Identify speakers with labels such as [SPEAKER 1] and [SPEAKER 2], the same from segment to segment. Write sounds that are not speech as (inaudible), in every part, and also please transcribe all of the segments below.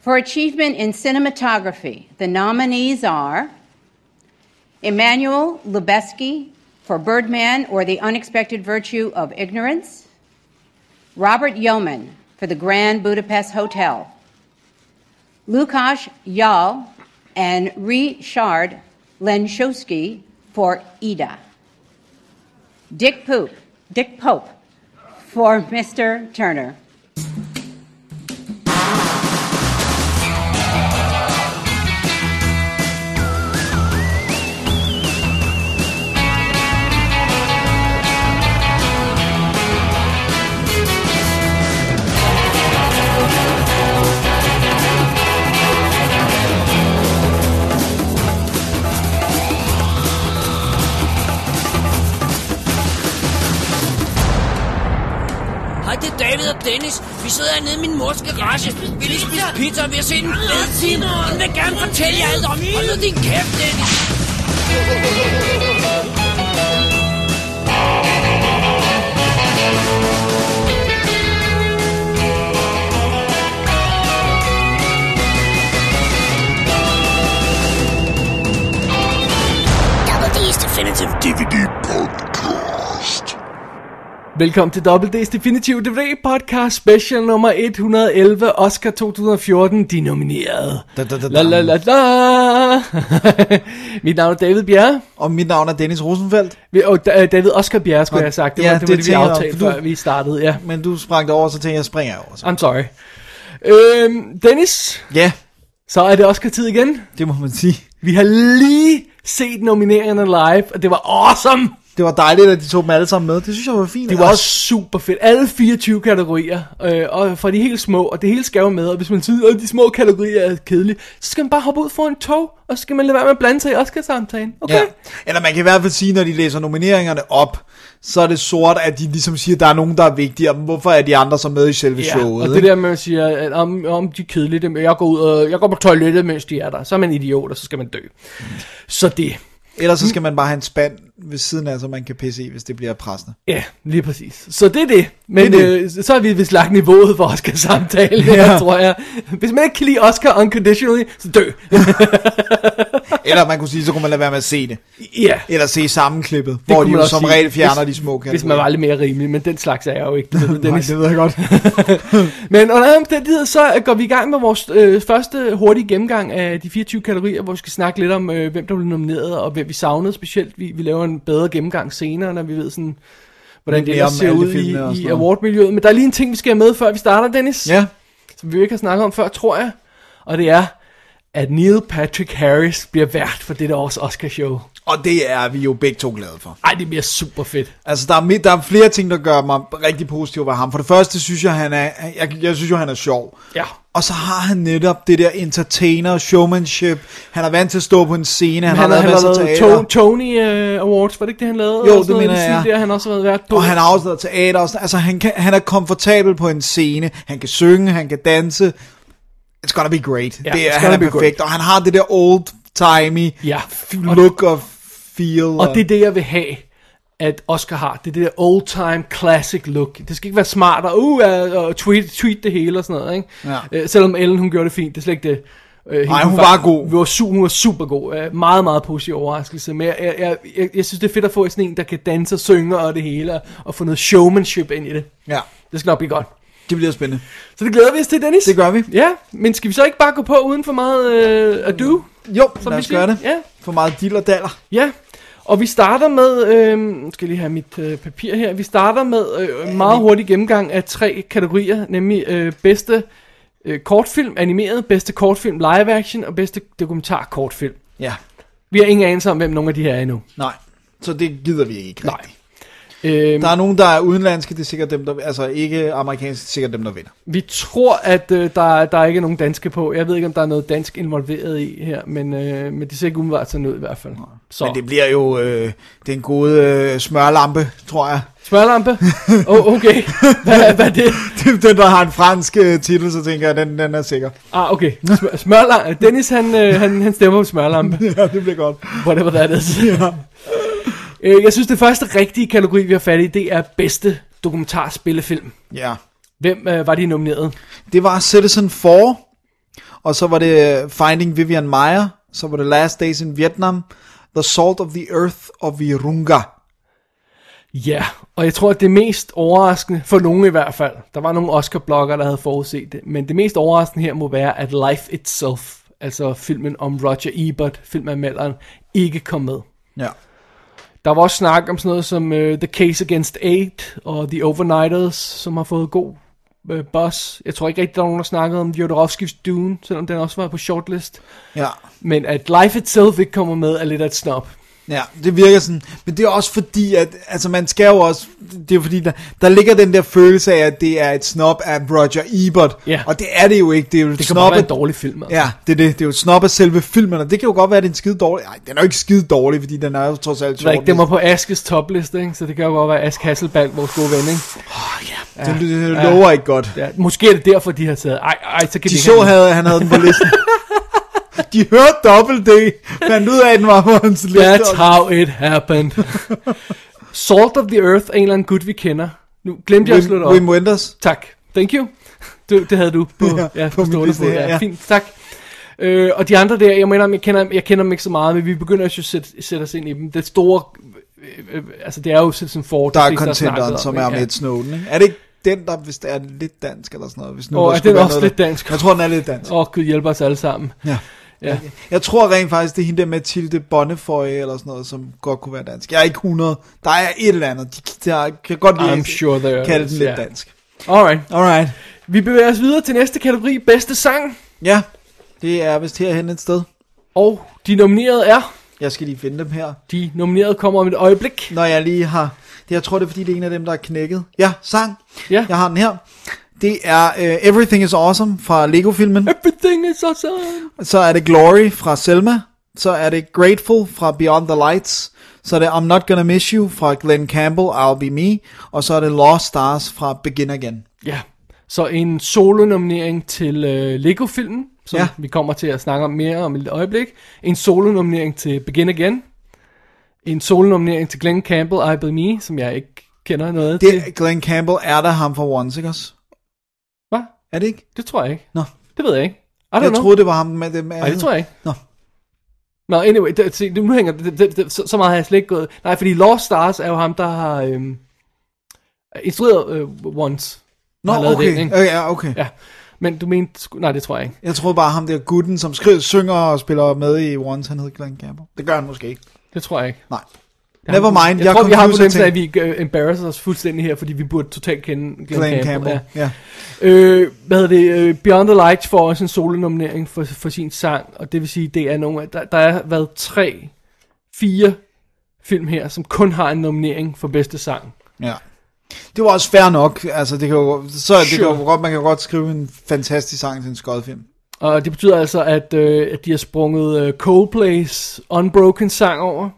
[SPEAKER 1] For achievement in cinematography, the nominees are Emmanuel Lubezki for Birdman or the Unexpected Virtue of Ignorance, Robert Yeoman for The Grand Budapest Hotel, Lukash Yal and Richard Lenshowski for Ida, Dick Poop, Dick Pope for Mr. Turner.
[SPEAKER 2] Hej, det er David og Dennis. Vi sidder hernede i min mors garage. Vi lige spise pizza, og vi har set en fed time. Hun vil gerne fortælle jer alt om. Hold nu din kæft, Dennis.
[SPEAKER 3] Double D's Definitive DVD Podcast.
[SPEAKER 4] Velkommen til WD's Definitive DVD Podcast Special nummer 111 Oscar 2014 De nominerede
[SPEAKER 5] Da, da, da,
[SPEAKER 4] La la la la Mit navn er David Bjerre
[SPEAKER 5] Og mit navn er Dennis Rosenfeldt,
[SPEAKER 4] Vi- Åh, Da- øh, David Oscar Bjerre skulle
[SPEAKER 5] Nå,
[SPEAKER 4] jeg have sagt Det var
[SPEAKER 5] ja,
[SPEAKER 4] det, var
[SPEAKER 5] det
[SPEAKER 4] det vi
[SPEAKER 5] tænker jeg,
[SPEAKER 4] aftalte
[SPEAKER 5] for du-
[SPEAKER 4] før vi startede Ja,
[SPEAKER 5] men du sprang det over, så tænkte jeg, springer jeg over. Så.
[SPEAKER 4] I'm sorry øhm, Dennis
[SPEAKER 5] Ja,
[SPEAKER 4] Så er det Oscar-tid igen
[SPEAKER 5] det må man sige.
[SPEAKER 4] Vi har lige set nomineringerne live Og det var awesome
[SPEAKER 5] Det var dejligt, at de tog dem alle sammen med. Det synes jeg var fint.
[SPEAKER 4] Det var også super fedt. Alle 24 kategorier, øh, og fra de helt små, og det hele skal jo med, og hvis man synes, at de små kategorier er kedelige, så skal man bare hoppe ud for en tog, og så skal man lade være med at blande sig i Oscar-samtalen. Okay?
[SPEAKER 5] Ja.
[SPEAKER 4] Ja.
[SPEAKER 5] Eller man kan i hvert fald sige, når de læser nomineringerne op, så er det sort, at de ligesom siger, at der er nogen, der er vigtige, og hvorfor er de andre så med i selve
[SPEAKER 4] Ja,
[SPEAKER 5] showet?
[SPEAKER 4] og det
[SPEAKER 5] ikke?
[SPEAKER 4] der med at sige, at om, om de er kedelige, dem, jeg går ud og jeg går på toilettet, mens de er der, så er man idiot, og så skal man dø. Så det,
[SPEAKER 5] Ellers så skal man bare have en spand ved siden af, så man kan pisse i, hvis det bliver pressende.
[SPEAKER 4] ja, lige præcis. Så det er det, men
[SPEAKER 5] Det
[SPEAKER 4] det
[SPEAKER 5] er
[SPEAKER 4] det. Øh, så har vi vist lagt niveauet for Oscar-samtalen, ja. (laughs)
[SPEAKER 5] Ja.
[SPEAKER 4] tror jeg. Hvis man ikke kan lide Oscar unconditionally, så dø.
[SPEAKER 5] Eller man kunne sige, så kunne man lade være med at se det.
[SPEAKER 4] Ja,
[SPEAKER 5] Eller se sammenklippet,
[SPEAKER 4] Det
[SPEAKER 5] det hvor
[SPEAKER 4] kunne
[SPEAKER 5] de
[SPEAKER 4] man
[SPEAKER 5] jo
[SPEAKER 4] også
[SPEAKER 5] som
[SPEAKER 4] sige,
[SPEAKER 5] regel fjerner
[SPEAKER 4] hvis-
[SPEAKER 5] de små kategorier.
[SPEAKER 4] Hvis man var lidt mere rimelig, men den slags er jeg jo
[SPEAKER 5] (laughs)
[SPEAKER 4] ikke. Det ved
[SPEAKER 5] Nej,
[SPEAKER 4] Dennis.
[SPEAKER 5] det ved
[SPEAKER 4] (laughs)
[SPEAKER 5] jeg godt.
[SPEAKER 4] Men under alle omstændigheder, så øh, går vi i gang med vores øh, første hurtige gennemgang af de 24 kategorier, hvor vi skal snakke lidt om, øh, hvem der blev nomineret, og hvem vi savnede specielt. Vi, vi laver en bedre gennemgang senere, når vi ved sådan, hvordan
[SPEAKER 5] Lidt
[SPEAKER 4] det
[SPEAKER 5] mere
[SPEAKER 4] ellers
[SPEAKER 5] om
[SPEAKER 4] ser
[SPEAKER 5] alle
[SPEAKER 4] ud
[SPEAKER 5] filmene og
[SPEAKER 4] i, i
[SPEAKER 5] sådan noget.
[SPEAKER 4] awardmiljøet. Men der er lige en ting, vi skal have med, før vi starter, Dennis.
[SPEAKER 5] ja,
[SPEAKER 4] Som vi jo ikke har snakket om før, tror jeg. Og det er, at Neil Patrick Harris bliver vært for dette års Oscar-show.
[SPEAKER 5] og det er vi jo begge to glade for.
[SPEAKER 4] Ej, det bliver super fedt.
[SPEAKER 5] Altså, der er, mi- der er flere ting, der gør mig rigtig positiv ved ham. For det første synes jeg, han er, jeg, jeg synes jo, han er sjov.
[SPEAKER 4] Ja.
[SPEAKER 5] Og så har han netop det der entertainer, showmanship. Han er vant til at stå på en scene, han,
[SPEAKER 4] Han,
[SPEAKER 5] har lavet
[SPEAKER 4] han
[SPEAKER 5] masser
[SPEAKER 4] har
[SPEAKER 5] af
[SPEAKER 4] lavet
[SPEAKER 5] teater.
[SPEAKER 4] to, Tony uh, Awards, var det ikke det, han lavede?
[SPEAKER 5] Jo,
[SPEAKER 4] Og sådan
[SPEAKER 5] det
[SPEAKER 4] noget i
[SPEAKER 5] mener
[SPEAKER 4] den
[SPEAKER 5] jeg,
[SPEAKER 4] stil
[SPEAKER 5] ja.
[SPEAKER 4] Der, han har også været vært på.
[SPEAKER 5] Og han har også lavet teater. Og sådan, altså, han, kan, han er komfortabel på en scene. Han kan synge, han kan danse. It's gonna be great.
[SPEAKER 4] Ja,
[SPEAKER 5] Ja, det
[SPEAKER 4] it's
[SPEAKER 5] er,
[SPEAKER 4] gonna
[SPEAKER 5] han
[SPEAKER 4] be
[SPEAKER 5] er perfekt. Og han har det der old-timey
[SPEAKER 4] Ja.
[SPEAKER 5] f- look og feel.
[SPEAKER 4] Og det er det, jeg vil have, at Oscar har. Det er det der old-time classic look. Det skal ikke være smart og, uh, og og tweet, tweet det hele og sådan noget. Ikke?
[SPEAKER 5] Ja.
[SPEAKER 4] Øh, selvom Ellen, hun gjorde det fint. Det er slet ikke det. Øh, hende,
[SPEAKER 5] Nej, hun
[SPEAKER 4] faktisk-
[SPEAKER 5] var god.
[SPEAKER 4] Hun var, su- hun var super god. Øh, meget, meget positiv overraskelse. Men jeg, jeg, jeg, jeg, jeg synes, det er fedt at få sådan en, der kan danse og synge og det hele. Og, og få noget showmanship ind i det.
[SPEAKER 5] Ja,
[SPEAKER 4] Det skal nok blive godt.
[SPEAKER 5] det bliver spændende.
[SPEAKER 4] Så det glæder vi os til, Dennis.
[SPEAKER 5] Det gør vi.
[SPEAKER 4] Ja, men skal vi så ikke bare gå på uden for meget øh, at du?
[SPEAKER 5] Jo,
[SPEAKER 4] Som
[SPEAKER 5] Som lad
[SPEAKER 4] vi
[SPEAKER 5] os
[SPEAKER 4] siger.
[SPEAKER 5] gøre det.
[SPEAKER 4] Ja.
[SPEAKER 5] For meget dill og daller.
[SPEAKER 4] Ja, og vi starter med, øh, nu skal jeg lige have mit øh, papir her, vi starter med øh, meget hurtig gennemgang af tre kategorier, nemlig øh, bedste øh, kortfilm animeret, bedste kortfilm live action og bedste dokumentar kortfilm.
[SPEAKER 5] Ja,
[SPEAKER 4] Vi har ingen anelse om, hvem nogle af de her er endnu.
[SPEAKER 5] nej. Så det gider vi ikke
[SPEAKER 4] Nej.
[SPEAKER 5] rigtig.
[SPEAKER 4] Øh,
[SPEAKER 5] Der er nogen, der er udenlandske, det er sikkert dem, der, altså ikke amerikanske, det er sikkert dem, der vinder.
[SPEAKER 4] vi tror, at øh, der, der er ikke er nogen danske på. Jeg ved ikke, om der er noget dansk involveret i her, men, øh, men det ser ikke umiddelbart sådan ud i hvert fald. Så.
[SPEAKER 5] Så. Men det bliver jo øh, den gode øh, smørlampe, tror jeg.
[SPEAKER 4] Smørlampe? Oh, okay. Hvad, hvad er det?
[SPEAKER 5] (laughs) Det er den, der har en fransk øh, titel, så tænker jeg, den, den er sikker.
[SPEAKER 4] Ah, okay. Smør, smørlampe. Dennis, han, øh, han, han stemmer på smørlampe.
[SPEAKER 5] (laughs) Ja, det bliver (laughs) godt.
[SPEAKER 4] Whatever that is. Ja. Øh, jeg synes, det første rigtige kategori, vi har fat i, det er bedste dokumentarspillefilm.
[SPEAKER 5] Ja.
[SPEAKER 4] Hvem øh, var de nomineret?
[SPEAKER 5] Det var Citizen 4, og så var det øh, Finding Vivian Meyer, så var det Last Days in Vietnam, The Salt of the Earth og Virunga.
[SPEAKER 4] Ja, og jeg tror, at det mest overraskende, for nogen i hvert fald, der var nogle Oscar-bloggere, der havde forudset det, men det mest overraskende her må være, at Life Itself, altså filmen om Roger Ebert, filmanmelderen, ikke kom med.
[SPEAKER 5] Ja.
[SPEAKER 4] Der var også snak om sådan noget som uh, The Case Against Eight og The Overnighters, som har fået god uh, buzz. Jeg tror ikke rigtig, der er nogen, der snakkede om Jodorowskis Dune, selvom den også var på shortlist.
[SPEAKER 5] Ja.
[SPEAKER 4] Men at Life Itself ikke kommer med, er lidt af et snop.
[SPEAKER 5] Ja, det virker sådan. Men det er også fordi, at altså man skal jo også, det er fordi, der, der ligger den der følelse af, at det er et snob af Roger Ebert.
[SPEAKER 4] Ja.
[SPEAKER 5] Og det er det jo ikke. Det er jo et
[SPEAKER 4] Det kan
[SPEAKER 5] snob
[SPEAKER 4] bare være
[SPEAKER 5] af,
[SPEAKER 4] en dårlig film. Altså.
[SPEAKER 5] Ja, det er det. Det er jo et snob af selve filmen, og det kan jo godt være, at det er en skide dårlig. Nej, den er jo ikke skide dårlig, fordi den er jo trods alt
[SPEAKER 4] Det
[SPEAKER 5] sjov.
[SPEAKER 4] var ikke, den var på Askes topliste, ikke? så det kan jo godt være Ask Hasselbalg, vores gode ven. Ikke?
[SPEAKER 5] Det, det, det lover ikke godt.
[SPEAKER 4] Ja, måske er det derfor, de har taget. Ej, ej, så kan de,
[SPEAKER 5] De
[SPEAKER 4] ikke
[SPEAKER 5] så,
[SPEAKER 4] have den.
[SPEAKER 5] havde, han havde den på listen. De hørte dobbelt D, fandt ud af, at den var på hans liste.
[SPEAKER 4] That's how it happened. (laughs) Salt of the Earth er en eller anden gut, vi kender. Nu glemte jeg at slå det
[SPEAKER 5] Wim,
[SPEAKER 4] op.
[SPEAKER 5] Wim Wenders.
[SPEAKER 4] Tak. Thank you. Du, det havde du på,
[SPEAKER 5] (laughs) Ja,
[SPEAKER 4] ja, ja,
[SPEAKER 5] på
[SPEAKER 4] på
[SPEAKER 5] min
[SPEAKER 4] stående
[SPEAKER 5] liste
[SPEAKER 4] fod.
[SPEAKER 5] her,
[SPEAKER 4] Ja,
[SPEAKER 5] ja.
[SPEAKER 4] ja. Fint, tak. Øh, og de andre der, jeg mener, jeg kender, jeg kender dem ikke så meget, men vi begynder også at sætte, sætte os ind i dem. Det store, øh, øh, altså det er jo Citizen Ford.
[SPEAKER 5] Der
[SPEAKER 4] de
[SPEAKER 5] er
[SPEAKER 4] fleste har snakket
[SPEAKER 5] contenteren,
[SPEAKER 4] om,
[SPEAKER 5] som
[SPEAKER 4] ikke?
[SPEAKER 5] er med Snowden. Ikke? Er det ikke den, der hvis det er lidt dansk eller sådan noget? Hvis nu
[SPEAKER 4] Åh,
[SPEAKER 5] der
[SPEAKER 4] er
[SPEAKER 5] skulle
[SPEAKER 4] den
[SPEAKER 5] være
[SPEAKER 4] også
[SPEAKER 5] noget
[SPEAKER 4] lidt
[SPEAKER 5] der-
[SPEAKER 4] dansk?
[SPEAKER 5] Jeg tror, den er lidt dansk.
[SPEAKER 4] Åh, oh, Gud hjælper os alle sammen.
[SPEAKER 5] Ja.
[SPEAKER 4] Ja.
[SPEAKER 5] Jeg tror rent faktisk, det er hende der Mathilde Bonnefoy eller sådan noget, som godt kunne være dansk. Jeg er ikke 100. Der er et eller andet. De, der kan godt lide
[SPEAKER 4] I'm sure there
[SPEAKER 5] kalde
[SPEAKER 4] is,
[SPEAKER 5] den lidt
[SPEAKER 4] ja.
[SPEAKER 5] dansk.
[SPEAKER 4] Alright.
[SPEAKER 5] Alright.
[SPEAKER 4] Vi bevæger os videre til næste kategori, bedste sang.
[SPEAKER 5] Ja, det er vist herhen et sted.
[SPEAKER 4] Og de nominerede er...
[SPEAKER 5] Jeg skal lige finde dem her.
[SPEAKER 4] De nominerede kommer om et øjeblik.
[SPEAKER 5] Når jeg lige har... Det, jeg tror, det er, fordi det er en af dem, der er knækket. Ja, sang.
[SPEAKER 4] Ja.
[SPEAKER 5] Jeg har den her. Det er uh, Everything is Awesome fra Lego-filmen.
[SPEAKER 4] Everything is awesome.
[SPEAKER 5] Så er det Glory fra Selma. Så er det Grateful fra Beyond the Lights. Så er det I'm Not Gonna Miss You fra Glenn Campbell, I'll Be Me. Og så er det Lost Stars fra Begin Again.
[SPEAKER 4] Ja. Så en solo-nominering til øh, Lego-filmen, som
[SPEAKER 5] Ja.
[SPEAKER 4] ja. vi kommer til at snakke om mere om et lille øjeblik. En solo-nominering til Begin Again. En solo-nominering til Glenn Campbell, I Be Me, som jeg ikke kender noget til.
[SPEAKER 5] Det, Glenn Campbell er der ham fra Once, ikke også?
[SPEAKER 4] Hvad?
[SPEAKER 5] Er det ikke?
[SPEAKER 4] Det tror jeg ikke.
[SPEAKER 5] Nå.
[SPEAKER 4] Det ved jeg ikke. I don't
[SPEAKER 5] Jeg
[SPEAKER 4] know.
[SPEAKER 5] troede, det var ham med dem.
[SPEAKER 4] Nej, det tror jeg ikke.
[SPEAKER 5] Nå.
[SPEAKER 4] Nå, anyway, det, se, nu hænger det, det, det, så, så meget har jeg slet ikke gået. Nej, fordi Lost Stars er jo ham, der har øhm, instrueret øh, Once.
[SPEAKER 5] Nå,
[SPEAKER 4] har lavet
[SPEAKER 5] okay. Øh.
[SPEAKER 4] den, ikke?
[SPEAKER 5] okay. Ja, okay.
[SPEAKER 4] Ja. Men du mente... sgu- Nej, det tror jeg ikke.
[SPEAKER 5] Jeg troede bare ham der gutten, som skriver, synger og spiller med i Once, han hed Glenn Campbell. Det gør han måske ikke.
[SPEAKER 4] Det tror jeg ikke.
[SPEAKER 5] Nej.
[SPEAKER 4] Det har-
[SPEAKER 5] Never mind,
[SPEAKER 4] Jeg,
[SPEAKER 5] jeg
[SPEAKER 4] jeg tror, vi har
[SPEAKER 5] kom
[SPEAKER 4] på
[SPEAKER 5] til at
[SPEAKER 4] den, at vi øh, embarrasser os fuldstændig her, fordi vi burde totalt kende Glenn,
[SPEAKER 5] Glenn Campbell.
[SPEAKER 4] Ja.
[SPEAKER 5] Ja.
[SPEAKER 4] Øh, hvad hedder det? øh, Beyond the Lights får også en solonominering for, for sin sang, og det vil sige, det er nogle af- der, der er været tre, fire film her, som kun har en nominering for bedste sang.
[SPEAKER 5] ja. Det var også fair nok. Altså, det kan jo, så det
[SPEAKER 4] Sure.
[SPEAKER 5] kan jo godt, man kan jo godt skrive en fantastisk sang til en skodfilm.
[SPEAKER 4] Og det betyder altså, at, øh, at de har sprunget øh, Coldplay's Unbroken sang over.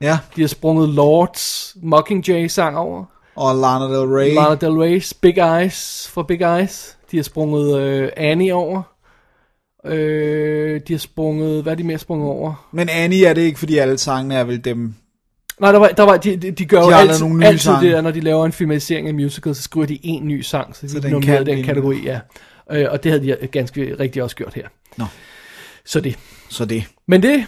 [SPEAKER 5] Ja,
[SPEAKER 4] De har sprunget Lords Mockingjay sang over.
[SPEAKER 5] og Lana Del Rey.
[SPEAKER 4] Lana Del Rey's Big Eyes fra Big Eyes. De har sprunget øh, Annie over. Øh, de har sprunget... Hvad er de mere sprunget over?
[SPEAKER 5] Men Annie er det ikke, fordi alle sangene er vel dem.
[SPEAKER 4] Nej, der var, der var, de, de, de gør
[SPEAKER 5] De
[SPEAKER 4] jo
[SPEAKER 5] har lavet
[SPEAKER 4] altid,
[SPEAKER 5] nogle nye
[SPEAKER 4] altid
[SPEAKER 5] sange.
[SPEAKER 4] det der, når de laver en filmatisering af musicals, så skriver de en ny sang, så,
[SPEAKER 5] Så
[SPEAKER 4] så de
[SPEAKER 5] den
[SPEAKER 4] nominerer
[SPEAKER 5] kan
[SPEAKER 4] den
[SPEAKER 5] vinde.
[SPEAKER 4] kategori, ja. Øh, og det havde de øh, ganske rigtig også gjort her.
[SPEAKER 5] Nå.
[SPEAKER 4] Så det.
[SPEAKER 5] Så det.
[SPEAKER 4] Men det,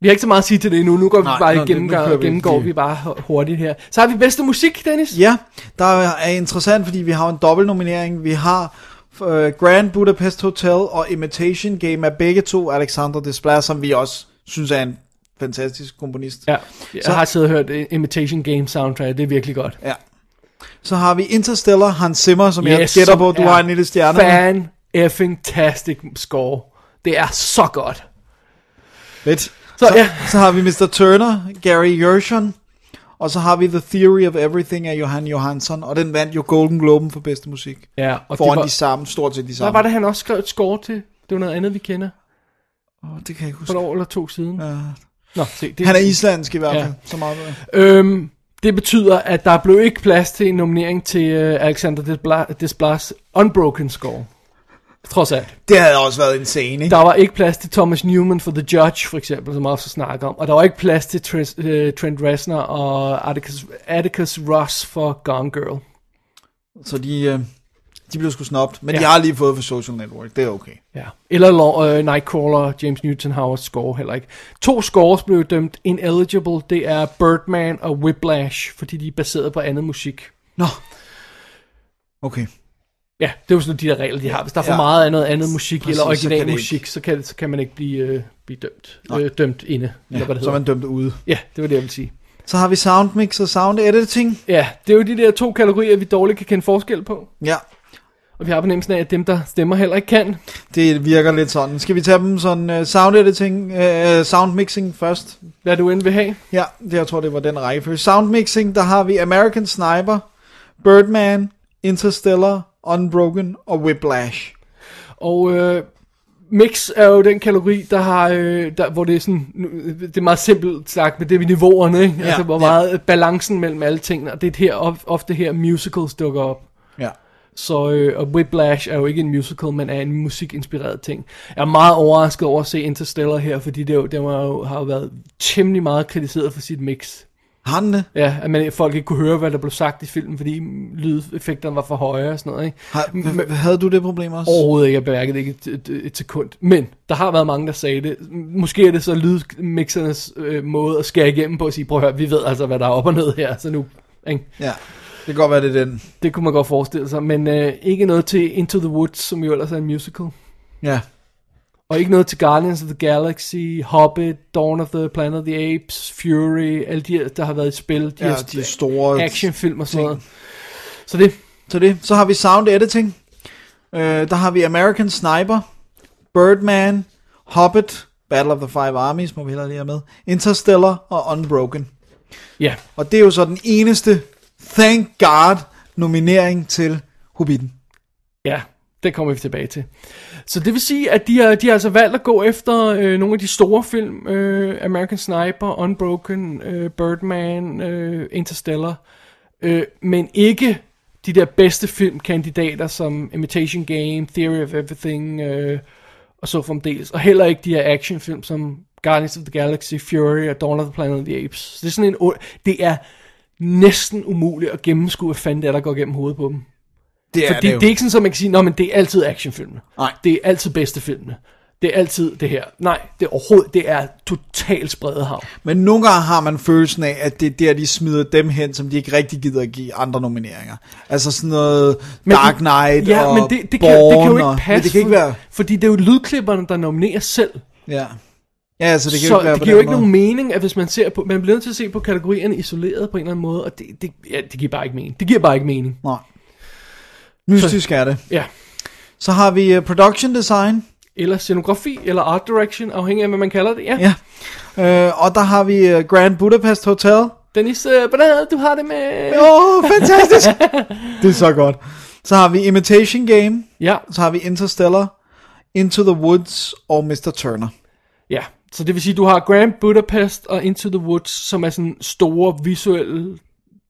[SPEAKER 4] vi har ikke så meget at sige til det endnu. Nu går vi
[SPEAKER 5] Nej,
[SPEAKER 4] Nej,
[SPEAKER 5] nå,
[SPEAKER 4] bare
[SPEAKER 5] det-
[SPEAKER 4] igennem,
[SPEAKER 5] nu kører vi.
[SPEAKER 4] gennemgår vi bare hu- hurtigt her. Så har vi bedste musik, Dennis.
[SPEAKER 5] Ja, der er interessant, fordi vi har en dobbeltnominering. Vi har øh, Grand Budapest Hotel og Imitation Game af begge to Alexander Desplat, som vi også synes er en fantastisk komponist.
[SPEAKER 4] Ja, jeg
[SPEAKER 5] Så-
[SPEAKER 4] så... har siddet og hørt øh, Imitation Game soundtrack, det er virkelig godt.
[SPEAKER 5] Ja. Så har vi Interstellar, Hans Zimmer, som yes, jeg
[SPEAKER 4] Yes,
[SPEAKER 5] gætter
[SPEAKER 4] som
[SPEAKER 5] på, du
[SPEAKER 4] er
[SPEAKER 5] har en lille stjerne. med.
[SPEAKER 4] Fan effing tastic score. Det er så godt.
[SPEAKER 5] Fedt.
[SPEAKER 4] Så,
[SPEAKER 5] Så,
[SPEAKER 4] ja.
[SPEAKER 5] så har vi Mr. Turner, Gary Gershon, og så har vi The Theory of Everything af Johan Johansson, og den vandt jo Golden Globen for bedste musik.
[SPEAKER 4] Ja, og
[SPEAKER 5] Foran
[SPEAKER 4] det
[SPEAKER 5] var,
[SPEAKER 4] var,
[SPEAKER 5] de samme, stort set de
[SPEAKER 4] hvad
[SPEAKER 5] samme.
[SPEAKER 4] var det, han også skrev et score til? Det var noget andet, vi kender.
[SPEAKER 5] Åh, det kan jeg ikke
[SPEAKER 4] For
[SPEAKER 5] huske.
[SPEAKER 4] et år eller to siden. Ja. Nå, se. Det,
[SPEAKER 5] Han er islandsk i hvert fald, ja.
[SPEAKER 4] Ja.
[SPEAKER 5] så meget ved jeg.
[SPEAKER 4] Øhm, det betyder, at der blev ikke plads til en nominering til uh, Alexander Despla- Desplas Unbroken Score. Trods alt.
[SPEAKER 5] Det havde også været insane, ikke?
[SPEAKER 4] Der var ikke plads til Thomas Newman for The Judge, for eksempel, som jeg også snakker om. Og der var ikke plads til Trent, øh, Trent Reznor og Atticus, Atticus Ross for Gone Girl.
[SPEAKER 5] Så de, øh, De blev sgu snobt, men ja.
[SPEAKER 4] Ja.
[SPEAKER 5] de har lige fået for Social Network. Det er okay.
[SPEAKER 4] Ja. Eller Lo- øh, Nightcrawler, James Newton Howard score heller ikke. To scores blev dømt ineligible. Det er Birdman og Whiplash, fordi de er baseret på andet musik.
[SPEAKER 5] Nå. Okay.
[SPEAKER 4] Ja, det er jo sådan de der regler, de har. Hvis der er for
[SPEAKER 5] Ja.
[SPEAKER 4] meget af noget andet musik, eller
[SPEAKER 5] Præcis, så kan
[SPEAKER 4] original
[SPEAKER 5] det ikke.
[SPEAKER 4] musik, så kan, så kan man ikke blive, øh, blive dømt, øh, dømt inde. Ja, eller hvad det
[SPEAKER 5] så er
[SPEAKER 4] hedder.
[SPEAKER 5] man dømt ude.
[SPEAKER 4] ja, det var det, jeg ville sige.
[SPEAKER 5] Så har vi sound mix og sound editing.
[SPEAKER 4] Ja, det er jo de der to kategorier, vi dårligt kan kende forskel på.
[SPEAKER 5] Ja,
[SPEAKER 4] Og vi har fornemmelsen af, at dem, der stemmer, heller ikke kan.
[SPEAKER 5] det virker lidt sådan. Skal vi tage dem sådan uh, sound editing, uh, sound mixing først?
[SPEAKER 4] Hvad du end vil have.
[SPEAKER 5] Ja, det, jeg tror, det var den rækkefølge. Sound mixing, der har vi American Sniper, Birdman, Interstellar, Unbroken og Whiplash.
[SPEAKER 4] Og øh, mix er jo den kategori, der har, øh, der, hvor det er sådan, nu, øh, det er meget simpelt sagt, men det er ved niveauerne, ikke? Ja, altså hvor
[SPEAKER 5] ja.
[SPEAKER 4] meget øh, balancen mellem alle tingene, og det er her, of- ofte her musicals dukker op.
[SPEAKER 5] Ja.
[SPEAKER 4] Så øh, og Whiplash er jo ikke en musical, men er en musikinspireret ting. Jeg er meget overrasket over at se Interstellar her, fordi det, er jo, det var jo, har jo været temmelig meget kritiseret for sit mix.
[SPEAKER 5] Har den det?
[SPEAKER 4] Ja, at man, folk ikke kunne høre, hvad der blev sagt i filmen, fordi lydeffekterne var for høje og sådan noget. Ikke?
[SPEAKER 5] Har, h- havde du det problem også?
[SPEAKER 4] Overhovedet ikke, jeg bemærkede ikke et, et, et sekund. Men der har været mange, der sagde det. M- Måske er det så lydmixernes øh, måde at skære igennem på at sige, prøv at høre, vi ved altså, hvad der er op og ned her, så nu... Ikke?
[SPEAKER 5] Ja, det kan godt være, det er den.
[SPEAKER 4] Det kunne man godt forestille sig, men øh, ikke noget til Into the Woods, som jo ellers er en musical.
[SPEAKER 5] Ja.
[SPEAKER 4] Og ikke noget til Guardians of the Galaxy, Hobbit, Dawn of the Planet of the Apes, Fury, alle de her, der har været i spil. De
[SPEAKER 5] Ja,
[SPEAKER 4] her
[SPEAKER 5] de store
[SPEAKER 4] actionfilm og sådan
[SPEAKER 5] ting.
[SPEAKER 4] noget. Så det,
[SPEAKER 5] Så det. Så har vi sound editing. Øh, der har vi American Sniper, Birdman, Hobbit, Battle of the Five Armies, må vi hellere lige have med, Interstellar og Unbroken.
[SPEAKER 4] ja,
[SPEAKER 5] Og det er jo så den eneste, thank God, nominering til Hobbiten.
[SPEAKER 4] Ja, det kommer vi tilbage til. Så det vil sige, at de har, de har altså valgt at gå efter øh, nogle af de store film, øh, American Sniper, Unbroken, øh, Birdman, øh, Interstellar, øh, men ikke de der bedste filmkandidater som Imitation Game, Theory of Everything øh, og så fremdeles, og heller ikke de her actionfilm som Guardians of the Galaxy, Fury og Dawn of the Planet of the Apes. Så det er sådan en, o- det er næsten umuligt at gennemskue, hvad fanden det er, der går gennem hovedet på dem.
[SPEAKER 5] Det
[SPEAKER 4] Fordi det er, det er ikke sådan, at man kan sige, Nå, men det er altid actionfilmene.
[SPEAKER 5] Nej.
[SPEAKER 4] Det er altid bedste filmene. Det er altid det her. Nej, det er overhovedet, det er totalt spredet hav.
[SPEAKER 5] Men nogle gange har man følelsen af, at det er der, de smider dem hen, som de ikke rigtig gider at give andre nomineringer. Altså sådan noget men, Dark Knight
[SPEAKER 4] ja,
[SPEAKER 5] og
[SPEAKER 4] men det, det, kan,
[SPEAKER 5] Bourne
[SPEAKER 4] det kan jo ikke
[SPEAKER 5] og-
[SPEAKER 4] passe.
[SPEAKER 5] Men det kan ikke
[SPEAKER 4] for-
[SPEAKER 5] være...
[SPEAKER 4] Fordi det er jo lydklipperne, der nominerer selv.
[SPEAKER 5] Ja, ja så det kan
[SPEAKER 4] så
[SPEAKER 5] jo ikke være
[SPEAKER 4] det
[SPEAKER 5] på
[SPEAKER 4] giver jo
[SPEAKER 5] den
[SPEAKER 4] ikke
[SPEAKER 5] måde.
[SPEAKER 4] nogen mening, at hvis man ser på, man bliver nødt til at se på kategorierne isoleret på en eller anden måde, og det, det, ja, det giver bare ikke mening. Det giver bare ikke mening.
[SPEAKER 5] Nej. Mystisk er det.
[SPEAKER 4] Ja.
[SPEAKER 5] Så har vi øh, production design.
[SPEAKER 4] Eller scenografi, eller art direction, afhængig af, hvad man kalder det. Ja.
[SPEAKER 5] Ja. Øh, og der har vi øh, Grand Budapest Hotel.
[SPEAKER 4] Dennis, øh, hvordan du har det med...
[SPEAKER 5] Åh, oh, fantastisk! det er så godt. Så har vi Imitation Game.
[SPEAKER 4] Ja,
[SPEAKER 5] Så har vi Interstellar, Into the Woods og Mr. Turner.
[SPEAKER 4] Ja, så det vil sige, du har Grand Budapest og Into the Woods, som er sådan store visuelle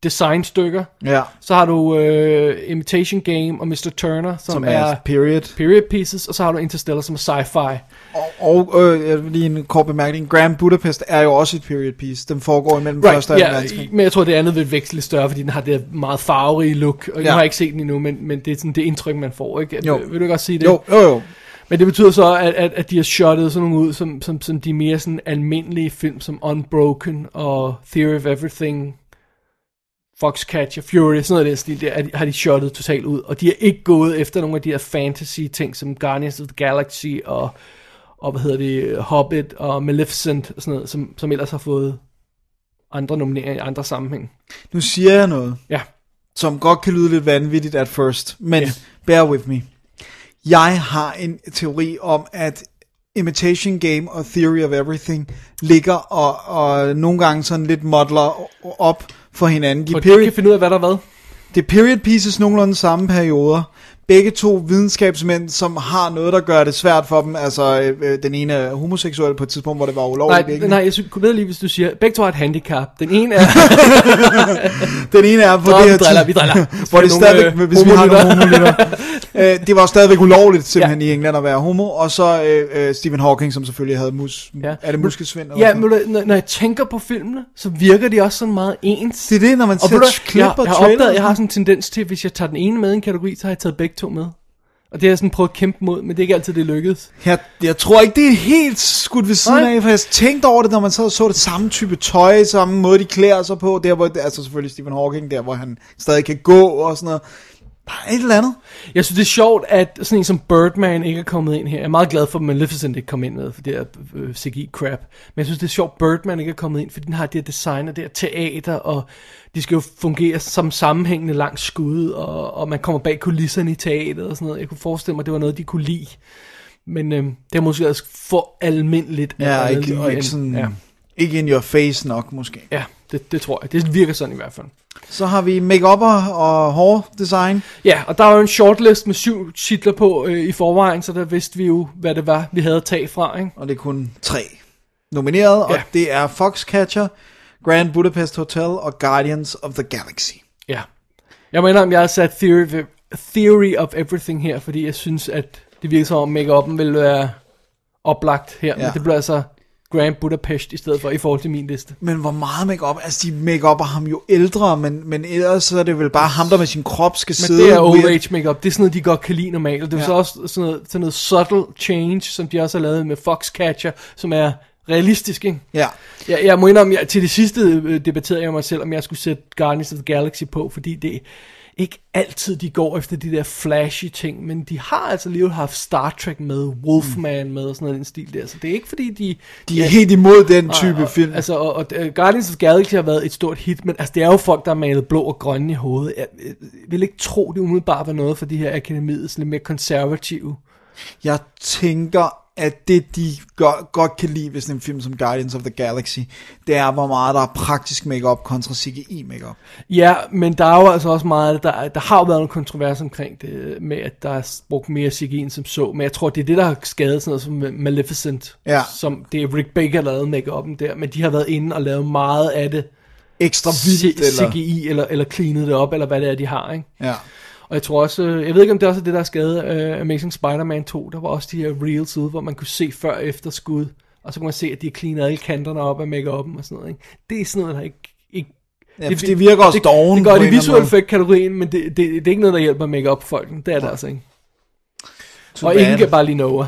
[SPEAKER 4] designstykker.
[SPEAKER 5] Ja.
[SPEAKER 4] Så har du øh, Imitation Game og Mr. Turner, som,
[SPEAKER 5] Som er period.
[SPEAKER 4] period pieces, og så har du Interstellar, som er sci-fi.
[SPEAKER 5] Og, og øh, jeg vil lige en kort bemærkning. Grand Budapest er jo også et period piece. Den foregår imellem right, første og anden
[SPEAKER 4] ja,
[SPEAKER 5] verdenskrig.
[SPEAKER 4] men jeg tror, det andet vil veksle større, fordi den har det meget farverige look. Og ja.
[SPEAKER 5] Ja.
[SPEAKER 4] jeg har ikke set den endnu, men, men det er sådan det indtryk, man får. Ikke?
[SPEAKER 5] Jo.
[SPEAKER 4] Vil du godt sige det?
[SPEAKER 5] Jo, jo, jo.
[SPEAKER 4] Men det betyder så, at, at, at de har shottet sådan nogle ud, som, som, som de mere sådan almindelige film, som Unbroken og Theory of Everything, Foxcatcher, Fury, sådan noget af den stil, der, er de- har de shottet totalt ud. Og de er ikke gået efter nogle af de her fantasy ting, som Guardians of the Galaxy og, og hvad hedder det, Hobbit og Maleficent, og sådan noget, som, som ellers har fået andre nomineringer i andre sammenhæng.
[SPEAKER 5] Nu siger jeg noget.
[SPEAKER 4] Ja,
[SPEAKER 5] som godt kan lyde lidt vanvittigt at first, men yeah. bear with me. Jeg har en teori om, at Imitation Game og Theory of Everything ligger og, og nogle gange sådan lidt modler op for hinanden. De
[SPEAKER 4] og de
[SPEAKER 5] period,
[SPEAKER 4] kan finde ud af, hvad der er hvad.
[SPEAKER 5] det er period pieces nogenlunde samme perioder. Begge to videnskabsmænd, som har noget, der gør det svært for dem. Altså, øh, øh, den ene er homoseksuel på et tidspunkt, hvor det var ulovligt.
[SPEAKER 4] Nej,
[SPEAKER 5] ikke?
[SPEAKER 4] nej, jeg synes, ved lige, hvis du siger, begge to har et handicap. Den ene er
[SPEAKER 5] Den ene er på
[SPEAKER 4] Nå,
[SPEAKER 5] det
[SPEAKER 4] vi
[SPEAKER 5] her
[SPEAKER 4] driller,
[SPEAKER 5] tid-
[SPEAKER 4] vi driller.
[SPEAKER 5] (laughs) hvor det
[SPEAKER 4] Skal vi have
[SPEAKER 5] stadigvæk,
[SPEAKER 4] nogle, øh,
[SPEAKER 5] hvis vi har nogle homolytter. (laughs) øh, det var stadigvæk ulovligt simpelthen ja. i England at være homo. Og så øh, øh, Stephen Hawking, som selvfølgelig havde mus... Ja. Er det muskelsvind? eller
[SPEAKER 4] Ja,
[SPEAKER 5] sådan
[SPEAKER 4] men ved du, når, når jeg tænker på filmene, så virker de også sådan meget ens.
[SPEAKER 5] Det er det, når man
[SPEAKER 4] og ved
[SPEAKER 5] ser
[SPEAKER 4] du,
[SPEAKER 5] klip
[SPEAKER 4] jeg,
[SPEAKER 5] og
[SPEAKER 4] jeg har
[SPEAKER 5] trailer.
[SPEAKER 4] opdaget, jeg har sådan en tendens til, at hvis jeg tager den ene med i en kategori, så har jeg taget begge to med. Og det har jeg sådan prøvet at kæmpe mod, men det er ikke altid, det lykkedes.
[SPEAKER 5] Jeg, jeg tror ikke, det er helt skudt ved siden
[SPEAKER 4] Nej.
[SPEAKER 5] af, for jeg tænkte over det, når man sad og så det samme type tøj, samme måde, de klæder sig på, der hvor, altså selvfølgelig Stephen Hawking, der hvor han stadig kan gå og sådan noget. Bare et eller andet.
[SPEAKER 4] Jeg synes, det er sjovt, at sådan en som Birdman ikke er kommet ind her. Jeg er meget glad for, at Maleficent ikke kom ind med, for det er øh, CGI-crap. Men jeg synes, det er sjovt, at Birdman ikke er kommet ind, for den har det her design og det her teater, og de skal jo fungere som sammenhængende langs skud, og, og man kommer bag kulisserne i teateret og sådan noget. Jeg kunne forestille mig, at det var noget, de kunne lide. Men øh, det er måske også for almindeligt. at
[SPEAKER 5] Ja,
[SPEAKER 4] man
[SPEAKER 5] ikke,
[SPEAKER 4] lige
[SPEAKER 5] og
[SPEAKER 4] en-
[SPEAKER 5] ikke sådan...
[SPEAKER 4] Ja,
[SPEAKER 5] Ja. Ikke in your face nok, måske.
[SPEAKER 4] ja det, det tror jeg. Det virker sådan i hvert fald.
[SPEAKER 5] Så har vi make-up og hårdesign.
[SPEAKER 4] Ja, og der var jo en shortlist med syv titler på øh, i forvejen, så der vidste vi jo, hvad det var, vi havde at tage fra, ikke?
[SPEAKER 5] og det er kun tre nomineret, og
[SPEAKER 4] Ja.
[SPEAKER 5] det er Foxcatcher, Grand Budapest Hotel og Guardians of the Galaxy.
[SPEAKER 4] Ja. Jeg mener, om jeg har sat Theory of, theory of Everything her, fordi jeg synes, at det virker som om make-up'en ville være oplagt her, ja.
[SPEAKER 5] Ja.
[SPEAKER 4] men det blev altså Grand Budapest i stedet for, i forhold til min liste.
[SPEAKER 5] Men hvor meget makeup, altså de make-upper ham jo ældre, men, men ellers så er det vel bare ham, der med sin krop skal
[SPEAKER 4] Men
[SPEAKER 5] sidde.
[SPEAKER 4] det er old
[SPEAKER 5] weird.
[SPEAKER 4] age makeup. Det er sådan noget, de godt kan lide normalt. Og det er ja.
[SPEAKER 5] Ja.
[SPEAKER 4] så også sådan noget, sådan noget subtle change, som de også har lavet med Foxcatcher, som er realistisk, ikke?
[SPEAKER 5] Ja.
[SPEAKER 4] Jeg, jeg må indrømme, jeg, til det sidste øh, debatterede jeg mig selv, om jeg skulle sætte Guardians of the Galaxy på, fordi det er ikke altid, de går efter de der flashy ting, men de har altså lige haft Star Trek med, Wolfman med og sådan noget i den stil der, så det er ikke fordi, de...
[SPEAKER 5] De er helt imod den type
[SPEAKER 4] og,
[SPEAKER 5] film.
[SPEAKER 4] Altså, og, og øh, Guardians of the Galaxy har været et stort hit, men altså, det er jo folk, der er malet blå og grønne i hovedet. Jeg, jeg vil ikke tro, det umiddelbart var noget for de her akademiets lidt mere konservative.
[SPEAKER 5] Jeg tænker, at det de gør, godt kan lide ved sådan en film som Guardians of the Galaxy, det er, hvor meget der er praktisk makeup kontra CGI makeup.
[SPEAKER 4] Ja, men der er jo altså også meget, af det, der, der har jo været nogle kontrovers omkring det, med at der er brugt mere CGI end som så, men jeg tror, det er det, der har skadet sådan noget som Maleficent,
[SPEAKER 5] Ja.
[SPEAKER 4] som det er Rick Baker, der lavede make der, men de har været inde og lavet meget af det,
[SPEAKER 5] Ekstra
[SPEAKER 4] C-
[SPEAKER 5] vildt, eller?
[SPEAKER 4] CGI, eller, eller cleanet det op, eller hvad det er, de har, ikke?
[SPEAKER 5] Ja.
[SPEAKER 4] Og jeg tror også, øh, jeg ved ikke om det også er det, der skadede uh, Amazing Spider-Man 2, der var også de her reels ude, hvor man kunne se før og efter skud, og så kunne man se, at de har cleanet alle kanterne op af make og sådan noget, ikke? Det er sådan noget, der ikke, ikke
[SPEAKER 5] ja for det virker også
[SPEAKER 4] det,
[SPEAKER 5] doven
[SPEAKER 4] Det gør
[SPEAKER 5] på
[SPEAKER 4] det
[SPEAKER 5] en
[SPEAKER 4] i
[SPEAKER 5] eller anden
[SPEAKER 4] visual
[SPEAKER 5] måde.
[SPEAKER 4] effect-kategorien, men det, det, det, er ikke noget, der hjælper med make up folken. Det er det altså ikke.
[SPEAKER 5] Too
[SPEAKER 4] Og
[SPEAKER 5] bad.
[SPEAKER 4] ingen kan bare lige nå.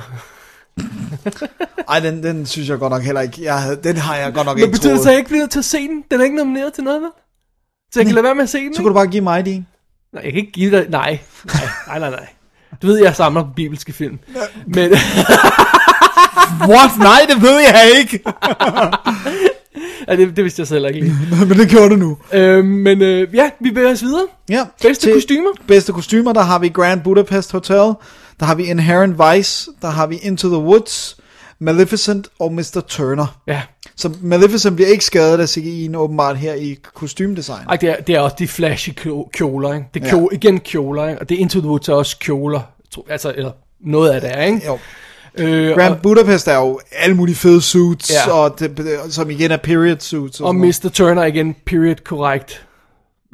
[SPEAKER 5] Ej, den, den synes jeg godt nok heller ikke. Jeg havde, den har jeg godt nok
[SPEAKER 4] Men
[SPEAKER 5] ikke
[SPEAKER 4] betyder
[SPEAKER 5] troet.
[SPEAKER 4] det så, at jeg ikke bliver nødt til at se den? Den er ikke nomineret til noget, vel? Så jeg kan lade være med at se den,
[SPEAKER 5] Så kunne du bare give mig din.
[SPEAKER 4] ikke? Nej, jeg kan ikke give dig... Nej. Nej, nej, nej, nej. Du ved, jeg samler bibelske film. Men,
[SPEAKER 5] (laughs) What? Nej, det ved jeg ikke.
[SPEAKER 4] (laughs) ja, det, det vidste jeg selv ikke lige.
[SPEAKER 5] (laughs) Men det gjorde du nu.
[SPEAKER 4] Øh, men øh, ja, vi bevæger os videre.
[SPEAKER 5] Ja.
[SPEAKER 4] Bedste
[SPEAKER 5] til
[SPEAKER 4] kostymer.
[SPEAKER 5] Bedste kostymer, der har vi Grand Budapest Hotel. Der har vi Inherent Vice. Der har vi Into the Woods. Maleficent og Mr. Turner.
[SPEAKER 4] Ja.
[SPEAKER 5] Så Maleficent bliver ikke skadet af CGI'en åbenbart her i kostymdesign.
[SPEAKER 4] Ej, det er, det er også de flashy kjo- kjoler, ikke? Det er kjole, igen kjoler, ikke? Og det er Into the Woods er også kjoler. tro- Altså, eller noget af det er, ikke?
[SPEAKER 5] Jo.
[SPEAKER 4] Øh,
[SPEAKER 5] Grand Budapest er jo alle mulige fede suits,
[SPEAKER 4] Ja.
[SPEAKER 5] ja. og det, som igen er period suits. Og,
[SPEAKER 4] Og
[SPEAKER 5] sådan noget.
[SPEAKER 4] Mr. Turner igen, period correct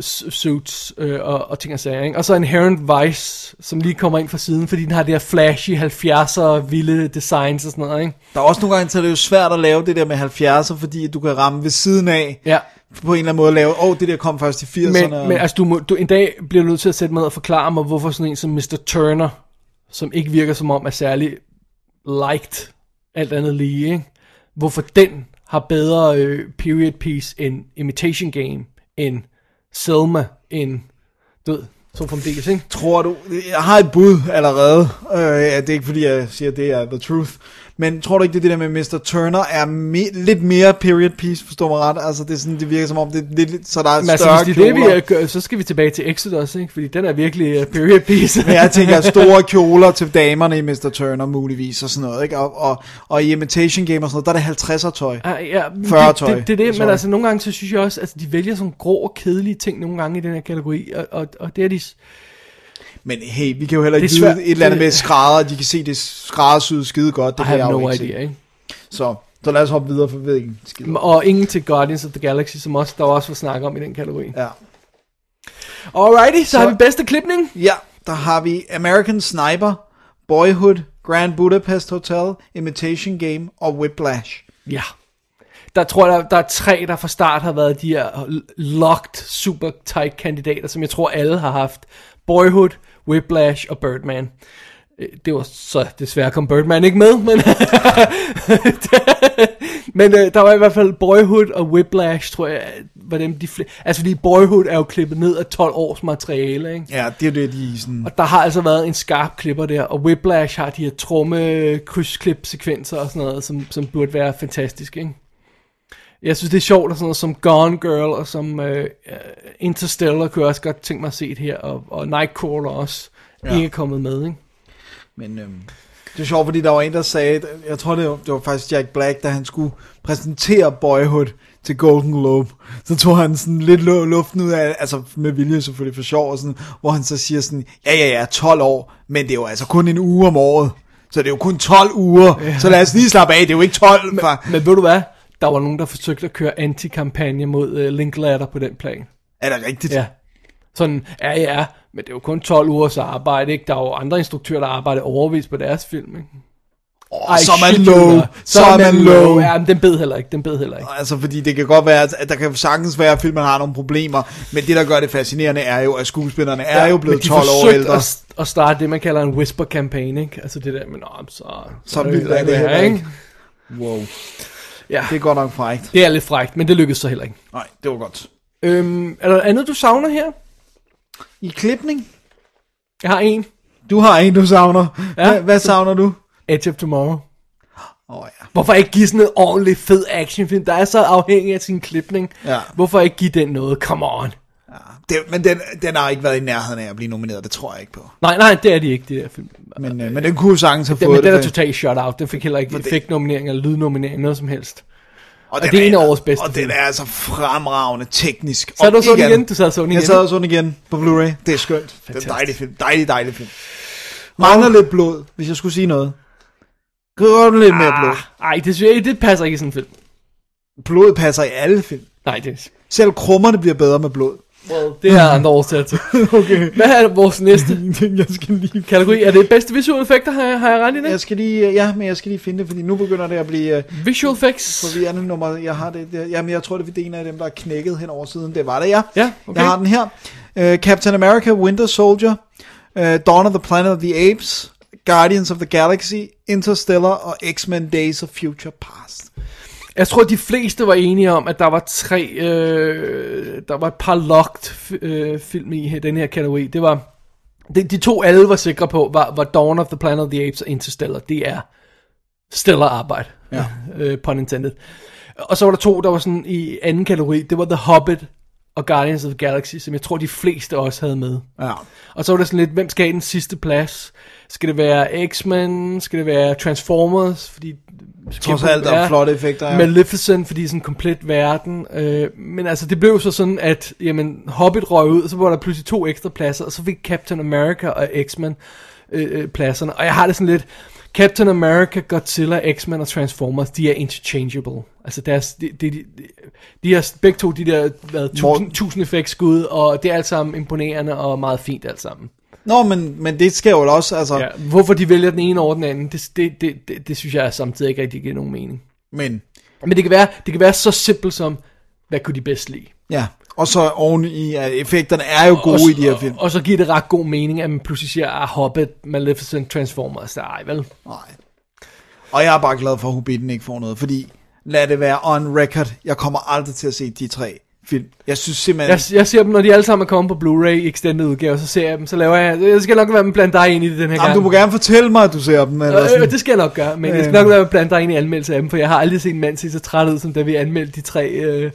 [SPEAKER 4] s- suits øh, og, og ting og sager. Ikke? Og så Inherent Vice, som lige kommer ind fra siden, fordi den har det her flashy 70'er vilde designs og sådan noget. Ikke?
[SPEAKER 5] Der er også nogle gange, så er det jo svært at lave det der med 70'er, fordi du kan ramme ved siden af,
[SPEAKER 4] Ja.
[SPEAKER 5] på en eller anden måde lave, åh, oh, det der kom først i 80'erne.
[SPEAKER 4] Men,
[SPEAKER 5] og-
[SPEAKER 4] men altså, du, må, du, en dag bliver du nødt til at sætte mig ned og forklare mig, hvorfor sådan en som Mr. Turner, som ikke virker som om er særlig liked, alt andet lige, ikke? hvorfor den har bedre øh, period piece end Imitation Game, end Selma, end, du ved, så fremdeles, ikke?
[SPEAKER 5] Tror du, jeg har et bud allerede, øh, ja, det er ikke fordi, jeg siger, det er the truth, men tror du ikke, det, er det der med Mr. Turner er me- lidt mere period piece, forstår mig ret? Altså, det, er sådan, det virker som om, det er lidt, så der er
[SPEAKER 4] Men
[SPEAKER 5] større
[SPEAKER 4] altså, hvis det er det, vi
[SPEAKER 5] kjoler.
[SPEAKER 4] er, gør- så skal vi tilbage til Exodus, ikke? Fordi den er virkelig uh, period piece.
[SPEAKER 5] Men jeg
[SPEAKER 4] (laughs)
[SPEAKER 5] tænker store kjoler til damerne i Mr. Turner muligvis og sådan noget, ikke? Og, og, og i Imitation Game og sådan noget, der er det 50'er tøj.
[SPEAKER 4] Ah, ja, men
[SPEAKER 5] 40
[SPEAKER 4] det,
[SPEAKER 5] tøj.
[SPEAKER 4] det, det, er det, men
[SPEAKER 5] Sorry.
[SPEAKER 4] altså nogle gange, så synes jeg også, at altså, de vælger sådan grå og kedelige ting nogle gange i den her kategori, og, og, og det er de... s-
[SPEAKER 5] Men hey, vi kan jo heller ikke
[SPEAKER 4] Det er
[SPEAKER 5] vide
[SPEAKER 4] svært.
[SPEAKER 5] et eller andet
[SPEAKER 4] Det-
[SPEAKER 5] med skrædder, de kan se det skræddersyde skide godt,
[SPEAKER 4] I
[SPEAKER 5] det kan
[SPEAKER 4] have
[SPEAKER 5] jeg jo
[SPEAKER 4] no
[SPEAKER 5] ikke se.
[SPEAKER 4] idea, ikke?
[SPEAKER 5] Så, så lad os hoppe videre for væggen. Skide.
[SPEAKER 4] Og ingen til Guardians of the Galaxy, som også, der også var snak om i den kategori.
[SPEAKER 5] Ja.
[SPEAKER 4] Alrighty, så, så har
[SPEAKER 5] Så-
[SPEAKER 4] vi bedste klipning.
[SPEAKER 5] ja, der har vi American Sniper, Boyhood, Grand Budapest Hotel, Imitation Game og Whiplash.
[SPEAKER 4] Ja. Der tror jeg, der, der er tre, der fra start har været de her l- locked, super tight kandidater, som jeg tror alle har haft. Boyhood, Whiplash og Birdman. Øh, Det var så desværre kom Birdman ikke med, men, (laughs) men øh, der var i hvert fald Boyhood og Whiplash, tror jeg, var dem de fl- Altså fordi Boyhood er jo klippet ned af 12 års materiale, ikke?
[SPEAKER 5] Ja, det er det, de sådan...
[SPEAKER 4] Og der har altså været en skarp klipper der, og Whiplash har de her tromme krydsklip sekvenser og sådan noget, som, som burde være fantastisk, ikke? Jeg synes, det er sjovt, og sådan noget som Gone Girl og som øh, øh, Interstellar kunne jeg også godt tænke mig at se det her, og, og Nightcrawler også ja. ikke er kommet med, ikke?
[SPEAKER 5] Men øhm, det er sjovt, fordi der var en, der sagde, jeg tror det var, det var faktisk Jack Black, da han skulle præsentere Boyhood til Golden Globe, så tog han sådan lidt lu- luften ud af, altså med vilje selvfølgelig for sjov, og sådan, hvor han så siger sådan, ja ja ja, 12 år, men det er jo altså kun en uge om året, så det er jo kun 12 uger, ja. så lad os lige slappe af, det er jo ikke 12, far.
[SPEAKER 4] Men ved du hvad? Der var nogen, der forsøgte at køre anti-kampagne mod øh, Linklater på den plan.
[SPEAKER 5] Er det rigtigt?
[SPEAKER 4] Ja. Sådan, ja ja, men det er jo kun 12 ugers arbejde, ikke? Der er jo andre instruktører, der arbejder overvis på deres film, ikke?
[SPEAKER 5] Oh, så er man low, så er man low.
[SPEAKER 4] Ja, men den bed heller ikke, den bed heller ikke.
[SPEAKER 5] Altså, fordi det kan godt være, at der kan sagtens være, at filmen har nogle problemer, men det, der gør det fascinerende, er jo, at skuespillerne er jo blevet
[SPEAKER 4] Men de
[SPEAKER 5] 12 år
[SPEAKER 4] forsøgte
[SPEAKER 5] ældre.
[SPEAKER 4] At, s- at starte det, man kalder en whisper-campaign, ikke? Altså det der, men nå, så...
[SPEAKER 5] Så
[SPEAKER 4] det
[SPEAKER 5] vildt
[SPEAKER 4] jo
[SPEAKER 5] er det
[SPEAKER 4] her,
[SPEAKER 5] heller ikke.
[SPEAKER 4] Wow. Ja,
[SPEAKER 5] Det er godt nok frækt.
[SPEAKER 4] det er lidt frækt, men det lykkedes så heller ikke.
[SPEAKER 5] Nej, det var godt.
[SPEAKER 4] Øhm, er der andet, du savner her?
[SPEAKER 5] I klipning?
[SPEAKER 4] Jeg har en.
[SPEAKER 5] Du har en, du savner.
[SPEAKER 4] Ja.
[SPEAKER 5] Ja. Hvad, hvad savner du?
[SPEAKER 4] Edge of Tomorrow.
[SPEAKER 5] Åh oh, ja.
[SPEAKER 4] Hvorfor ikke give sådan en ordentlig fed actionfilm, der er så afhængig af sin klipning?
[SPEAKER 5] Ja.
[SPEAKER 4] Hvorfor ikke give den noget? Come on.
[SPEAKER 5] Det, men den, den har ikke været i nærheden af at blive nomineret, det tror jeg ikke på.
[SPEAKER 4] Nej, nej, det er de ikke, de der film. Men,
[SPEAKER 5] Men, øh, men den kunne jo sagtens have
[SPEAKER 4] den,
[SPEAKER 5] fået
[SPEAKER 4] men
[SPEAKER 5] det.
[SPEAKER 4] den er
[SPEAKER 5] for-
[SPEAKER 4] totalt shut out. Den fik heller ikke
[SPEAKER 5] det-
[SPEAKER 4] effektnominering eller lydnominering, noget som helst.
[SPEAKER 5] og
[SPEAKER 4] det er en af årets bedste
[SPEAKER 5] Og den
[SPEAKER 4] film.
[SPEAKER 5] er altså fremragende teknisk.
[SPEAKER 4] Så
[SPEAKER 5] Og
[SPEAKER 4] du så den
[SPEAKER 5] ikke
[SPEAKER 4] igen?
[SPEAKER 5] andet.
[SPEAKER 4] Du sad og så den igen?
[SPEAKER 5] Jeg sad og så den igen på Blu-ray. Det er skønt. Det er en
[SPEAKER 4] Fantastisk.
[SPEAKER 5] dejlig film. Dejlig, dejlig film. Mangler lidt blod, hvis jeg skulle sige noget. Gør den lidt mere
[SPEAKER 4] Ah.
[SPEAKER 5] blod.
[SPEAKER 4] Ej, det, synes jeg, det passer ikke i sådan en film.
[SPEAKER 5] Blod passer i alle film.
[SPEAKER 4] Nej, det,
[SPEAKER 5] Selv krummerne bliver bedre med blod. (laughs)
[SPEAKER 4] well, det er andre årsager til.
[SPEAKER 5] Okay.
[SPEAKER 4] Hvad er vores næste
[SPEAKER 5] jeg skal lige
[SPEAKER 4] kategori? Er det bedste visual effekter, har jeg, har jeg ret i
[SPEAKER 5] Jeg
[SPEAKER 4] det?
[SPEAKER 5] skal lige, ja, men jeg skal lige finde det, fordi nu begynder det at blive øh,
[SPEAKER 4] Visual effects?
[SPEAKER 5] forvirrende nummer. Jeg har det, det jamen jeg tror, det er en af dem, der er knækket hen over siden. Det var det, ja.
[SPEAKER 4] Ja, okay.
[SPEAKER 5] Jeg har den her. Uh, Captain America, Winter Soldier, uh, Dawn of the Planet of the Apes, Guardians of the Galaxy, Interstellar og X-Men Days of Future Past.
[SPEAKER 4] Jeg tror, de fleste var enige om, at der var tre, øh, der var et par locked f- øh, film i her- den her kategori. Det var, de, de to alle var sikre på, var, var Dawn of the Planet of the Apes og Interstellar. Det er stellar arbejde, ja. (laughs) øh, pun intended. Og så var der to, der var sådan i anden kategori. Det var The Hobbit og Guardians of the Galaxy, som jeg tror, de fleste også havde med.
[SPEAKER 5] Ja.
[SPEAKER 4] Og så var det sådan lidt, hvem skal have den sidste plads? Skal det være X-Men? Skal det være Transformers? Fordi
[SPEAKER 5] Trods alt, der er
[SPEAKER 4] Ja.
[SPEAKER 5] flotte effekter. Ja.
[SPEAKER 4] Maleficent, fordi det er sådan en komplet verden. Øh, men altså, det blev jo så sådan, at jamen, Hobbit røg ud, og så var der pludselig to ekstra pladser, og så fik Captain America og X-Men øh, øh, pladserne. Og jeg har det sådan lidt, Captain America, Godzilla, X-Men og Transformers, de er interchangeable. Altså deres, de, de, de, de har begge to de der hvad, tusind, tusind effektskud, og det er alt sammen imponerende og meget fint alt sammen.
[SPEAKER 5] Nå, men, men det sker jo også, altså.
[SPEAKER 4] Ja, hvorfor de vælger den ene over den anden, det, det, det, det, det synes jeg samtidig ikke rigtig giver nogen mening.
[SPEAKER 5] Men,
[SPEAKER 4] Men det kan være, det kan være så simpelt som, hvad kunne de bedst lide?
[SPEAKER 5] ja. Og så oven i, at effekterne er jo gode
[SPEAKER 4] og,
[SPEAKER 5] i de her film.
[SPEAKER 4] Og, og så giver det ret god mening, at man pludselig siger, ah, Hobbit, Maleficent, Transformers, der ej vel?
[SPEAKER 5] Nej. Og jeg er bare glad for, at Hobbiten ikke får noget, fordi lad det være on record. Jeg kommer aldrig til at se de tre film. Jeg synes simpelthen...
[SPEAKER 4] Jeg, jeg ser dem, når de alle sammen er kommet på Blu-ray extended udgave, så ser jeg dem, så laver jeg, jeg skal nok være med blandt dig ind i det den her
[SPEAKER 5] Jamen,
[SPEAKER 4] gang.
[SPEAKER 5] du må gerne fortælle mig, at du ser dem. Eller
[SPEAKER 4] Øh,
[SPEAKER 5] sådan.
[SPEAKER 4] øh, det skal jeg nok gøre, men jeg skal
[SPEAKER 5] Øh.
[SPEAKER 4] nok være med blandt dig ind i anmeldelse af dem, for jeg har aldrig set en mand se så træt ud, som da vi anmeldte de tre øh,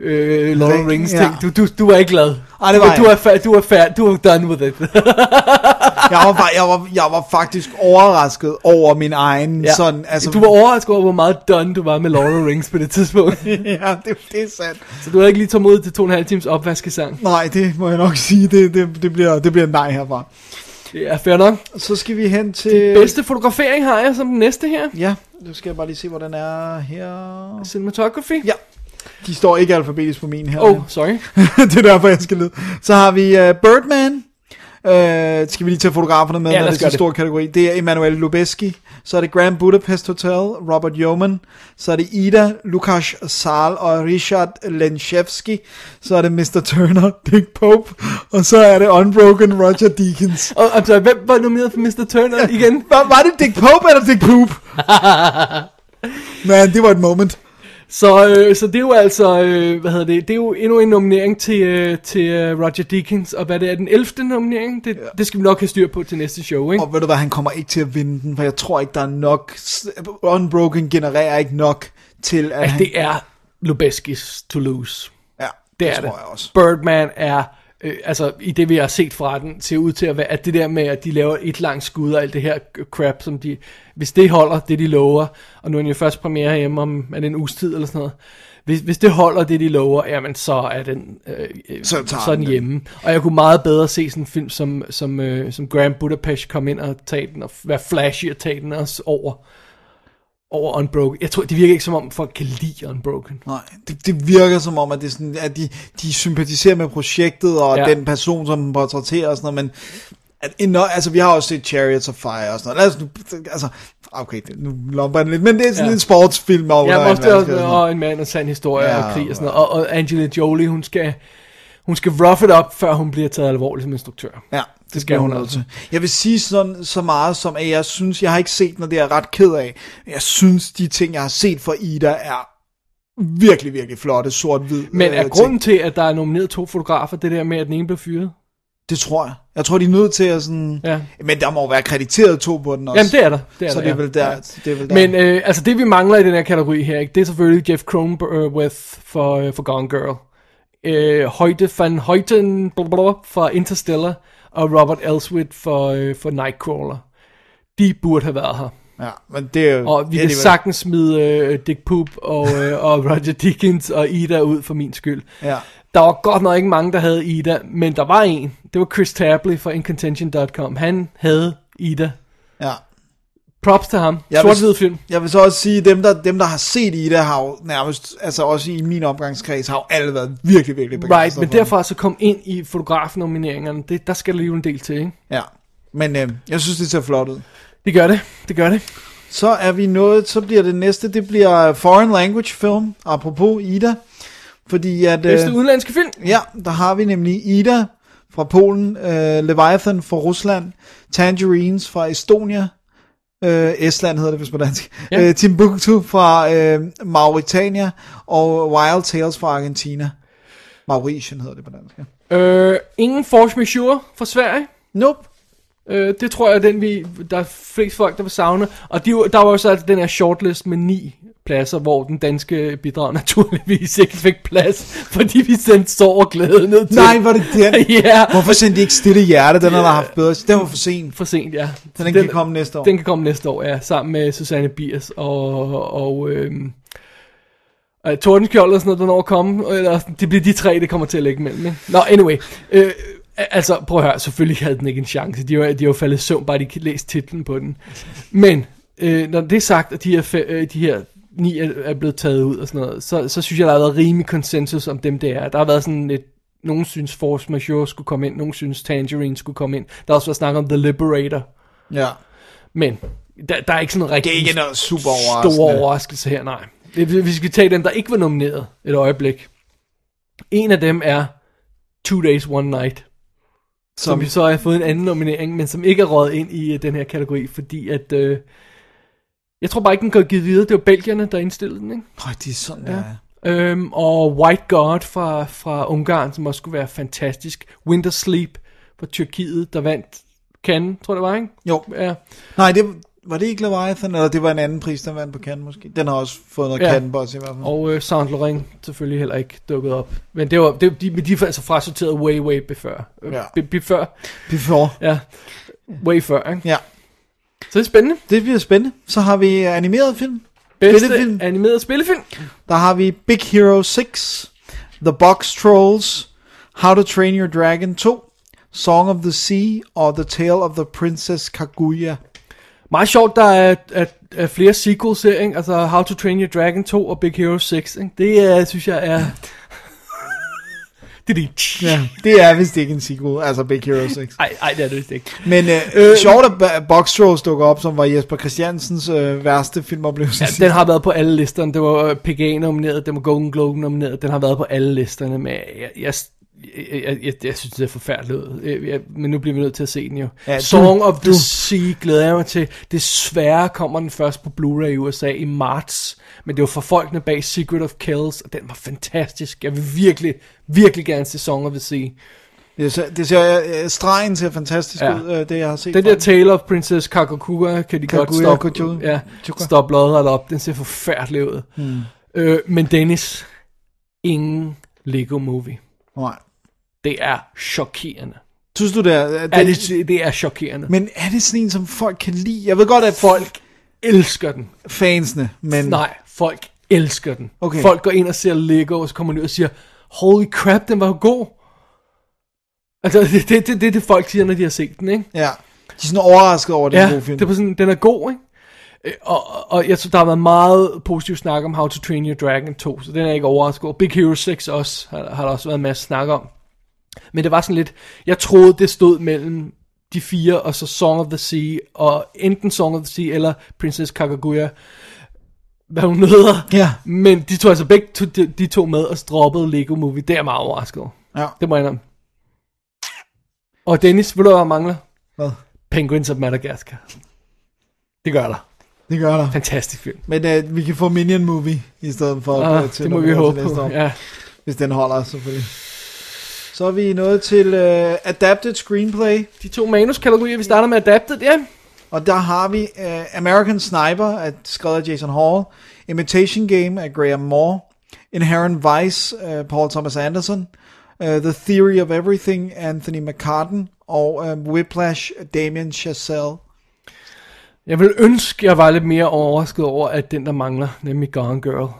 [SPEAKER 4] øh, Lord of the
[SPEAKER 5] Ring,
[SPEAKER 4] Rings
[SPEAKER 5] ja.
[SPEAKER 4] ting. Du, du, du var ikke glad.
[SPEAKER 5] Ej, det var
[SPEAKER 4] du, du,
[SPEAKER 5] jeg
[SPEAKER 4] er fa- du er færdig, du er done with it.
[SPEAKER 5] jeg, var, fa- jeg, var, jeg var faktisk overrasket over min egen ja. sådan... Altså,
[SPEAKER 4] Du var overrasket over, hvor meget done du var med Lord of the Rings på det tidspunkt.
[SPEAKER 5] (laughs) ja, det, det er sandt.
[SPEAKER 4] Så du havde ikke lige taget mod til to og en halv times opvaskesang.
[SPEAKER 5] Nej, det må jeg nok sige. Det, det, det, bliver, det bliver nej herfra.
[SPEAKER 4] Det er fair nok.
[SPEAKER 5] Så skal vi hen til...
[SPEAKER 4] Bedste fotografering har jeg som den næste her.
[SPEAKER 5] Ja, nu skal jeg bare lige se, hvor den er her.
[SPEAKER 4] Cinematography.
[SPEAKER 5] Ja. De står ikke alfabetisk på min her. (laughs)
[SPEAKER 4] Oh, sorry.
[SPEAKER 5] det er derfor, jeg skal lede. Så har vi uh, øh, Birdman, Øh, skal vi lige tage fotograferne med,
[SPEAKER 4] Ja,
[SPEAKER 5] ja, når
[SPEAKER 4] lad os
[SPEAKER 5] det er så
[SPEAKER 4] gøre det.
[SPEAKER 5] stor kategori. Det er Emanuel Lubeski, så er det Grand Budapest Hotel, Robert Yeoman, så er det Ida, Lukas Sal og Richard Lenchevski, så er det Mr. Turner, (laughs) Dick Pope, og så er det Unbroken Roger Deakins.
[SPEAKER 4] Og, altså, hvem var nomineret for Mr. Turner igen?
[SPEAKER 5] Var, var det Dick Pope eller Dick
[SPEAKER 4] (laughs)
[SPEAKER 5] Poop? Man, det var et moment.
[SPEAKER 4] Så, øh, så det er jo altså, øh, hvad hedder det, det er jo endnu en nominering til, øh, til øh, Roger Deakins, og hvad det er, den 11. nominering, det, ja. det skal vi nok have styr på til næste show, ikke?
[SPEAKER 5] Og ved du hvad, han kommer ikke til at vinde den, for jeg tror ikke, der er nok... Unbroken genererer ikke nok til, at
[SPEAKER 4] Altså,
[SPEAKER 5] han...
[SPEAKER 4] det er Lubeskis to lose.
[SPEAKER 5] ja,
[SPEAKER 4] Det er
[SPEAKER 5] tror
[SPEAKER 4] det.
[SPEAKER 5] jeg også.
[SPEAKER 4] Birdman er, øh, altså i det vi har set fra den, ser ud til at være, at det der med, at de laver et langt skud og alt det her crap, som de, hvis det holder, det de lover, og nu er den jo først premiere hjemme om er det en uges tid eller sådan noget, hvis, hvis det holder det, de lover, jamen så er den, øh, øh,
[SPEAKER 5] Så tager
[SPEAKER 4] så er
[SPEAKER 5] den
[SPEAKER 4] den
[SPEAKER 5] den.
[SPEAKER 4] hjemme. Og jeg kunne meget bedre se sådan en film, som, som, øh, som Grand Budapest komme ind og tage den, og f- være flashy og tage den også over, over Unbroken. Jeg tror, det virker ikke som om folk kan lide Unbroken.
[SPEAKER 5] Nej, det, det virker som om, at, det er sådan, at de, de sympatiserer med projektet og
[SPEAKER 4] Ja.
[SPEAKER 5] ja. den person, som den portrætterer og sådan noget, men at indå, altså, vi har også set Chariots of Fire og sådan noget. Lad os nu, altså, okay, det- nu lomper den lidt, men det er sådan
[SPEAKER 4] Ja.
[SPEAKER 5] ja. en sportsfilm over
[SPEAKER 4] Ja, men også det
[SPEAKER 5] verdenskrig og sådan
[SPEAKER 4] også,
[SPEAKER 5] noget.
[SPEAKER 4] og en mand og sand historie ja,
[SPEAKER 5] Ja,
[SPEAKER 4] og krig og sådan noget. Og, og Angela Jolie, hun skal, hun skal rough it up, før hun bliver taget alvorligt som instruktør.
[SPEAKER 5] Ja, det,
[SPEAKER 4] skal
[SPEAKER 5] skal
[SPEAKER 4] hun
[SPEAKER 5] hun
[SPEAKER 4] altså.
[SPEAKER 5] altså. Jeg vil sige sådan, så meget som, at jeg synes, jeg har ikke set noget, det er jeg ret ked af. Jeg synes, de ting, jeg har set fra Ida, er virkelig, virkelig flotte, sort-hvid.
[SPEAKER 4] Men
[SPEAKER 5] øh,
[SPEAKER 4] er
[SPEAKER 5] ting.
[SPEAKER 4] grunden til, at der er nomineret to fotografer, det der med, at den ene blev fyret?
[SPEAKER 5] Det tror jeg. Jeg tror, de er nødt til at sådan...
[SPEAKER 4] Ja.
[SPEAKER 5] Men der må jo være krediteret to på den også.
[SPEAKER 4] Jamen, det er der. Det er der,
[SPEAKER 5] så det er
[SPEAKER 4] ja.
[SPEAKER 5] vel der.
[SPEAKER 4] Ja.
[SPEAKER 5] Det er vel der.
[SPEAKER 4] Men øh, altså det vi mangler i den her kategori her, ikke, det er selvfølgelig Jeff Cronenworth for, øh, for Gone Girl. Øh, Højde van Højten blablabla, fra Interstellar og Robert Elswit for, øh, for Nightcrawler. De burde have været her.
[SPEAKER 5] ja, men det er jo...
[SPEAKER 4] Og vi
[SPEAKER 5] det er
[SPEAKER 4] kan
[SPEAKER 5] de vel.
[SPEAKER 4] sagtens smide øh, Dick Poop og, øh, og Roger Dickens og Ida ud for min skyld.
[SPEAKER 5] Ja.
[SPEAKER 4] Der var godt nok ikke mange, der havde Ida, men der var en. Det var Chris Tabley fra Incontention.com. Han havde Ida.
[SPEAKER 5] ja.
[SPEAKER 4] Props til ham.
[SPEAKER 5] Jeg vil-
[SPEAKER 4] Sort-hvid film.
[SPEAKER 5] Jeg vil så også sige, dem der, dem, der har set Ida, har jo nærmest, altså også i min omgangskreds, har jo alle været virkelig, virkelig begejstrede
[SPEAKER 4] Right, men
[SPEAKER 5] for den.
[SPEAKER 4] derfor så kom ind i fotografnomineringerne. Det, der skal der lige en del til, ikke?
[SPEAKER 5] Ja, men øh, jeg synes, det ser flot ud.
[SPEAKER 4] Det gør det. Det gør det.
[SPEAKER 5] Så er vi nået, så bliver det næste, det bliver Foreign Language Film, apropos Ida. Fordi at... øh,
[SPEAKER 4] Næste udenlandske film.
[SPEAKER 5] Ja, der har vi nemlig Ida fra Polen, øh, Leviathan fra Rusland, Tangerines fra Estonia, øh, Estland hedder det vist på dansk,
[SPEAKER 4] Ja.
[SPEAKER 5] ja. øh, Timbuktu fra øh, Mauritania og Wild Tales fra Argentina. Mauritian hedder det på dansk, ja.
[SPEAKER 4] Øh, ingen force majeure fra Sverige.
[SPEAKER 5] Nope.
[SPEAKER 4] Øh, det tror jeg er den, vi, der er flest folk, der vil savne. Og de, der var jo så altså den her shortlist med ni pladser, hvor den danske bidrag (laughs) naturligvis ikke fik plads, fordi vi sendte sorgglæde ned til.
[SPEAKER 5] Nej, var det den?
[SPEAKER 4] (laughs) ja,
[SPEAKER 5] Hvorfor sendte de ikke stille hjerte, den har der haft bedre? Den var for sent.
[SPEAKER 4] for sent, ja.
[SPEAKER 5] Så den, den kan komme næste år.
[SPEAKER 4] Den kan komme næste år, ja, sammen med Susanne Biers og... og øhm, og Tordenskjold og sådan noget, der når at komme, eller sådan, det bliver de tre, det kommer til at ligge mellem. ikke? Nå, anyway. Øh, altså, prøv at høre, selvfølgelig havde den ikke en chance. De var, de var faldet i søvn, bare de kan læse titlen på den. Men, øh, når det er sagt, at de her, fe, øh, de her ni er, er blevet taget ud og sådan noget, så, så synes jeg, der har været rimelig konsensus om dem, det er. Der har været sådan lidt, nogen synes Force Majeure skulle komme ind, nogen synes Tangerine skulle komme ind. Der har også været snak om The Liberator,
[SPEAKER 5] Ja.
[SPEAKER 4] men der, der er ikke sådan en rigtig
[SPEAKER 5] Det er ikke noget super
[SPEAKER 4] stor
[SPEAKER 5] overraskende.
[SPEAKER 4] overraskelse her, nej. Vi vi skal tage dem, der ikke var nomineret et øjeblik. En af dem er Two Days, One Night, som, som
[SPEAKER 5] Som,
[SPEAKER 4] vi så har fået en anden nominering, men som ikke er røget ind i øh, den her kategori, fordi at... Øh, jeg tror bare ikke, den går givet videre. Det var Belgierne, der indstillede den, ikke?
[SPEAKER 5] Øj, det er sådan, ja. ja.
[SPEAKER 4] Øhm, og White God fra, fra Ungarn, som også skulle være fantastisk. Winter Sleep fra Tyrkiet, der vandt Cannes, tror jeg det var, ikke?
[SPEAKER 5] Jo.
[SPEAKER 4] Ja.
[SPEAKER 5] Nej, det, var det ikke Leviathan, eller det var en anden pris, der vandt på Cannes måske? Den har også fået noget
[SPEAKER 4] Ja.
[SPEAKER 5] ja. Cannes boss i hvert fald.
[SPEAKER 4] Og øh, Saint Laurent selvfølgelig heller ikke dukket op. Men det var, det, de, men de er altså frasorteret way, way befør. Øh,
[SPEAKER 5] Ja.
[SPEAKER 4] be- Befør,
[SPEAKER 5] Before.
[SPEAKER 4] ja. Way før, ikke?
[SPEAKER 5] Ja,
[SPEAKER 4] Så det er spændende.
[SPEAKER 5] det bliver spændende. Så har vi animeret film.
[SPEAKER 4] Bedste
[SPEAKER 5] Spillefilm.
[SPEAKER 4] animeret spillefilm.
[SPEAKER 5] Der har vi Big Hero 6, The Box Trolls, How to Train Your Dragon 2, Song of the Sea og The Tale of the Princess Kaguya.
[SPEAKER 4] Meget sjovt, der er, er, er flere sequels her, ikke? Altså How øh, to Train Your Dragon 2 og Big Hero 6, ikke? Det er, synes jeg er... Det er det.
[SPEAKER 5] Ja, det er vist ikke en sequel, altså Big Hero 6.
[SPEAKER 4] Ej, ej, det er det vist ikke.
[SPEAKER 5] Men øh, øh, sjovt, at Ba- Box Trolls dukker op, som var Jesper Christiansens øh, værste filmoplevelse.
[SPEAKER 4] Ja,
[SPEAKER 5] sidste
[SPEAKER 4] den har været på alle listerne. Det var PGA nomineret, den var Golden Globe nomineret, den har været på alle listerne, men jeg, jeg, jeg, jeg, jeg, jeg synes, det er forfærdeligt. ud. Jeg, jeg, men nu bliver vi nødt til at se den jo.
[SPEAKER 5] Ja,
[SPEAKER 4] Ja,
[SPEAKER 5] du-
[SPEAKER 4] Song of
[SPEAKER 5] du-
[SPEAKER 4] the Sea glæder jeg mig til. Desværre kommer den først på Blu-ray i USA i marts, men det var for folkene bag Secret of Kells, og den var fantastisk. Jeg vil virkelig, virkelig gerne se Song of the Sea.
[SPEAKER 5] Det ser, det ser øh, stregen ser fantastisk ja.
[SPEAKER 4] Ja.
[SPEAKER 5] ud, øh, det jeg har set.
[SPEAKER 4] Den der
[SPEAKER 5] fra
[SPEAKER 4] Tale of Princess Kakakura, kan de godt
[SPEAKER 5] Kaguya
[SPEAKER 4] stoppe,
[SPEAKER 5] Kojo-
[SPEAKER 4] ja,
[SPEAKER 5] Chuka.
[SPEAKER 4] stoppe loddret op. Den ser forfærdelig ud. Mm. Øh, men Dennis, ingen Lego Movie.
[SPEAKER 5] Nej.
[SPEAKER 4] Det er chokerende.
[SPEAKER 5] Synes du det er... er
[SPEAKER 4] Er
[SPEAKER 5] det,
[SPEAKER 4] det, det er chokerende. Men
[SPEAKER 5] men er det sådan en, som folk kan lide? Jeg ved godt, at folk
[SPEAKER 4] elsker den.
[SPEAKER 5] fansene, men...
[SPEAKER 4] Nej, folk elsker den.
[SPEAKER 5] Mm. Okay.
[SPEAKER 4] Folk går ind og ser Lego, og så kommer de ud og siger, holy crap, den var jo god. Altså, det det, det, det, det folk siger, når de har set den, ikke?
[SPEAKER 5] Ja. De er sådan overrasket over, at det er en
[SPEAKER 4] Ja,
[SPEAKER 5] god film.
[SPEAKER 4] det er på sådan, den er god, ikke? Øh, Og, og- og jeg synes, der har været meget positiv snak om How to Train Your Dragon 2, så den er jeg ikke overrasket over. Big Hero 6 også, har, har der også været en masse snak om. Men det var sådan lidt, jeg troede, det stod mellem de fire, og så Song of the Sea, og enten Song of the Sea, eller Princess Kakaguya, hvad hun hedder.
[SPEAKER 5] Ja.
[SPEAKER 4] Men de tog altså begge to, de, de to med, og så droppede Lego Movie. Det er jeg meget overrasket over.
[SPEAKER 5] Ja.
[SPEAKER 4] Det må jeg indrømme. Og Dennis, ved du hvad der mangler?
[SPEAKER 5] Hvad?
[SPEAKER 4] Penguins of Madagascar. Det gør der.
[SPEAKER 5] Det gør der.
[SPEAKER 4] Fantastisk film.
[SPEAKER 5] Men øh, vi kan få Minion Movie i stedet for
[SPEAKER 4] Ah,
[SPEAKER 5] øh, til
[SPEAKER 4] det må
[SPEAKER 5] november
[SPEAKER 4] vi
[SPEAKER 5] til
[SPEAKER 4] håbe
[SPEAKER 5] næste
[SPEAKER 4] på.
[SPEAKER 5] år.
[SPEAKER 4] Ja.
[SPEAKER 5] Hvis den holder, selvfølgelig. Så er vi nået til øh, Adapted Screenplay,
[SPEAKER 4] De to manuskategorier, vi starter med Adapted, ja.
[SPEAKER 5] og der har vi øh, American Sniper, at, skrevet af Jason Hall, Imitation Game af Graham Moore, Inherent Vice af Paul Thomas Anderson, øh, The Theory of Everything Anthony McCartan, og øh, Whiplash af Damien Chazelle.
[SPEAKER 4] Jeg vil ønske, jeg var lidt mere overrasket over, at den, der mangler, nemlig Gone Girl.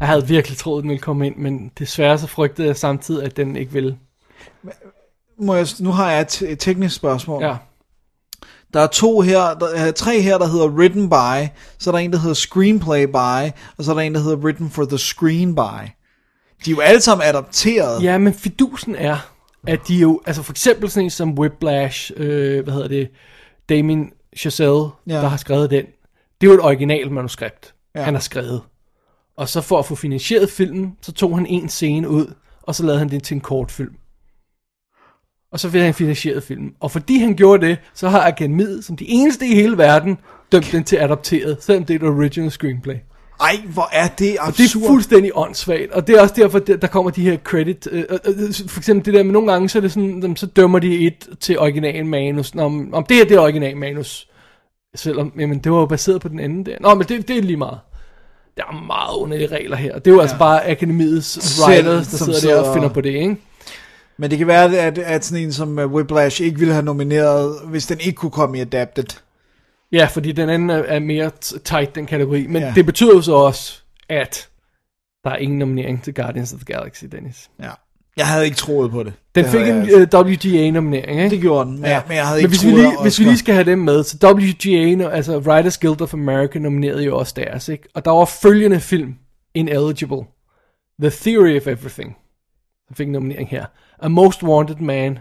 [SPEAKER 4] Jeg havde virkelig troet, den ville komme ind, men desværre så frygtede jeg samtidig, at den ikke ville.
[SPEAKER 5] Må jeg, nu har jeg et, et teknisk spørgsmål.
[SPEAKER 4] Ja.
[SPEAKER 5] Der er to her, der, øh, tre her, der hedder Written By, så er der en, der hedder Screenplay By, og så er der en, der hedder Written for the Screen By. De er jo alle sammen adapteret.
[SPEAKER 4] ja, men fidusen er, at de jo, altså for eksempel sådan en som Whiplash, øh, hvad hedder det, Damien Chazelle,
[SPEAKER 5] Ja.
[SPEAKER 4] ja. der har skrevet den. Det er jo et originalt manuskript,
[SPEAKER 5] Ja.
[SPEAKER 4] ja. han har skrevet. Og så for at få finansieret filmen, så tog han en scene ud, og så lavede han det til en kortfilm. Og så fik han finansieret filmen. Og fordi han gjorde det, så har Akademiet, som de eneste i hele verden, dømt den til adopteret, selvom det er et original screenplay.
[SPEAKER 5] Ej, hvor er det
[SPEAKER 4] Og det
[SPEAKER 5] absurd.
[SPEAKER 4] er fuldstændig åndssvagt, og det er også derfor, der der kommer de her credit, øh, øh, øh, for eksempel det der med nogle gange, så, er det sådan, jamen, så dømmer de et til original manus, Nå, om, om det her det er original manus, selvom jamen, det var jo baseret på den anden der. Nå, men det, det er lige meget. Der er meget underlige regler her, det er jo ja. altså bare akademiets
[SPEAKER 5] Selv,
[SPEAKER 4] writers, der
[SPEAKER 5] som
[SPEAKER 4] sidder der
[SPEAKER 5] sidder-
[SPEAKER 4] og finder på det, ikke?
[SPEAKER 5] Men det kan være, at, at sådan en som øh, Whiplash ikke ville have nomineret, hvis den ikke kunne komme i Adapted.
[SPEAKER 4] Ja, fordi den anden er, er mere t- tight, den kategori, men
[SPEAKER 5] Ja.
[SPEAKER 4] ja. det betyder jo så også, at der er ingen nominering til Guardians of the Galaxy, Dennis.
[SPEAKER 5] Ja. Jeg havde ikke troet på det.
[SPEAKER 4] Den
[SPEAKER 5] det
[SPEAKER 4] fik
[SPEAKER 5] havde
[SPEAKER 4] en
[SPEAKER 5] jeg
[SPEAKER 4] uh, WGA-nominering, ikke?
[SPEAKER 5] Det gjorde den, men, ja. men jeg havde
[SPEAKER 4] men
[SPEAKER 5] ikke
[SPEAKER 4] hvis vi,
[SPEAKER 5] troet
[SPEAKER 4] lige,
[SPEAKER 5] at
[SPEAKER 4] hvis vi
[SPEAKER 5] Oscar-
[SPEAKER 4] lige skal have dem med, så WGA, altså Writers Guild of America, nominerede jo også deres, ikke? Og der var følgende film, Ineligible, The Theory of Everything, som fik en nominering her, A Most Wanted Man,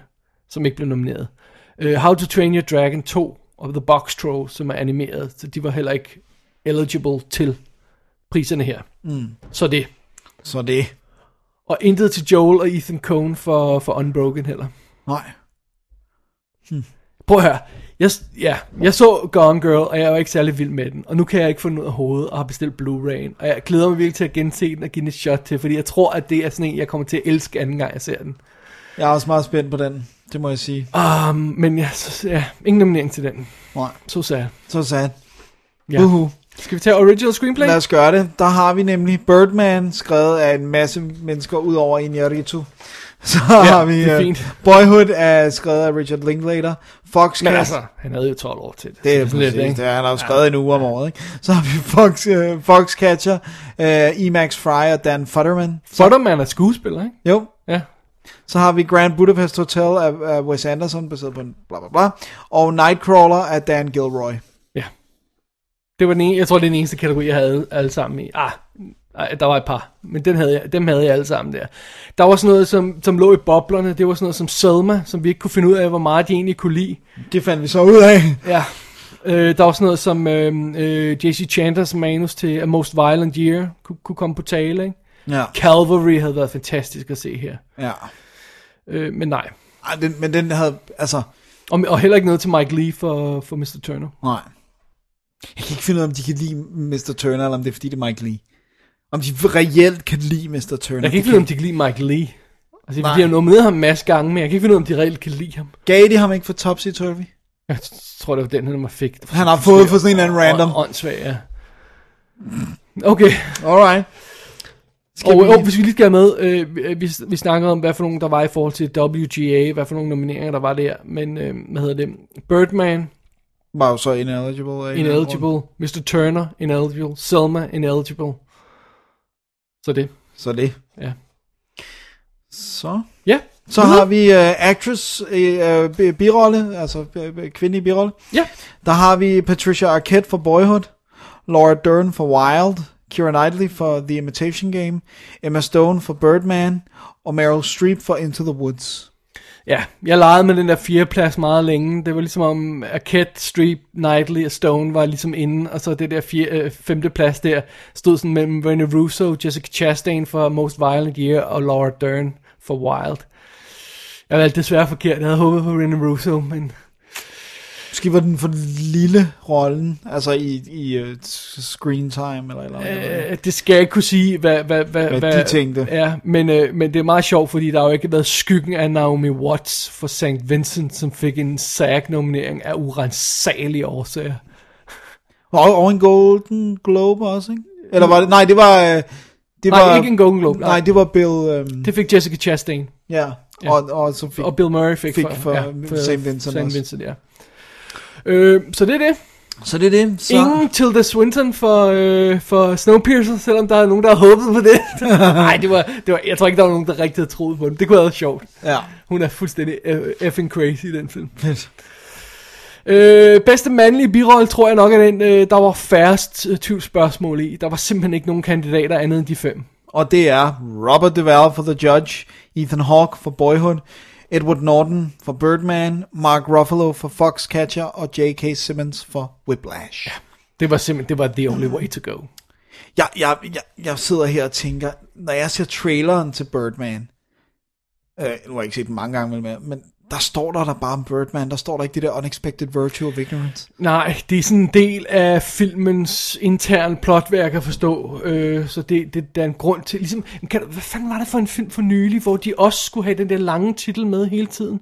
[SPEAKER 4] som ikke blev nomineret, uh, How to Train Your Dragon 2, og The Box Troll, som er animeret, så de var heller ikke eligible til priserne her. Mm. Så det.
[SPEAKER 5] Så det.
[SPEAKER 4] Og intet til Joel og Ethan Coen for, for Unbroken heller.
[SPEAKER 5] Nej.
[SPEAKER 4] Prøv at høre. Jeg, ja, jeg så Gone Girl, og jeg var ikke særlig vild med den. Og nu kan jeg ikke få den ud af hovedet og har bestilt Blu-ray'en. Og jeg glæder mig virkelig til at gense den og give den et shot til, fordi jeg tror, at det er sådan en, jeg kommer til at elske anden gang, jeg ser den.
[SPEAKER 5] Jeg er også meget spændt på den, det må jeg sige.
[SPEAKER 4] Um, men ja, så, ja, ingen nominering til den.
[SPEAKER 5] Nej.
[SPEAKER 4] Så sad jeg.
[SPEAKER 5] Så sad
[SPEAKER 4] ja.
[SPEAKER 5] Uhu.
[SPEAKER 4] Skal vi tage original screenplay?
[SPEAKER 5] Lad os gøre det. Der har vi nemlig Birdman, skrevet af en masse mennesker ud over Iñárritu. (laughs) Så ja, har vi
[SPEAKER 4] det er
[SPEAKER 5] øh,
[SPEAKER 4] fint.
[SPEAKER 5] Boyhood, er skrevet af Richard Linklater. Foxcast.
[SPEAKER 4] Men altså, han havde jo 12 år til det.
[SPEAKER 5] det er
[SPEAKER 4] sådan
[SPEAKER 5] præcis,
[SPEAKER 4] ikke?
[SPEAKER 5] det er, han har jo skrevet ja. en uge om året. Ikke? Så har vi (laughs) Fox, øh, Foxcatcher, øh, Emax Fry og Dan Futterman.
[SPEAKER 4] Futterman er skuespiller, ikke?
[SPEAKER 5] Jo,
[SPEAKER 4] Ja.
[SPEAKER 5] så har vi Grand Budapest Hotel af, af Wes Anderson, baseret på en bla bla bla. Og Nightcrawler af Dan Gilroy.
[SPEAKER 4] Ja. Det var den ene, jeg tror, det er den eneste kategori, jeg havde alle sammen i. Ah, Ej, der var et par, men den havde jeg, dem havde jeg alle sammen der. Der var sådan noget, som, som lå i boblerne, det var sådan noget som Selma, som vi ikke kunne finde ud af, hvor meget de egentlig kunne lide.
[SPEAKER 5] Det fandt vi så ud af.
[SPEAKER 4] Ja. Øh, der var sådan noget som øh, øh, J.C. Chanders manus til A Most Violent Year, kunne, kunne komme på tale, ikke?
[SPEAKER 5] Ja.
[SPEAKER 4] Calvary havde været fantastisk at se her,
[SPEAKER 5] ja.
[SPEAKER 4] øh, men nej.
[SPEAKER 5] Ej, den, men den havde, altså,
[SPEAKER 4] Og, og heller ikke noget til Mike Lee for, for Mr. Turner.
[SPEAKER 5] nej. Jeg kan ikke finde ud af, om de kan lide Mr. Turner, eller om det er, fordi det er Mike Lee. Om de reelt kan lide Mr. Turner.
[SPEAKER 4] Jeg kan ikke
[SPEAKER 5] Det
[SPEAKER 4] finde ud af, om de kan lide Mike Lee. Altså,
[SPEAKER 5] Nej.
[SPEAKER 4] de har nomineret ham en masse gange, men jeg kan ikke finde ud af, om de reelt kan lide ham.
[SPEAKER 5] Gav de ham ikke for Topsy Turvy?
[SPEAKER 4] Jeg t- tror, det var den, han fik. Det var
[SPEAKER 5] Han har fået for sådan en eller anden random.
[SPEAKER 4] Ånd- Åndssvag, ja. Okay,
[SPEAKER 5] Alright. Skal
[SPEAKER 4] og
[SPEAKER 5] vi-
[SPEAKER 4] oh, hvis vi lige skal have med, øh, vi- vi, vi snakkede om, hvad for nogen der var i forhold til WGA, hvad for nogle nomineringer der var der, men øh, hvad hedder det, Birdman,
[SPEAKER 5] Var jo så ineligible. af en eller anden
[SPEAKER 4] ineligible, Mr. Turner, ineligible, Selma, ineligible. Så det,
[SPEAKER 5] grund. Så det.
[SPEAKER 4] ja.
[SPEAKER 5] Så.
[SPEAKER 4] Ja,
[SPEAKER 5] Så har vi uh, actress i uh, bi- birolle, altså uh, kvindelig birolle.
[SPEAKER 4] ja,
[SPEAKER 5] Der har vi Patricia Arquette for Boyhood, Laura Dern for Wild, Keira Knightley for The Imitation Game, Emma Stone for Birdman, og Meryl Streep for Into the Woods.
[SPEAKER 4] ja. Jeg legede med den der fjerdeplads meget længe. Det var ligesom om Arquette, Streep, Knightley og Stone var ligesom inde, og så det der fire, øh, femte plads der stod sådan mellem Rene Russo, Jessica Chastain for Most Violent Year og Laura Dern for Wild. Jeg valgte desværre forkert. Jeg havde håbet på Rene Russo, men
[SPEAKER 5] Måske var den for lille rollen, altså i, i uh, screen time eller eller andet.
[SPEAKER 4] Øh, det skal jeg ikke kunne sige, hvad, hvad, hvad,
[SPEAKER 5] Hvad de tænkte.
[SPEAKER 4] Ja, men, øh, men det er meget sjovt, fordi der har jo ikke været skyggen af Naomi Watts for St. Vincent, som fik en SAG-nominering af urensagelige årsager.
[SPEAKER 5] Og, og en Golden Globe også, ikke? Eller var det, nej, det var... øh, Det
[SPEAKER 4] Nej,
[SPEAKER 5] var,
[SPEAKER 4] ikke en Golden Globe, nej.
[SPEAKER 5] Nej, det var Bill... Øhm,
[SPEAKER 4] Det fik Jessica Chastain,
[SPEAKER 5] Ja, og, og så fik...
[SPEAKER 4] og Bill Murray fik,
[SPEAKER 5] fik
[SPEAKER 4] for,
[SPEAKER 5] for, øh, St. Vincent
[SPEAKER 4] St.
[SPEAKER 5] også.
[SPEAKER 4] Vincent ja. Øh, så det er det.
[SPEAKER 5] Så det er det. Så,
[SPEAKER 4] Så. Ingen Tilda Swinton for, øh, for Snowpiercer, selvom der er nogen, der har håbet på
[SPEAKER 5] (laughs)
[SPEAKER 4] det. Nej, det var, det var, jeg tror ikke, der var nogen, der rigtig havde troet på det. Det kunne have været sjovt.
[SPEAKER 5] Ja.
[SPEAKER 4] Hun er fuldstændig øh, effing crazy i den film.
[SPEAKER 5] Fedt.
[SPEAKER 4] Øh, bedste mandlige birolle tror jeg nok er den, øh, der var færrest øh, 20 spørgsmål i. Der var simpelthen ikke nogen kandidater andet end de fem.
[SPEAKER 5] Og det er Robert Duvall for The Judge, Ethan Hawke for Boyhood, Edward Norton for Birdman, Mark Ruffalo for Foxcatcher og J.K. Simmons for Whiplash.
[SPEAKER 4] Det var simpelthen, det var the only way to go.
[SPEAKER 5] Jeg, jeg, jeg, jeg sidder her og tænker, når jeg ser traileren til Birdman, øh, nu har jeg ikke set den mange gange, men, men der står der, der bare om Birdman, der står der ikke det der Unexpected Virtue of Ignorance.
[SPEAKER 4] Nej, det er sådan en del af filmens interne plotværk at forstå, øh, så det, det der er en grund til. Ligesom, kan, du- hvad fanden var det for en film for nylig, hvor de også skulle have den der lange titel med hele tiden?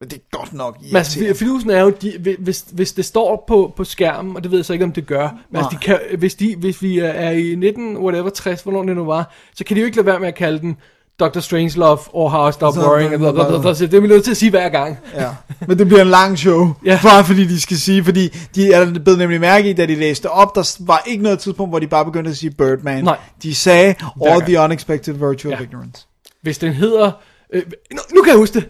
[SPEAKER 5] Men det er godt nok
[SPEAKER 4] Men altså,
[SPEAKER 5] irriterende.
[SPEAKER 4] fidusen er jo, de, hvis, hvis det står på, på skærmen, og det ved jeg så ikke, om det gør, men altså, de kan, hvis, de, hvis vi er- er i 19, whatever, 60, hvornår det nu var, så kan de jo ikke lade være med at kalde den Dr. Strangelove or How I Stop
[SPEAKER 5] Så-
[SPEAKER 4] Worrying, og bla, bla, bla, bla. så det er vi nødt til at sige hver gang.
[SPEAKER 5] Ja. Men det bliver en lang show,
[SPEAKER 4] Ja.
[SPEAKER 5] ja. bare fordi de skal sige, fordi de er blevet nemlig mærke i, da de læste op, der var ikke noget tidspunkt, hvor de bare begyndte at sige Birdman.
[SPEAKER 4] Nej.
[SPEAKER 5] De sagde, all
[SPEAKER 4] gang.
[SPEAKER 5] the unexpected virtue of
[SPEAKER 4] Ja.
[SPEAKER 5] ignorance.
[SPEAKER 4] Hvis den hedder, øh, nu, nu kan jeg huske det,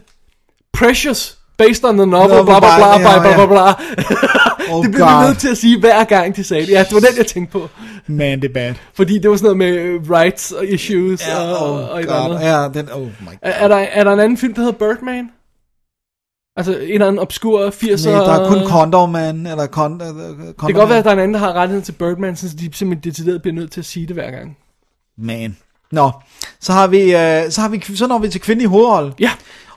[SPEAKER 4] Precious, based on the novel,
[SPEAKER 5] Novel
[SPEAKER 4] bla bla bla
[SPEAKER 5] by-
[SPEAKER 4] bla bla
[SPEAKER 5] ja,
[SPEAKER 4] bla
[SPEAKER 5] ja. (laughs)
[SPEAKER 4] bla.
[SPEAKER 5] Oh
[SPEAKER 4] Det blev vi
[SPEAKER 5] god,
[SPEAKER 4] nødt til at sige hver gang, de sagde det. Ja, det var den, jeg tænkte på.
[SPEAKER 5] man, det er bad.
[SPEAKER 4] Fordi det var sådan noget med øh, rights og issues
[SPEAKER 5] Ja,
[SPEAKER 4] og,
[SPEAKER 5] oh
[SPEAKER 4] og, og et eller andet.
[SPEAKER 5] god, ja, den, oh my god.
[SPEAKER 4] Er, er, der, er der en anden film, der hedder Birdman? Altså en eller anden obskur 80'er...
[SPEAKER 5] Så... Nej, der er kun Condor Man, eller Con, uh, Condor
[SPEAKER 4] Det kan godt være, at der er en anden, der har rettigheden til Birdman, så de simpelthen decideret bliver nødt til at sige det hver gang.
[SPEAKER 5] Man. Nå, så har vi, øh, så har vi, så når vi til kvindelig hovedrolle.
[SPEAKER 4] Ja,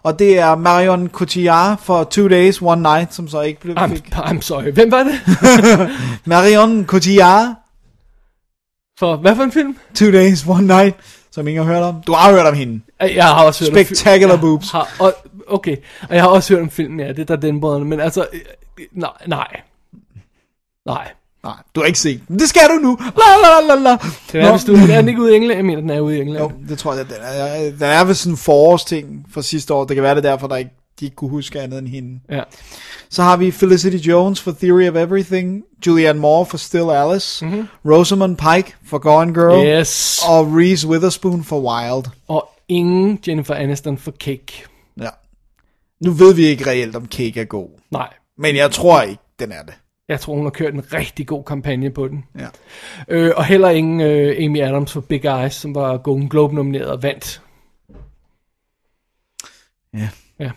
[SPEAKER 5] Og det er Marion Cotillard for Two Days, One Night, som så ikke blev
[SPEAKER 4] I'm,
[SPEAKER 5] fik.
[SPEAKER 4] I'm sorry. Hvem var det?
[SPEAKER 5] Marion Cotillard
[SPEAKER 4] For hvad for en film?
[SPEAKER 5] Two Days, One Night, som ingen har hørt om. Du har hørt om hende.
[SPEAKER 4] Ah, Jeg har også hørt om
[SPEAKER 5] Spectacular
[SPEAKER 4] jeg
[SPEAKER 5] boobs.
[SPEAKER 4] Har, og, okay, og jeg har også hørt om filmen, ja, det er der den brødrene, men altså, øh, øh, nej, nej, nej.
[SPEAKER 5] Nej, du har ikke set den. Det skal du nu. La, la, la, la, la.
[SPEAKER 4] Den er, vist ude, er den ikke ude i England? Jeg mener, den er ude i England.
[SPEAKER 5] Jo, det tror jeg, den er, den er vel sådan en forårsting fra sidste år. Det kan være, det er derfor, der ikke, de ikke kunne huske andet end hende.
[SPEAKER 4] Ja.
[SPEAKER 5] Så har vi Felicity Jones for Theory of Everything, Julianne Moore for Still Alice, mm-hmm. Rosamund Pike for Gone Girl,
[SPEAKER 4] Mhm. Yes.
[SPEAKER 5] og Reese Witherspoon for Wild.
[SPEAKER 4] Og ingen Jennifer Aniston for Cake.
[SPEAKER 5] Ja. Nu ved vi ikke reelt, om Cake er god,
[SPEAKER 4] Nej.
[SPEAKER 5] men jeg tror ikke, den er det.
[SPEAKER 4] Jeg tror, hun har kørt en rigtig god kampagne på den.
[SPEAKER 5] Ja.
[SPEAKER 4] Øh, og heller ingen øh, Amy Adams for Big Eyes, som var Golden Globe nomineret og vandt.
[SPEAKER 5] Ja.
[SPEAKER 4] Ja,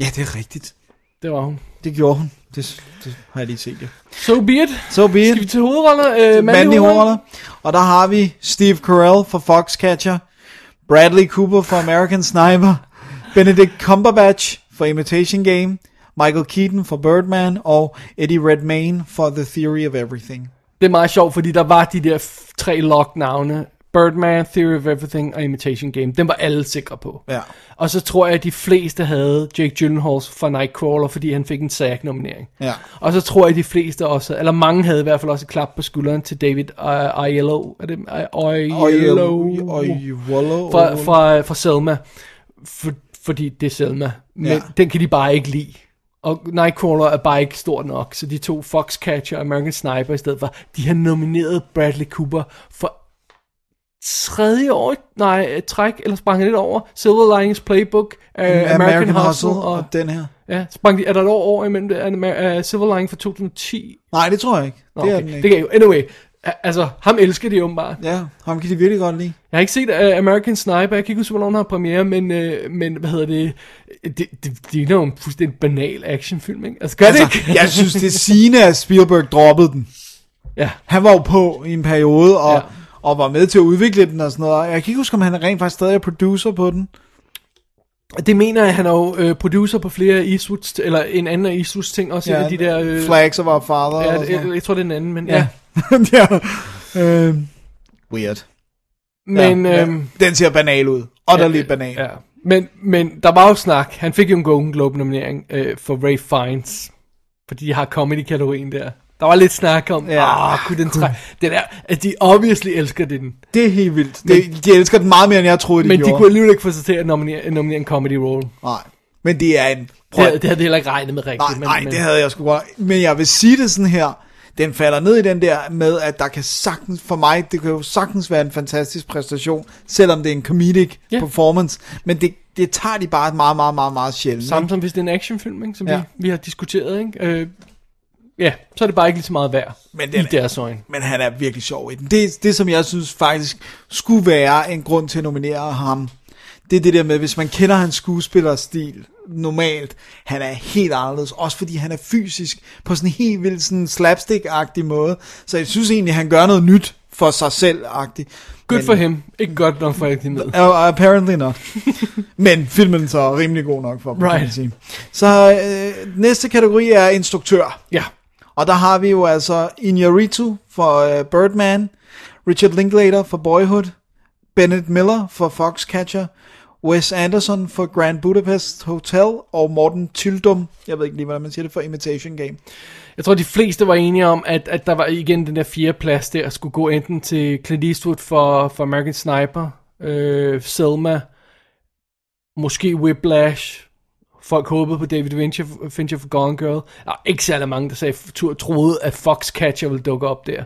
[SPEAKER 5] ja, det er rigtigt.
[SPEAKER 4] det var hun.
[SPEAKER 5] Det gjorde hun. Det, det har jeg lige set, ja.
[SPEAKER 4] So be it.
[SPEAKER 5] Så so be it.
[SPEAKER 4] Skal vi til hovedroller? Øh,
[SPEAKER 5] Mandlige hovedroller. Og der har vi Steve Carell fra Foxcatcher, Bradley Cooper fra American Sniper, Benedict Cumberbatch fra Imitation Game, Michael Keaton fra Birdman og Eddie Redmayne fra The Theory of Everything.
[SPEAKER 4] Det er meget sjovt, fordi der var de der f- tre lock-navne. Birdman, Theory of Everything og Imitation Game. Dem var alle sikre på.
[SPEAKER 5] Ja.
[SPEAKER 4] Og så tror jeg, at de fleste havde Jake Gyllenhaals fra Nightcrawler, fordi han fik en SAG-nominering.
[SPEAKER 5] Ja.
[SPEAKER 4] Og så tror jeg, at de fleste også, eller mange havde i hvert fald også et klap på skulderen til David uh, Aiello. Er det uh, Aiello?
[SPEAKER 5] Og Wallow.
[SPEAKER 4] fra, fra, fra Selma, for, fordi det er Selma. Men
[SPEAKER 5] Ja.
[SPEAKER 4] ja. den kan de bare ikke lide. Og Nightcrawler er bare ikke stor nok, så de to Foxcatcher og American Sniper i stedet for, de har nomineret Bradley Cooper for tredje år, nej, øh, træk, eller sprang han lidt over, Silver Linings Playbook, uh, American,
[SPEAKER 5] American
[SPEAKER 4] Hustle,
[SPEAKER 5] Hustle
[SPEAKER 4] og,
[SPEAKER 5] og den her.
[SPEAKER 4] ja, sprang de, er der et år, over imellem det, Amer- uh, Silver Lining fra 2010?
[SPEAKER 5] Nej, det tror jeg ikke.
[SPEAKER 4] Nå,
[SPEAKER 5] det
[SPEAKER 4] okay.
[SPEAKER 5] er
[SPEAKER 4] det,
[SPEAKER 5] den
[SPEAKER 4] kan
[SPEAKER 5] ikke.
[SPEAKER 4] jeg jo, anyway, a- altså, ham elsker de åbenbart.
[SPEAKER 5] Ja, ham kan de virkelig godt lide.
[SPEAKER 4] Jeg har ikke set uh, American Sniper, jeg kan ikke huske, hvornår den har premiere, men, uh, men hvad hedder det, det, det, det er jo en fuldstændig banal actionfilm, ikke? Altså, gør altså, det ikke?
[SPEAKER 5] jeg synes, det er sigende, at Spielberg droppede den.
[SPEAKER 4] (laughs) ja.
[SPEAKER 5] Han var jo på i en periode, og,
[SPEAKER 4] Ja.
[SPEAKER 5] ja. og var med til at udvikle den og sådan noget. Jeg kan ikke huske, om han rent faktisk stadig er producer på den.
[SPEAKER 4] Det mener jeg, han er jo øh, producer på flere af Eastwoods, eller en anden af Eastwoods ting, også ja, en af de der... Øh,
[SPEAKER 5] Flags of Our Father
[SPEAKER 4] ja,
[SPEAKER 5] og
[SPEAKER 4] jeg,
[SPEAKER 5] sådan
[SPEAKER 4] jeg, jeg tror, det er en anden, men ja.
[SPEAKER 5] Ja.
[SPEAKER 4] ja.
[SPEAKER 5] noget. (laughs) ja. Øh, weird.
[SPEAKER 4] Men,
[SPEAKER 5] ja,
[SPEAKER 4] ja,
[SPEAKER 5] ja. Den ser banal ud. Otterligt ja, banal.
[SPEAKER 4] ja. Men, men der var jo snak, han fik jo en Golden Globe-nominering øh, for Ray Fiennes, fordi de har comedy-kategorien der. Der var lidt snak om,
[SPEAKER 5] Ja.
[SPEAKER 4] ja, ah, kunne den træ... Den er, at de obviously elsker den.
[SPEAKER 5] Det er helt vildt. Det, de elsker den meget mere, end jeg troede, de
[SPEAKER 4] Men de
[SPEAKER 5] gjorde.
[SPEAKER 4] kunne alligevel ikke få sig til at nominere, nominere en comedy role.
[SPEAKER 5] Nej. Men det er en... Prøv,
[SPEAKER 4] Det, havde- det havde de heller ikke regnet med rigtigt.
[SPEAKER 5] nej, nej, det havde jeg sgu godt. Men jeg vil sige det sådan her. Den falder ned i den der med, at der kan sagtens, for mig, det kan jo sagtens være en fantastisk præstation, selvom det er en comedic
[SPEAKER 4] Ja.
[SPEAKER 5] performance. Men det, det tager de bare meget, meget, meget, meget sjældent.
[SPEAKER 4] Samme som hvis det er en actionfilm, ikke? som ja.
[SPEAKER 5] Ja.
[SPEAKER 4] vi, vi har diskuteret. Ikke? Øh, ja, så er det bare ikke lige så meget værd
[SPEAKER 5] Men
[SPEAKER 4] Men
[SPEAKER 5] den
[SPEAKER 4] i
[SPEAKER 5] er-
[SPEAKER 4] deres øjne.
[SPEAKER 5] men han er virkelig sjov i den. Det, det, som jeg synes faktisk skulle være en grund til at nominere ham, det er det der med, hvis man kender hans skuespillerstil normalt, han er helt anderledes, også fordi han er fysisk på sådan en helt vild sådan slapstick-agtig måde, så jeg synes egentlig, han gør noget nyt for sig selv-agtigt.
[SPEAKER 4] Good
[SPEAKER 5] Men-
[SPEAKER 4] for him. Ikke godt nok for alle de med.
[SPEAKER 5] Uh, apparently
[SPEAKER 4] (laughs)
[SPEAKER 5] not. Men filmen så er rimelig god nok for, right. kan man
[SPEAKER 4] Right.
[SPEAKER 5] sige. Så øh, næste kategori er instruktør.
[SPEAKER 4] Ja,
[SPEAKER 5] Og der har vi jo altså Iñárritu for uh, Birdman, Richard Linklater for Boyhood, Bennett Miller for Foxcatcher, Wes Anderson for Grand Budapest Hotel og Morten Tyldum, jeg ved ikke lige, hvordan man siger det, for Imitation Game.
[SPEAKER 4] jeg tror de fleste var enige om, at, at der var igen den der fjerde plads der, skulle gå enten til Clint Eastwood for, for American Sniper, øh, Selma, måske Whiplash, folk håbede på David Fincher, Fincher for Gone Girl. Der er ikke særlig mange, der sagde, troede, at Foxcatcher ville dukke op der.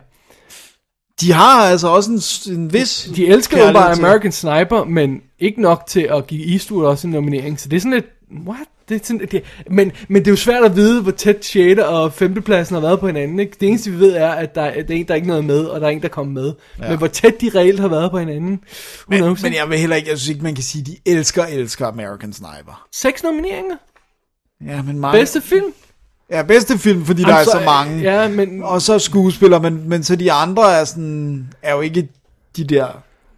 [SPEAKER 5] De har altså også en, s- en vis...
[SPEAKER 4] De elsker jo
[SPEAKER 5] kærlighed
[SPEAKER 4] bare
[SPEAKER 5] til-
[SPEAKER 4] American Sniper, men ikke nok til at give Eastwood også en nominering. Så det er sådan lidt, what? Det er sådan, det, men, men det er jo svært at vide, hvor tæt 6. og 5. pladsen har været på hinanden. Ikke? Det eneste vi ved er, at der, er- der er en, der er ikke noget med, og der er en, der kommer med. Ja. Men hvor tæt de reelt har været på hinanden.
[SPEAKER 5] Men,
[SPEAKER 4] Men, knows,
[SPEAKER 5] men
[SPEAKER 4] men jeg...
[SPEAKER 5] jeg vil heller ikke, jeg synes ikke, man kan sige, de elsker, elsker American Sniper.
[SPEAKER 4] Seks nomineringer?
[SPEAKER 5] Ja, men mange...
[SPEAKER 4] Bedste film?
[SPEAKER 5] Ja, bedste film, fordi der er så mange.
[SPEAKER 4] Ja, men...
[SPEAKER 5] Og så skuespiller, men, men så de andre er sådan... Er jo ikke de der...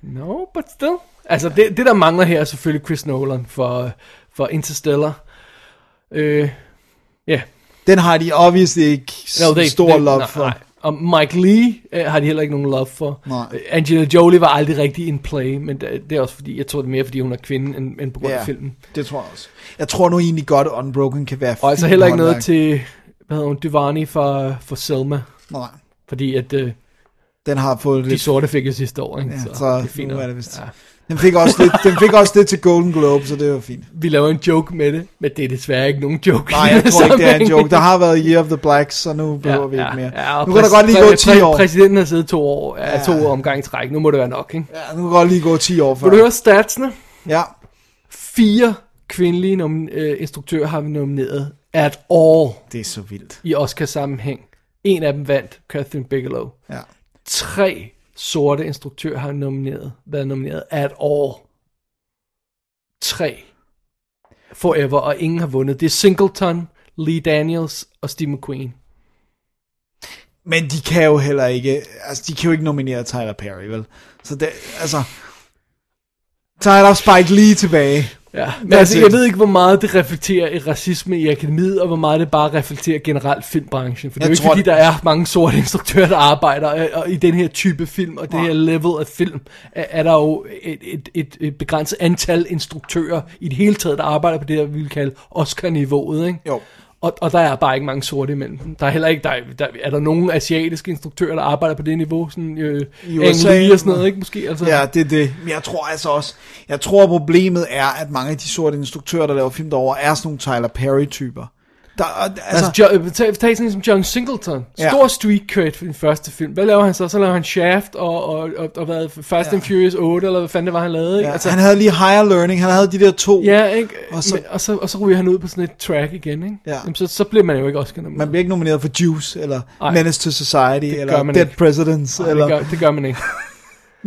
[SPEAKER 4] No, but still. Altså, det, det der mangler her er selvfølgelig Chris Nolan for, for Interstellar. Øh, ja, yeah.
[SPEAKER 5] Den har de obviously ikke s-
[SPEAKER 4] No, they,
[SPEAKER 5] stor
[SPEAKER 4] they,
[SPEAKER 5] love
[SPEAKER 4] nej,
[SPEAKER 5] for.
[SPEAKER 4] Nej. Og Mike Lee øh, har de heller ikke nogen love for.
[SPEAKER 5] Nej.
[SPEAKER 4] Øh, Angelina Jolie var aldrig rigtig en play, men det, det er også fordi, jeg tror det er mere fordi hun er kvinde, end, end på grund af
[SPEAKER 5] Ja.
[SPEAKER 4] filmen.
[SPEAKER 5] Det tror jeg også. Jeg tror nu egentlig godt, at Unbroken kan være
[SPEAKER 4] Og altså
[SPEAKER 5] fint
[SPEAKER 4] heller ikke noget
[SPEAKER 5] håndværk.
[SPEAKER 4] til, hvad hedder hun, Duvani for, for Selma,
[SPEAKER 5] Nej,
[SPEAKER 4] fordi at øh,
[SPEAKER 5] den har fået
[SPEAKER 4] de
[SPEAKER 5] lidt...
[SPEAKER 4] sorte fik jo sidste år, ikke?
[SPEAKER 5] Ja, så,
[SPEAKER 4] fint
[SPEAKER 5] nu
[SPEAKER 4] nok.
[SPEAKER 5] er det vist.
[SPEAKER 4] Ja.
[SPEAKER 5] Den fik, også lidt, den fik også lidt til Golden Globe, så det var
[SPEAKER 4] (laughs)
[SPEAKER 5] fint.
[SPEAKER 4] Vi laver en joke med det, men det er desværre ikke nogen joke.
[SPEAKER 5] Nej, jeg tror ikke, det er en joke.
[SPEAKER 4] (laughs)
[SPEAKER 5] Der har været Year of the Blacks, så nu behøver vi ikke mere. nu kan der godt lige gå 10 år.
[SPEAKER 4] Præsidenten har siddet to år, ja.
[SPEAKER 5] Ja.
[SPEAKER 4] to omgange i træk. Nu må det være nok, ikke?
[SPEAKER 5] Ja, nu kan der godt lige gå 10 år før.
[SPEAKER 4] Vil du høre statsene?
[SPEAKER 5] Ja,
[SPEAKER 4] fire kvindelige nom- øh, instruktører har vi nomineret at all
[SPEAKER 5] det er så vildt.
[SPEAKER 4] i Oscar-sammenhæng. En af dem vandt, Catherine Bigelow.
[SPEAKER 5] Ja.
[SPEAKER 4] Tre sorte instruktører har nomineret, været nomineret at all. Tre. Forever, og ingen har vundet. Det er Singleton, Lee Daniels og Steve McQueen.
[SPEAKER 5] Men de kan jo heller ikke, altså de kan jo ikke nominere Tyler Perry, vel? Så det, altså, Tyler og Spike lige tilbage.
[SPEAKER 4] Ja, men altså,
[SPEAKER 5] it.
[SPEAKER 4] jeg ved ikke, hvor meget det reflekterer i racisme i akademiet, og hvor meget det bare reflekterer generelt filmbranchen. For det er
[SPEAKER 5] Jeg
[SPEAKER 4] jo ikke,
[SPEAKER 5] tror,
[SPEAKER 4] fordi
[SPEAKER 5] det-
[SPEAKER 4] der er mange sorte instruktører, der arbejder øh, og i den her type film, og det her level af film, er, er der jo et, et, et, et begrænset antal instruktører i det hele taget, der arbejder på det, her, vi vil kalde Oscar-niveauet. Ikke?
[SPEAKER 5] Jo.
[SPEAKER 4] Og, og der er bare ikke mange sorte imellem. dem. Der er heller ikke, der er, der, er der nogen asiatiske instruktører, der arbejder på det niveau, sådan øh,
[SPEAKER 5] I
[SPEAKER 4] Ang
[SPEAKER 5] USA,
[SPEAKER 4] Lee og sådan noget,
[SPEAKER 5] og-
[SPEAKER 4] ikke måske? Altså,
[SPEAKER 5] Ja, det er det. Men jeg tror altså også, jeg tror problemet er, at mange af de sorte instruktører, der laver film derovre, er sådan nogle Tyler Perry-typer. Der, altså,
[SPEAKER 4] Altså,
[SPEAKER 5] altså,
[SPEAKER 4] jo, tag, tag sådan en som John Singleton.
[SPEAKER 5] Ja.
[SPEAKER 4] Stor street cred for den første film. Hvad laver han så? Så laver han Shaft og, og, og, og hvad, Fast ja. and Furious 8, eller hvad fanden det var, han lavede. Ikke?
[SPEAKER 5] ja, altså, han havde lige Higher Learning, han havde de der to.
[SPEAKER 4] ja, ikke?
[SPEAKER 5] Og så-
[SPEAKER 4] Men- og, så, og så ryger han ud på sådan et track igen, ikke?
[SPEAKER 5] Ja.
[SPEAKER 4] Jamen, så, så bliver man jo ikke også
[SPEAKER 5] Man
[SPEAKER 4] nomineret.
[SPEAKER 5] bliver ikke nomineret for Juice, eller
[SPEAKER 4] Ej.
[SPEAKER 5] Menace to Society, eller
[SPEAKER 4] gør man
[SPEAKER 5] Dead
[SPEAKER 4] ikke.
[SPEAKER 5] Presidents,
[SPEAKER 4] Nej,
[SPEAKER 5] eller...
[SPEAKER 4] det, gør, det gør man ikke.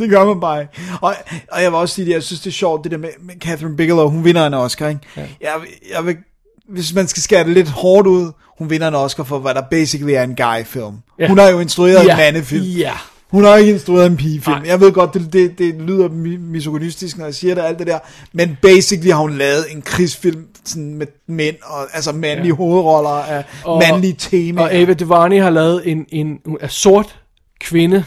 [SPEAKER 5] Det gør man bare. ikke. Og, og jeg vil også sige, at jeg synes, det er sjovt, det der med, med Catherine Bigelow, hun vinder en Oscar, ikke? Ja. Jeg, vil- jeg vil, hvis man skal skære det lidt hårdt ud, hun vinder en Oscar for, hvad der basically er en guy-film.
[SPEAKER 4] Ja.
[SPEAKER 5] Ja. Hun har jo instrueret en mandefilm.
[SPEAKER 4] Ja.
[SPEAKER 5] Hun har ikke instrueret en pigefilm.
[SPEAKER 4] Nej.
[SPEAKER 5] Jeg ved godt, det, det, det lyder mi- misogynistisk, når jeg siger det, alt det der. Men basically har hun lavet en krigsfilm sådan med mænd, og, altså mandlige ja. hovedroller af
[SPEAKER 4] Og-
[SPEAKER 5] mandlige temaer.
[SPEAKER 4] Og Ava DuVernay har lavet en, en, hun er sort kvinde,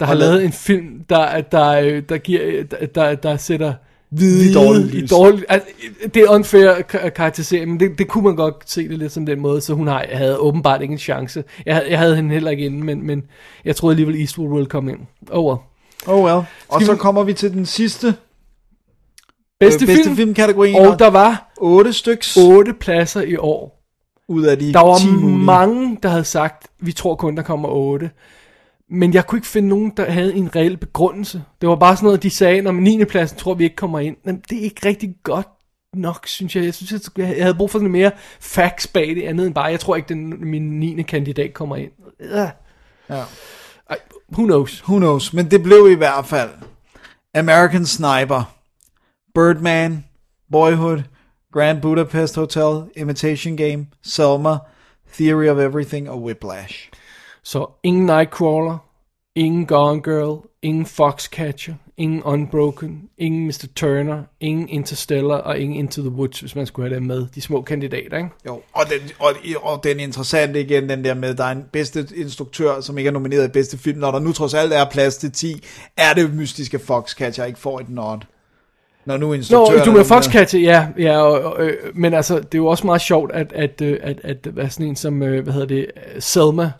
[SPEAKER 4] der har
[SPEAKER 5] lavet-
[SPEAKER 4] lavet en film, der, der, øh, der, giver, der, der, der sætter
[SPEAKER 5] Hvide i dårligt lys.
[SPEAKER 4] i dårligt, altså, det er unfair at ka- at karakterisere, men det, det kunne man godt se det lidt som den måde, så hun har, havde åbenbart ikke en chance. Jeg, havde- jeg havde hende heller ikke inde, men, men jeg troede alligevel Eastwood ville komme ind. Over.
[SPEAKER 5] Oh well. Og
[SPEAKER 4] Skal
[SPEAKER 5] så
[SPEAKER 4] vi-
[SPEAKER 5] kommer vi til den sidste
[SPEAKER 4] Bedste,
[SPEAKER 5] øh, bedste filmkategori.
[SPEAKER 4] og der var
[SPEAKER 5] 8 styks
[SPEAKER 4] otte pladser i år.
[SPEAKER 5] ud af de
[SPEAKER 4] Der var
[SPEAKER 5] 10 mulige.
[SPEAKER 4] mange, der havde sagt, vi tror kun, der kommer 8. Men jeg kunne ikke finde nogen, der havde en reel begrundelse. Det var bare sådan noget, de sagde, når 9. pladsen tror vi ikke kommer ind. Jamen, det er ikke rigtig godt nok, synes jeg. Jeg synes, jeg skulle- jeg havde brug for sådan mere facts bag det andet end bare, jeg tror ikke, den, min 9. kandidat kommer ind. Ja.
[SPEAKER 5] Ja.
[SPEAKER 4] Ej, who knows?
[SPEAKER 5] Who knows? Men det blev i hvert fald American Sniper, Birdman, Boyhood, Grand Budapest Hotel, Imitation Game, Selma, Theory of Everything og Whiplash.
[SPEAKER 4] Så ingen Nightcrawler, ingen Gone Girl, ingen Foxcatcher, ingen Unbroken, ingen Mr. Turner, ingen Interstellar og ingen Into the Woods, hvis man skulle have dem med. De små kandidater, ikke?
[SPEAKER 5] Jo, og den, og, og den interessante igen, den der med, der er en bedste instruktør, som ikke er nomineret i bedste film, når der nu trods alt er plads til 10, er det mystiske Foxcatcher ikke får et nod. Når nu
[SPEAKER 4] Nå,
[SPEAKER 5] instruktøren... er
[SPEAKER 4] du med
[SPEAKER 5] nomineret.
[SPEAKER 4] Foxcatcher, ja, ja og, og, øh, men altså, det er jo også meget sjovt, at, at, øh, at, at hvad sådan en som, øh, hvad hedder det, øh, Selma,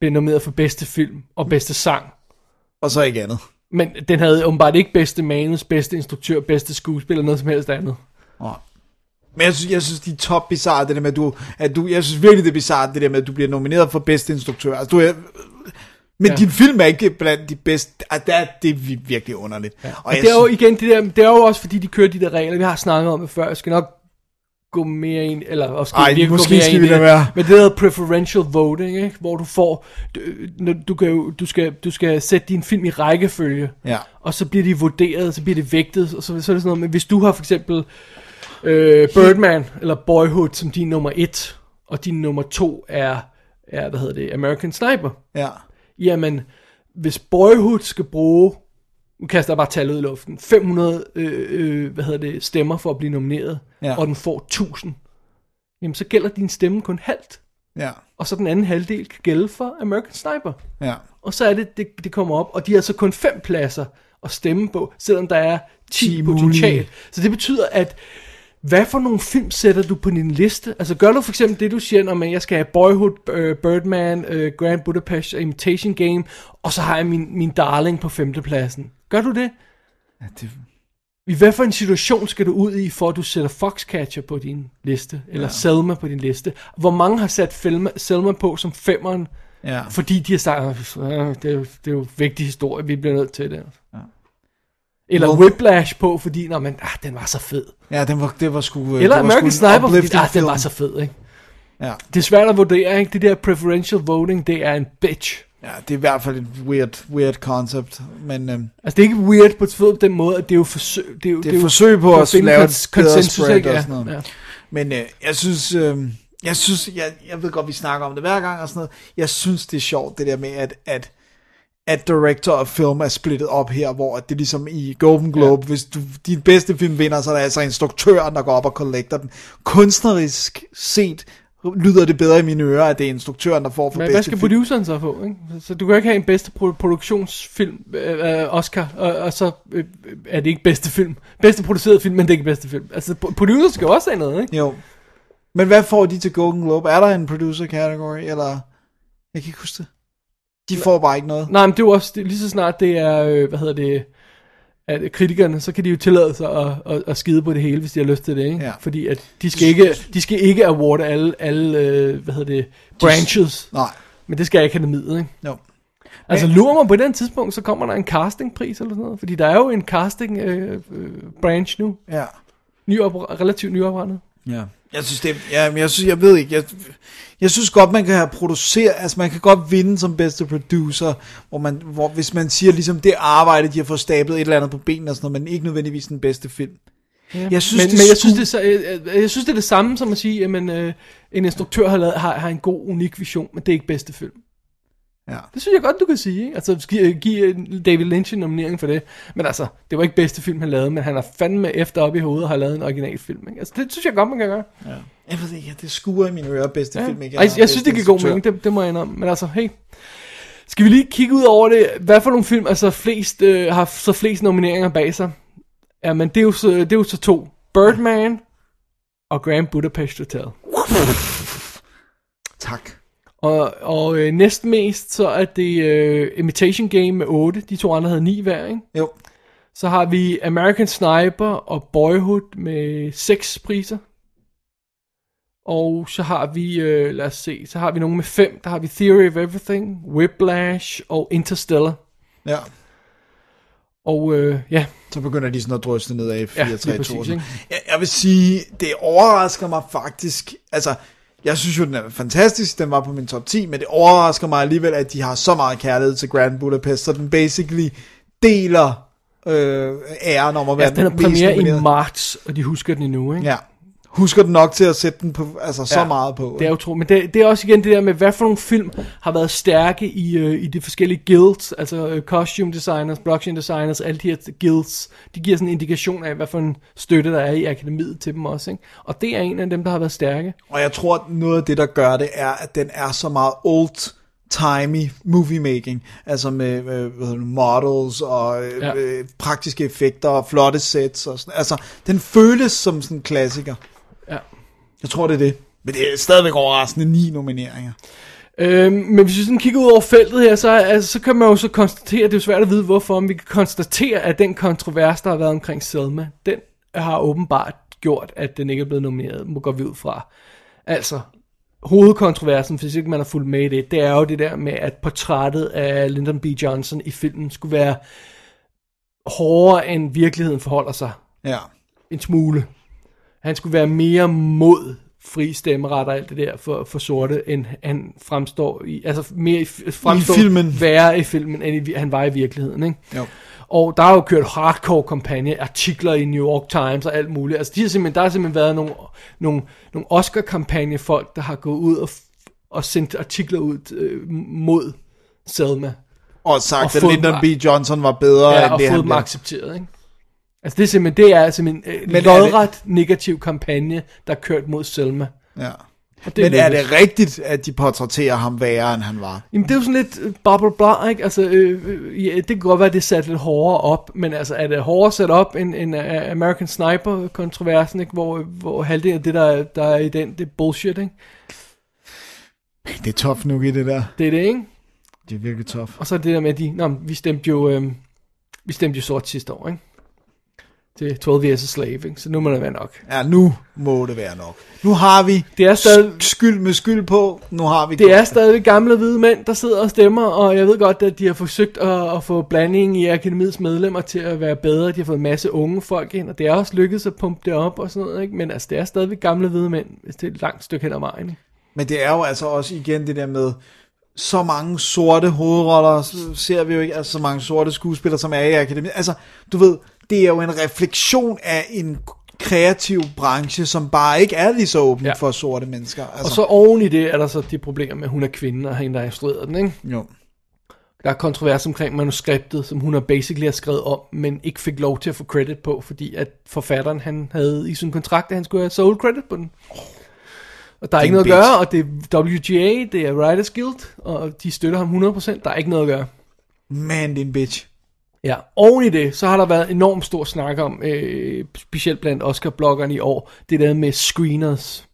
[SPEAKER 4] blev nomineret for bedste film og bedste sang.
[SPEAKER 5] Og så ikke andet.
[SPEAKER 4] Men den havde åbenbart ikke bedste manus, bedste instruktør, bedste skuespiller, noget som helst andet.
[SPEAKER 5] Men jeg synes, jeg synes de er top bizarre, det der med, at du, at du, jeg synes virkelig, det er bizarre, det der med, at du bliver nomineret for bedste instruktør. Altså, du er, men
[SPEAKER 4] Ja.
[SPEAKER 5] ja. din film er ikke blandt de bedste. Ah, det, er, det er vi- virkelig underligt. Ja. Og
[SPEAKER 4] Og
[SPEAKER 5] jeg
[SPEAKER 4] det er jo
[SPEAKER 5] synes,
[SPEAKER 4] igen det der, det er jo også fordi, de kører de der regler, vi har snakket om det før. Jeg skal nok gå mere ind, eller også
[SPEAKER 5] Ej,
[SPEAKER 4] virkelig gå
[SPEAKER 5] måske
[SPEAKER 4] mere
[SPEAKER 5] skal
[SPEAKER 4] ind
[SPEAKER 5] vi
[SPEAKER 4] i
[SPEAKER 5] lade
[SPEAKER 4] det.
[SPEAKER 5] være.
[SPEAKER 4] Men det hedder preferential voting, ikke? hvor du får, du, når du, kan jo, du, skal, du skal sætte din film i rækkefølge.
[SPEAKER 5] Ja.
[SPEAKER 4] Og så bliver de vurderet, så bliver det vægtet, og så, så er det sådan noget, men hvis du har for eksempel øh, Birdman eller Boyhood som din nummer et, og din nummer to er, er hvad hedder det, American Sniper,
[SPEAKER 5] ja.
[SPEAKER 4] Jamen, hvis Boyhood skal bruge, nu kaster jeg bare tallet ud i luften, 500 øh, øh, hvad hedder det, stemmer for at blive nomineret,
[SPEAKER 5] Ja.
[SPEAKER 4] ja. og den får 1000, jamen så gælder din stemme kun halvt,
[SPEAKER 5] Ja.
[SPEAKER 4] og så den anden halvdel kan gælde for American Sniper.
[SPEAKER 5] Ja.
[SPEAKER 4] Og så er det, det, det kommer op, og de har så kun fem pladser at stemme på, selvom der er 10,
[SPEAKER 5] 10
[SPEAKER 4] 10
[SPEAKER 5] mulige.
[SPEAKER 4] potentiale. Så det betyder, at hvad for nogle film sætter du på din liste? Altså gør du for eksempel det, du siger, når man, jeg skal have Boyhood, øh, Birdman, øh, Grand Budapest, og Imitation Game, og så har jeg min, min darling på femtepladsen. Gør du det?
[SPEAKER 5] Ja, det,
[SPEAKER 4] I hvad for en situation skal du ud i, for at du sætter Foxcatcher på din liste, eller ja. Selma på din liste? Hvor mange har sat Felma, Selma på som femmeren,
[SPEAKER 5] ja.
[SPEAKER 4] fordi de har sagt, "Øh, det er, jo, det er jo en vigtig historie, vi bliver nødt til det. Ja. Eller
[SPEAKER 5] Hvor-
[SPEAKER 4] Whiplash på, fordi, nå, men, ah, den var så fed.
[SPEAKER 5] ja den var, det var sgu... øh,
[SPEAKER 4] Eller
[SPEAKER 5] det var sgu
[SPEAKER 4] American
[SPEAKER 5] en
[SPEAKER 4] Sniper, fordi,
[SPEAKER 5] uplifting
[SPEAKER 4] ah, den
[SPEAKER 5] film.
[SPEAKER 4] var så fed, ikke?
[SPEAKER 5] Ja.
[SPEAKER 4] Det er svært at vurdere, ikke? Det der preferential voting, det er en bitch.
[SPEAKER 5] ja, det er i hvert fald et weird, weird concept, men øhm,
[SPEAKER 4] Altså, det er ikke weird på på den måde, at det er jo forsøg... Det er jo,
[SPEAKER 5] det er et forsøg på at
[SPEAKER 4] finde
[SPEAKER 5] lave
[SPEAKER 4] kons-
[SPEAKER 5] et bedre spread
[SPEAKER 4] ikke?
[SPEAKER 5] og
[SPEAKER 4] Ja,
[SPEAKER 5] sådan
[SPEAKER 4] ja.
[SPEAKER 5] noget. Men øh, jeg synes, øh, jeg synes, jeg, jeg ved godt, vi snakker om det hver gang og sådan noget. Jeg synes, det er sjovt, det der med, at, at, at director og film er splittet op her, hvor at det er ligesom i Golden Globe, ja. hvis du, din bedste film vinder, så er der altså instruktøren, der går op og kollekter den. Kunstnerisk set lyder det bedre i mine ører, at det er instruktøren, der får for
[SPEAKER 4] Men
[SPEAKER 5] bedste
[SPEAKER 4] hvad skal
[SPEAKER 5] film.
[SPEAKER 4] produceren så få, ikke? Så du kan jo ikke have en bedste pro- produktionsfilm, øh, øh, Oscar, og, og så øh, øh, er det ikke bedste film. Bedste produceret film, men det er ikke bedste film. Altså, pro- produceren skal jo også have noget, ikke?
[SPEAKER 5] Jo. Men hvad får de til Golden Globe? Er der en producer category, eller... Jeg kan ikke huske det. De får bare ikke noget.
[SPEAKER 4] Nej, men det er jo også, det, lige så snart det er, øh, hvad hedder det, at kritikerne, så kan de jo tillade sig at, at, at skide på det hele, hvis de har lyst til det, ikke?
[SPEAKER 5] Ja.
[SPEAKER 4] Fordi at de skal ikke, de skal ikke awarde alle, alle øh, hvad hedder det, branches.
[SPEAKER 5] Nej.
[SPEAKER 4] Men det skal akademiet, ikke?
[SPEAKER 5] Jo.
[SPEAKER 4] Altså lurer man på den tidspunkt, så kommer der en castingpris eller sådan noget. Fordi der er jo en casting øh, øh, branch nu.
[SPEAKER 5] Ja.
[SPEAKER 4] Nyopre- relativt nyoprettet.
[SPEAKER 5] Ja. Jeg synes, det er, ja, men jeg, synes, jeg ved ikke, jeg, jeg synes godt, man kan have produceret, altså man kan godt vinde som bedste producer, hvor man, hvor, hvis man siger ligesom det arbejde, de har fået stablet et eller andet på benene og sådan noget, men ikke nødvendigvis den bedste film. Ja. Jeg synes,
[SPEAKER 4] men,
[SPEAKER 5] det
[SPEAKER 4] men jeg,
[SPEAKER 5] skulle-
[SPEAKER 4] synes, det er, så- øh, øh, jeg synes, det er det samme som at sige, at øh, en instruktør har, lavet, har, har en god, unik vision, men det er ikke bedste film.
[SPEAKER 5] Ja.
[SPEAKER 4] Det synes jeg godt, du kan sige. Ikke? Altså, give, give David Lynch en nominering for det. Men altså, det var ikke bedste film, han lavede, men han har fandme efter op i hovedet og har lavet en original film. Ikke? Altså, det synes jeg godt, man kan gøre.
[SPEAKER 5] Jeg ved ikke, det skuer i mine ører, bedste
[SPEAKER 4] Ja.
[SPEAKER 5] film ikke.
[SPEAKER 4] Ej, jeg synes, det giver god mening, det, det må jeg indrømme. Men altså, hey. Skal vi lige kigge ud over det? Hvad for nogle film altså flest, øh, har så flest nomineringer bag sig? Ja, men det er jo så, det er jo så to. Birdman og Grand Budapest Hotel.
[SPEAKER 5] Tak.
[SPEAKER 4] Og, og øh, næsten mest, så er det øh, Imitation Game med 8. De to andre havde 9 hver, ikke?
[SPEAKER 5] Jo.
[SPEAKER 4] Så har vi American Sniper og Boyhood med 6 priser. Og så har vi, øh, lad os se, så har vi nogle med 5. Der har vi Theory of Everything, Whiplash og Interstellar.
[SPEAKER 5] Ja.
[SPEAKER 4] Og øh, ja,
[SPEAKER 5] Så begynder de sådan at drysse ned af 4
[SPEAKER 4] Ja,
[SPEAKER 5] 3
[SPEAKER 4] lige præcis,
[SPEAKER 5] 2
[SPEAKER 4] ikke?
[SPEAKER 5] jeg, jeg vil sige, det overrasker mig faktisk. Altså, jeg synes jo, den er fantastisk. Den var på min top 10, men det overrasker mig alligevel, at de har så meget kærlighed til Grand Budapest, så den basically deler øh, æren om at være
[SPEAKER 4] ja den har
[SPEAKER 5] mest
[SPEAKER 4] premiere i
[SPEAKER 5] nomineret.
[SPEAKER 4] marts, og de husker den endnu, ikke?
[SPEAKER 5] Ja. Husker den nok til at sætte den på, altså så
[SPEAKER 4] Ja,
[SPEAKER 5] meget på.
[SPEAKER 4] Det er utroligt, men det, det er også igen det der med, hvad for nogle film har været stærke i, øh, i de forskellige guilds, altså øh, costume designers, blockchain designers, alle de her guilds, de giver sådan en indikation af, hvad for en støtte der er i akademiet til dem også, ikke? og det er en af dem, der har været stærke.
[SPEAKER 5] Og jeg tror, at noget af det, der gør det, er, at den er så meget old timey movie making, altså med, med hvad hedder det, models og
[SPEAKER 4] Ja.
[SPEAKER 5] ja. øh, praktiske effekter og flotte sets og sådan. Altså, den føles som sådan en klassiker.
[SPEAKER 4] Ja.
[SPEAKER 5] Jeg tror, det er det. Men det er stadigvæk overraskende ni nomineringer.
[SPEAKER 4] Øhm, men hvis vi sådan kigger ud over feltet her, så, altså, så kan man jo så konstatere, det er jo svært at vide hvorfor, men vi kan konstatere, at den kontrovers, der har været omkring Selma, den har åbenbart gjort, at den ikke er blevet nomineret, må går vi ud fra. Altså, hovedkontroversen, hvis ikke man har fulgt med i det, det er jo det der med, at portrættet af Lyndon B. Johnson i filmen skulle være hårdere, end virkeligheden forholder sig
[SPEAKER 5] Ja.
[SPEAKER 4] en smule. Han skulle være mere mod fri stemmeret og alt det der for, for sorte, end han fremstår i, altså mere i, f- fremstår
[SPEAKER 5] filmen.
[SPEAKER 4] værre i filmen, end i, vi- han var i virkeligheden, ikke?
[SPEAKER 5] Jo.
[SPEAKER 4] Og der har jo kørt hardcore kampagne, artikler i New York Times og alt muligt. Altså, de har simpelthen, der har simpelthen været nogle, nogle, nogle Oscar-kampagnefolk, der har gået ud og, f- og sendt artikler ud øh, mod Selma.
[SPEAKER 5] Og sagt,
[SPEAKER 4] Og
[SPEAKER 5] og at
[SPEAKER 4] fået
[SPEAKER 5] Lyndon
[SPEAKER 4] dem-
[SPEAKER 5] B. Johnson var bedre
[SPEAKER 4] Ja,
[SPEAKER 5] end
[SPEAKER 4] og
[SPEAKER 5] det,
[SPEAKER 4] fået
[SPEAKER 5] han
[SPEAKER 4] dem
[SPEAKER 5] blev.
[SPEAKER 4] accepteret, ikke? Altså det er simpelthen, det er simpelthen
[SPEAKER 5] Men er
[SPEAKER 4] en
[SPEAKER 5] det-
[SPEAKER 4] lodret negativ kampagne, der er kørt mod Selma.
[SPEAKER 5] Ja.
[SPEAKER 4] Og
[SPEAKER 5] Men er det
[SPEAKER 4] lykkedes.
[SPEAKER 5] rigtigt, at de portrætterer ham værre, end han var?
[SPEAKER 4] Jamen det er jo sådan lidt øh, bla bla bla, ikke? Altså øh, øh, ja, det kan godt være, at det er sat lidt hårdere op, men altså er det hårdere sat op end, end øh, American Sniper-kontroversen, ikke? Hvor, hvor halvdelen af det, der, er- der er i den, det er bullshit, ikke?
[SPEAKER 5] Det er tough nu i det der.
[SPEAKER 4] Det er det, ikke?
[SPEAKER 5] Det er virkelig tough.
[SPEAKER 4] Og så er det der med, at de, nå, men vi stemte jo, øh, vi stemte jo sort sidste år, ikke? Til 12 Years a Slave, ikke? Så nu må det være nok.
[SPEAKER 5] Ja, nu må det være nok. Nu har vi
[SPEAKER 4] Det er stadig,
[SPEAKER 5] sk- skyld med skyld på. Nu har vi
[SPEAKER 4] Det er stadigvæk gamle hvide mænd, der sidder og stemmer, og jeg ved godt, at de har forsøgt at, at få blandingen i akademiets medlemmer til at være bedre. De har fået en masse unge folk ind, og det er også lykkedes at pumpe det op og sådan noget, ikke? men altså, det er stadigvæk gamle hvide mænd, hvis det er et langt stykke hen ad vejen.
[SPEAKER 5] Men det er jo altså også igen det der med, så mange sorte hovedroller s- ser vi jo ikke, altså så mange sorte skuespillere, som er i akademiet. Altså, du ved, det er jo en refleksion af en kreativ branche, som bare ikke er lige så åben
[SPEAKER 4] Ja.
[SPEAKER 5] ja. for sorte mennesker. Altså,
[SPEAKER 4] Og så oven i det er der så de problemer med, at hun er kvinde, og hende, der har instrueret den, ikke?
[SPEAKER 5] jo.
[SPEAKER 4] Der er kontrovers omkring manuskriptet, som hun har basically har skrevet om, men ikke fik lov til at få credit på, fordi at forfatteren han havde i sin kontrakt, at han skulle have sole credit på den. Og der er
[SPEAKER 5] Den
[SPEAKER 4] ikke noget at
[SPEAKER 5] bitch.
[SPEAKER 4] gøre, og det er WGA, det er Writers Guild, og de støtter ham 100%, der er ikke noget at gøre.
[SPEAKER 5] Man, din bitch.
[SPEAKER 4] Ja, oven i det, så har der været enormt stor snak om, øh, specielt blandt Oscar-bloggerne i år, det der med screeners.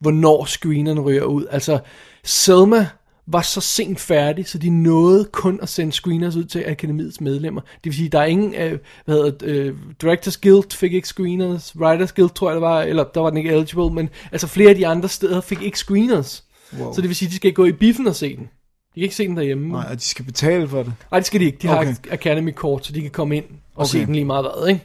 [SPEAKER 4] Hvornår screeneren ryger ud. Altså, Selma var så sent færdig, så de nåede kun at sende screeners ud til akademiets medlemmer. Det vil sige, der er ingen, øh, hvad hedder, det, øh, Directors Guild fik ikke screeners, Writers Guild tror jeg det var, eller der var den ikke eligible, men altså flere af de andre steder fik ikke screeners. Wow. Så det vil sige, de skal gå i biffen og se den. De kan ikke se den derhjemme.
[SPEAKER 5] Nej, og de skal betale for det.
[SPEAKER 4] Nej, det skal de ikke. De har
[SPEAKER 5] Okay.
[SPEAKER 4] okay. Academy kort, så de kan komme ind og okay. se
[SPEAKER 5] Okay.
[SPEAKER 4] den lige meget hvad, ikke?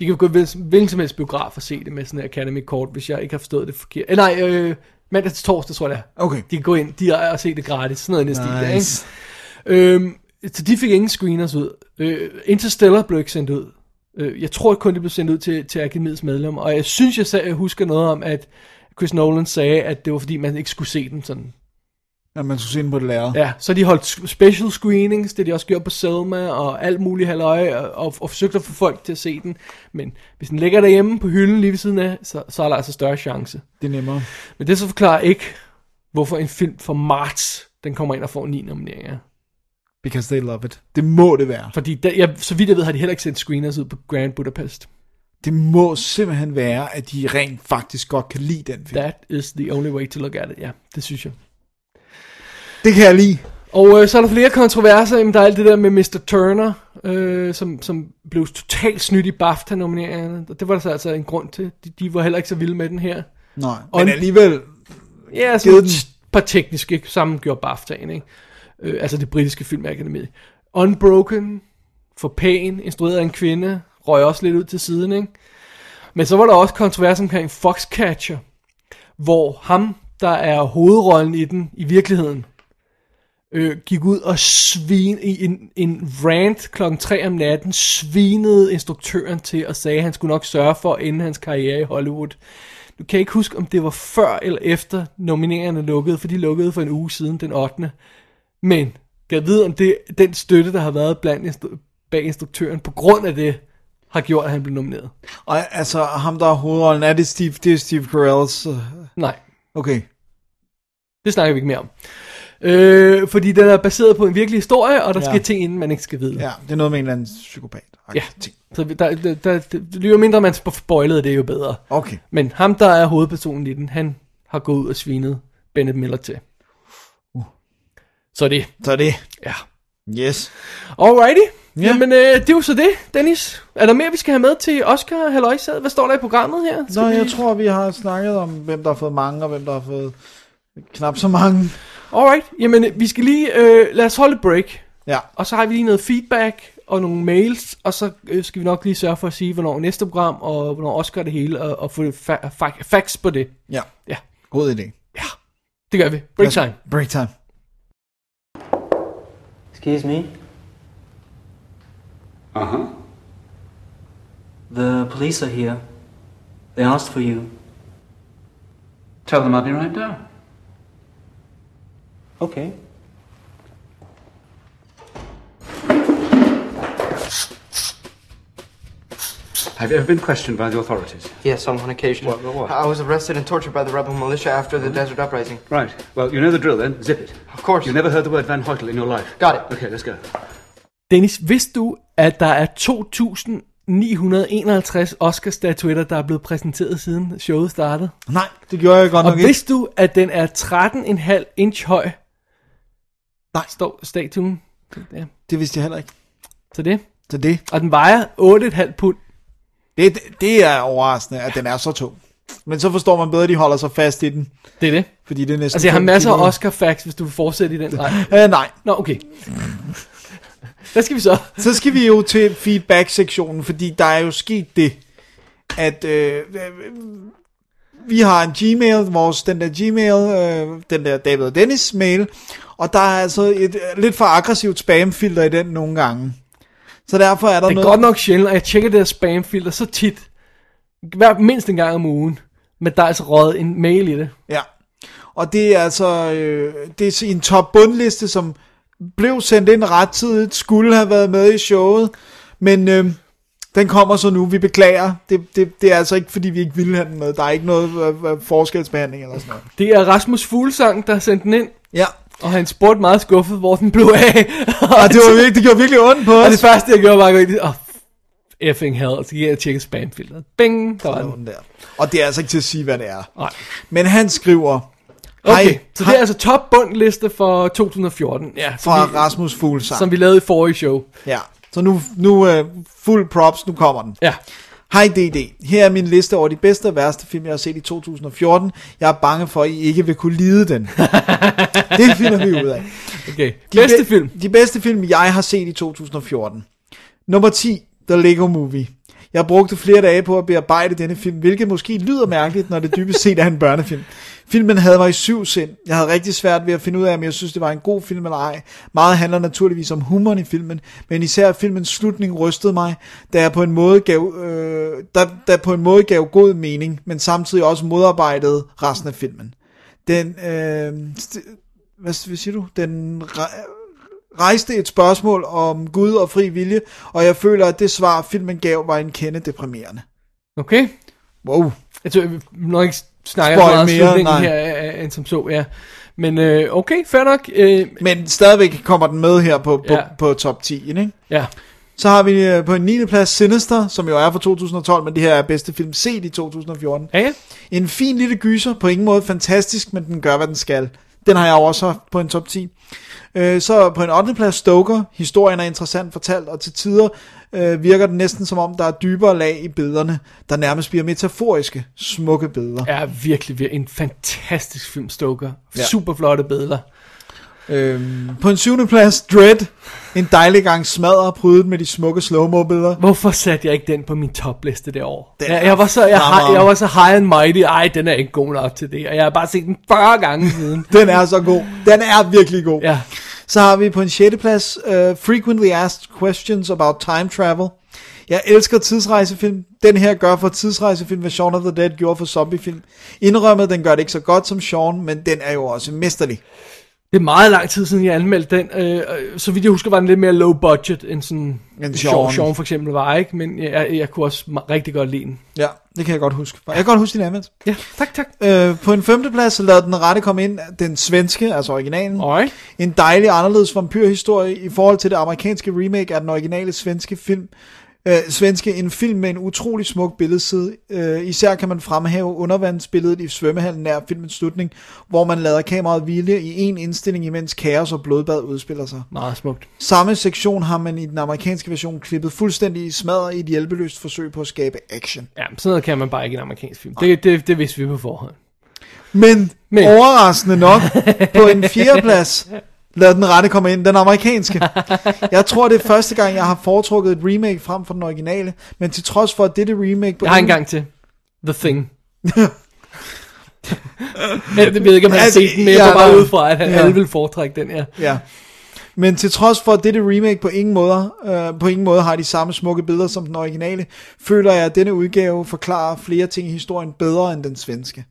[SPEAKER 4] De kan gå i hvil- hvilken som helst biograf og se det med sådan en Academy kort, hvis jeg ikke har forstået det forkert. Eh, nej, øh, mandag til torsdag, tror jeg det er.
[SPEAKER 5] Okay.
[SPEAKER 4] De kan gå ind de og se det gratis, sådan noget i nice. stil, der,
[SPEAKER 5] Nice.
[SPEAKER 4] ikke? Øhm, så de fik ingen screeners ud. Øh, Interstellar blev ikke sendt ud. Øh, jeg tror kun, det blev sendt ud til, til Akademiets medlem, og jeg synes, jeg, sag, jeg husker noget om, at Chris Nolan sagde, at det var fordi, man ikke skulle se den sådan.
[SPEAKER 5] Ja, man skulle se den på det lærred.
[SPEAKER 4] Ja, så de holdt sc- special screenings, det har de også gjort på Selma og alt muligt halvøje, og, og, og forsøgt at få folk til at se den. Men hvis den ligger derhjemme på hylden lige ved siden af, så, så er der altså større chance.
[SPEAKER 5] Det er nemmere.
[SPEAKER 4] Men det så forklarer ikke, hvorfor en film fra marts, den kommer ind og får ni nomineringer.
[SPEAKER 5] Because they love it. Det må det være.
[SPEAKER 4] Fordi der, jeg, så vidt jeg ved, har de heller ikke sendt screeners ud på Grand Budapest.
[SPEAKER 5] Det må simpelthen være, at de rent faktisk godt kan lide den film.
[SPEAKER 4] That is the only way to look at it. Ja, det synes jeg.
[SPEAKER 5] Det kan jeg lide.
[SPEAKER 4] Og øh, så er der flere kontroverser. Jamen, der er alt det der med Mr. Turner, øh, som, som blev totalt snydt i BAFTA-nomineringerne. Og det var der så altså en grund til. De, de var heller ikke så vilde med den her.
[SPEAKER 5] Nej,
[SPEAKER 4] Og
[SPEAKER 5] men
[SPEAKER 4] en-
[SPEAKER 5] alligevel,
[SPEAKER 4] Ja, sådan
[SPEAKER 5] Givet
[SPEAKER 4] et
[SPEAKER 5] den-
[SPEAKER 4] par tekniske sammen gjorde BAFTA'en, ikke? Øh, altså det britiske filmakademi. Unbroken, for pæn, instrueret af en kvinde, røg også lidt ud til siden, ikke? Men så var der også kontrovers omkring Foxcatcher, hvor ham, der er hovedrollen i den, i virkeligheden, øh, gik ud og svin i en, en rant klokken 3 om natten, svinede instruktøren til og sagde, at han skulle nok sørge for at ende hans karriere i Hollywood. Nu kan jeg ikke huske, om det var før eller efter nomineringerne lukkede, for de lukkede for en uge siden, den 8. Men kan jeg vide, om det, den støtte, der har været blandt instru- bag instruktøren, på grund af det, har gjort, at han blev nomineret.
[SPEAKER 5] og altså ham der er hovedrollen, er det Steve, det er Steve Carell's, øh,
[SPEAKER 4] Nej,
[SPEAKER 5] okay,
[SPEAKER 4] det snakker vi ikke mere om. Øh, fordi den er baseret på en virkelig historie, og der ja.
[SPEAKER 5] Ja.
[SPEAKER 4] sker ting, inden man ikke skal vide.
[SPEAKER 5] ja, det er noget med en eller anden psykopat.
[SPEAKER 4] Ja.
[SPEAKER 5] ting.
[SPEAKER 4] Så vi- der, der, der, der, jo mindre man spo- spoilede det, jo bedre.
[SPEAKER 5] Okay,
[SPEAKER 4] Men ham, der er hovedpersonen i den, han har gået ud og svinet Bennett Miller til. Så det,
[SPEAKER 5] så er det,
[SPEAKER 4] ja.
[SPEAKER 5] yes.
[SPEAKER 4] Alrighty.
[SPEAKER 5] Ja.
[SPEAKER 4] Jamen, øh, det er jo så det, Dennis. Er der mere, vi skal have med til Oscar Halløjsad? Hvad står der i programmet her? Skal
[SPEAKER 5] Nå,
[SPEAKER 4] vi-
[SPEAKER 5] jeg tror, vi har snakket om, hvem der har fået mange, og hvem der har fået knap så mange.
[SPEAKER 4] Alright. Jamen, øh, vi skal lige... Øh, lad os holde et break.
[SPEAKER 5] Ja,
[SPEAKER 4] Og så har vi lige noget feedback og nogle mails, og så øh, skal vi nok lige sørge for at sige, hvornår næste program, og hvornår Oscar det hele, og, og få fa- fa- facts på det.
[SPEAKER 5] ja,
[SPEAKER 4] Ja,
[SPEAKER 5] god idé.
[SPEAKER 4] det gør vi. Break time.
[SPEAKER 5] Break time.
[SPEAKER 6] Excuse me?
[SPEAKER 7] Uh huh.
[SPEAKER 6] The police are here. They asked for you.
[SPEAKER 7] Tell them I'll be right down.
[SPEAKER 6] Okay.
[SPEAKER 7] Have you ever been questioned by the authorities?
[SPEAKER 8] Yes, on one occasion.
[SPEAKER 7] What- what?
[SPEAKER 8] I was arrested and tortured by the rebel militia after the desert uprising.
[SPEAKER 7] Right. Well, you know the drill then. Zip it.
[SPEAKER 8] Of course.
[SPEAKER 7] You never heard the word Van Hoytel in your life.
[SPEAKER 8] Got it.
[SPEAKER 7] Okay, let's go.
[SPEAKER 4] Dennis, vidste du, at der er 2.951 Oscar-statuetter, der er blevet præsenteret siden showet startede?
[SPEAKER 5] Nej, det gjorde jeg godt
[SPEAKER 4] Og
[SPEAKER 5] nok ikke.
[SPEAKER 4] vidste du, at den er 13,5 inch høj?
[SPEAKER 5] Nej.
[SPEAKER 4] Står statuen. Ja,
[SPEAKER 5] Det vidste jeg heller ikke.
[SPEAKER 4] så det.
[SPEAKER 5] Så det,
[SPEAKER 4] Og den vejer 8,5 pund.
[SPEAKER 5] det, det, det er overraskende, at den er så tung. Men så forstår man bedre, at de holder sig fast i den,
[SPEAKER 4] Det er det.
[SPEAKER 5] fordi det er næsten...
[SPEAKER 4] Altså, jeg har
[SPEAKER 5] fem
[SPEAKER 4] masser
[SPEAKER 5] kilo.
[SPEAKER 4] af Oscar-facts, hvis du vil fortsætte i den rej.
[SPEAKER 5] Øh, nej,
[SPEAKER 4] Nå,
[SPEAKER 5] (laughs)
[SPEAKER 4] okay. Hvad skal vi så?
[SPEAKER 5] så skal vi jo til feedback-sektionen, fordi der er jo sket det, at øh, øh, vi har en Gmail, vores, den der Gmail, øh, den der David og Dennis mail, og der er altså et øh, lidt for aggressivt spamfilter i den nogle gange. Så derfor er der
[SPEAKER 4] Det er
[SPEAKER 5] noget...
[SPEAKER 4] godt nok sjældent, og jeg tjekker det her spamfilter så tit. Hver, mindst en gang om ugen. Men der er altså røget en mail i det.
[SPEAKER 5] Ja. Og det er altså øh, det er en top bundliste, som blev sendt ind rettidigt, skulle have været med i showet, men øh, den kommer så nu, vi beklager. Det, det, det er altså ikke, fordi vi ikke ville have den med. Der er ikke noget øh, øh, forskelsbehandling eller sådan noget.
[SPEAKER 4] Det er Rasmus Fuglsang, der sendte den ind.
[SPEAKER 5] Ja,
[SPEAKER 4] Og han spurgte meget skuffet, hvor den blev af. (laughs)
[SPEAKER 5] og Ah, det, var, virkelig- det gjorde virkelig ondt på
[SPEAKER 4] og det
[SPEAKER 5] os.
[SPEAKER 4] første, jeg gjorde, var at gå ind i- Åh, effing hell. Så gik jeg og tjekkede spamfilteret. Bing, der var den.
[SPEAKER 5] Der. Og det er altså ikke til at sige, hvad det er.
[SPEAKER 4] Nej.
[SPEAKER 5] Men han skriver,
[SPEAKER 4] Okay,
[SPEAKER 5] Hej.
[SPEAKER 4] så det er
[SPEAKER 5] Hej.
[SPEAKER 4] altså top bundliste for 2014. Ja, som,
[SPEAKER 5] fra
[SPEAKER 4] vi,
[SPEAKER 5] Rasmus Fuglsang.
[SPEAKER 4] som vi lavede i forrige show.
[SPEAKER 5] Ja, så nu, nu øh, fuld props, nu kommer den.
[SPEAKER 4] Ja.
[SPEAKER 5] Hej DD, her er min liste over de bedste og værste film, jeg har set i 2014. Jeg er bange for, at I ikke vil kunne lide den. det finder vi ud af.
[SPEAKER 4] Okay. Bedste
[SPEAKER 5] be-
[SPEAKER 4] film.
[SPEAKER 5] De bedste film, jeg har set i 2014. Nummer 10, The Lego Movie. Jeg brugte flere dage på at bearbejde denne film, hvilket måske lyder mærkeligt, når det dybest set er en børnefilm. Filmen havde mig i syv sind. Jeg havde rigtig svært ved at finde ud af, om jeg synes, det var en god film eller ej. Meget handler naturligvis om humoren i filmen, men især filmens slutning rystede mig, da jeg på en måde gav, øh, der, der på en måde gav god mening, men samtidig også modarbejdede resten af filmen. Den, øh, st- hvad, hvad siger du? Den re- rejste et spørgsmål om Gud og fri vilje, og jeg føler, at det svar, filmen gav, var en kende deprimerende.
[SPEAKER 4] Okay.
[SPEAKER 5] Wow.
[SPEAKER 4] Altså, vi nok ikke snakker så
[SPEAKER 5] Spoil
[SPEAKER 4] meget om
[SPEAKER 5] mere,
[SPEAKER 4] slutningen
[SPEAKER 5] nej.
[SPEAKER 4] her, øh, øh, end som så, ja. Men øh, okay, fair nok. Øh,
[SPEAKER 5] Men stadigvæk kommer den med her på, på,
[SPEAKER 4] Ja.
[SPEAKER 5] på top 10, ikke?
[SPEAKER 4] ja.
[SPEAKER 5] Så har vi øh, på en 9. plads Sinister, som jo er fra 2012, men det her er bedste film set i 2014.
[SPEAKER 4] Ja, ja.
[SPEAKER 5] En fin lille gyser, på ingen måde fantastisk, men den gør, hvad den skal. Den har jeg jo også haft på en top 10. Øh, så på en 8. plads Stoker. Historien er interessant fortalt, og til tider øh, virker den næsten som om, der er dybere lag i billederne, der nærmest bliver metaforiske, smukke billeder.
[SPEAKER 4] Er virkelig, virkelig en fantastisk film, Stoker.
[SPEAKER 5] Ja.
[SPEAKER 4] Ja. Super flotte billeder.
[SPEAKER 5] Øhm, på en syvende plads, Dread. En dejlig gang smadrer, prydet med de smukke slow billeder.
[SPEAKER 4] Hvorfor satte jeg ikke den på min topliste det år?
[SPEAKER 5] Den
[SPEAKER 4] Jeg,
[SPEAKER 5] er
[SPEAKER 4] jeg, var så, jeg,
[SPEAKER 5] fremragende.
[SPEAKER 4] har- jeg var så high and mighty. Ej, den er ikke god nok til det. Og jeg har bare set den 40 gange (laughs) siden.
[SPEAKER 5] Den er så god. Den er virkelig god.
[SPEAKER 4] Ja.
[SPEAKER 5] Så har vi på en sjette plads, uh, Frequently Asked Questions About Time Travel. Jeg elsker tidsrejsefilm. Den her gør for tidsrejsefilm, hvad Shaun of the Dead gjorde for zombiefilm. Indrømmet, den gør det ikke så godt som Shaun, men den er jo også mesterlig.
[SPEAKER 4] Det er meget lang tid siden, jeg anmeldte den. Øh, og så vidt jeg husker, var den lidt mere low budget end sådan...
[SPEAKER 5] End Shaun.
[SPEAKER 4] Shaun. Shaun for eksempel var, ikke? Men jeg, jeg kunne også ma- rigtig godt lide den.
[SPEAKER 5] Ja, det kan jeg godt huske. Jeg kan godt huske din anmeldelse.
[SPEAKER 4] Ja, tak, tak.
[SPEAKER 5] Øh, på en femteplads så lader den rette komme ind, den svenske, altså originalen.
[SPEAKER 4] Alright.
[SPEAKER 5] En dejlig anderledes vampyrhistorie i forhold til det amerikanske remake af den originale svenske film. Øh, svenske, en film med en utrolig smuk billedside. Øh, især kan man fremhæve undervandsbilledet i svømmehallen nær filmens slutning, hvor man lader kameraet hvile i en indstilling, imens kaos og blodbad udspiller sig.
[SPEAKER 4] Meget smukt.
[SPEAKER 5] Samme sektion har man i den amerikanske version klippet fuldstændig i smadret i et hjælpeløst forsøg på at skabe action.
[SPEAKER 4] Ja, sådan noget kan man bare ikke i en amerikansk film. Det, det, det vidste vi på forhånd.
[SPEAKER 5] Men, Men.
[SPEAKER 4] Men-
[SPEAKER 5] overraskende nok, på en fjerdeplads, lad den rette komme ind, den amerikanske. Jeg tror, det er første gang, jeg har foretrukket et remake frem for den originale, men til trods for, at dette remake... På
[SPEAKER 4] Jeg har en gang til. The
[SPEAKER 5] (laughs)
[SPEAKER 4] Thing. jeg ved ikke, om han har
[SPEAKER 5] Altså,
[SPEAKER 4] set den, men jeg
[SPEAKER 5] ja,
[SPEAKER 4] går bare
[SPEAKER 5] nej.
[SPEAKER 4] ud fra, at han
[SPEAKER 5] Ja.
[SPEAKER 4] ja. alle vil foretrække den her.
[SPEAKER 5] Ja. Men til trods for, at dette remake på ingen, måder, øh, på ingen måde har de samme smukke billeder som den originale, føler jeg, at denne udgave forklarer flere ting i historien bedre end den svenske.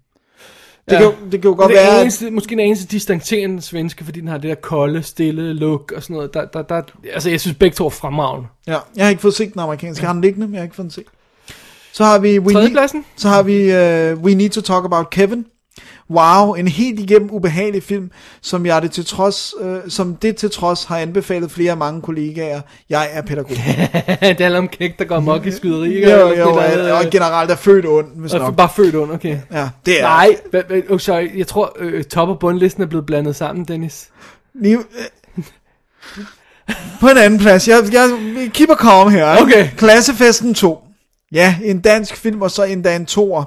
[SPEAKER 5] Det,
[SPEAKER 4] Ja.
[SPEAKER 5] kan, jo- det kan jo godt
[SPEAKER 4] det
[SPEAKER 5] være... at-
[SPEAKER 4] eneste, måske den eneste distancerende svenske, fordi den har det der kolde, stille look og sådan noget. Der, der, der, altså, jeg synes begge to er fremragende.
[SPEAKER 5] Ja, jeg har ikke fået set den amerikanske. Jeg har den liggende, men jeg har ikke fået den set. Så har vi... We Need- (laughs)
[SPEAKER 4] Tredjepladsen?
[SPEAKER 5] Så har vi uh, We Need to Talk About Kevin. Wow, en helt igennem ubehagelig film, som jeg det til trods, øh, som det til trods har anbefalet flere af mange kollegaer. Jeg er pædagog.
[SPEAKER 4] det handler om knæk, der går mok i skyderi.
[SPEAKER 5] jo, jo, jo, og generelt er født ond, hvis
[SPEAKER 4] øh, og
[SPEAKER 5] nok.
[SPEAKER 4] bare født under, okay.
[SPEAKER 5] Ja, det er.
[SPEAKER 4] Nej, hva- hva- oh, sorry, jeg tror øh, top og bundlisten er blevet blandet sammen, Dennis.
[SPEAKER 5] Ni- øh. På en anden plads. Jeg, jeg keeper calm her. ikke?
[SPEAKER 4] Okay.
[SPEAKER 5] Klassefesten 2. Ja, en dansk film, og så endda en toer.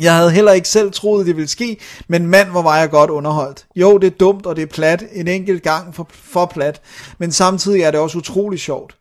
[SPEAKER 5] Jeg havde heller ikke selv troet, det ville ske, men mand, hvor var jeg godt underholdt. Jo, det er dumt, og det er plat, en enkelt gang for, for plat, men samtidig er det også utrolig sjovt.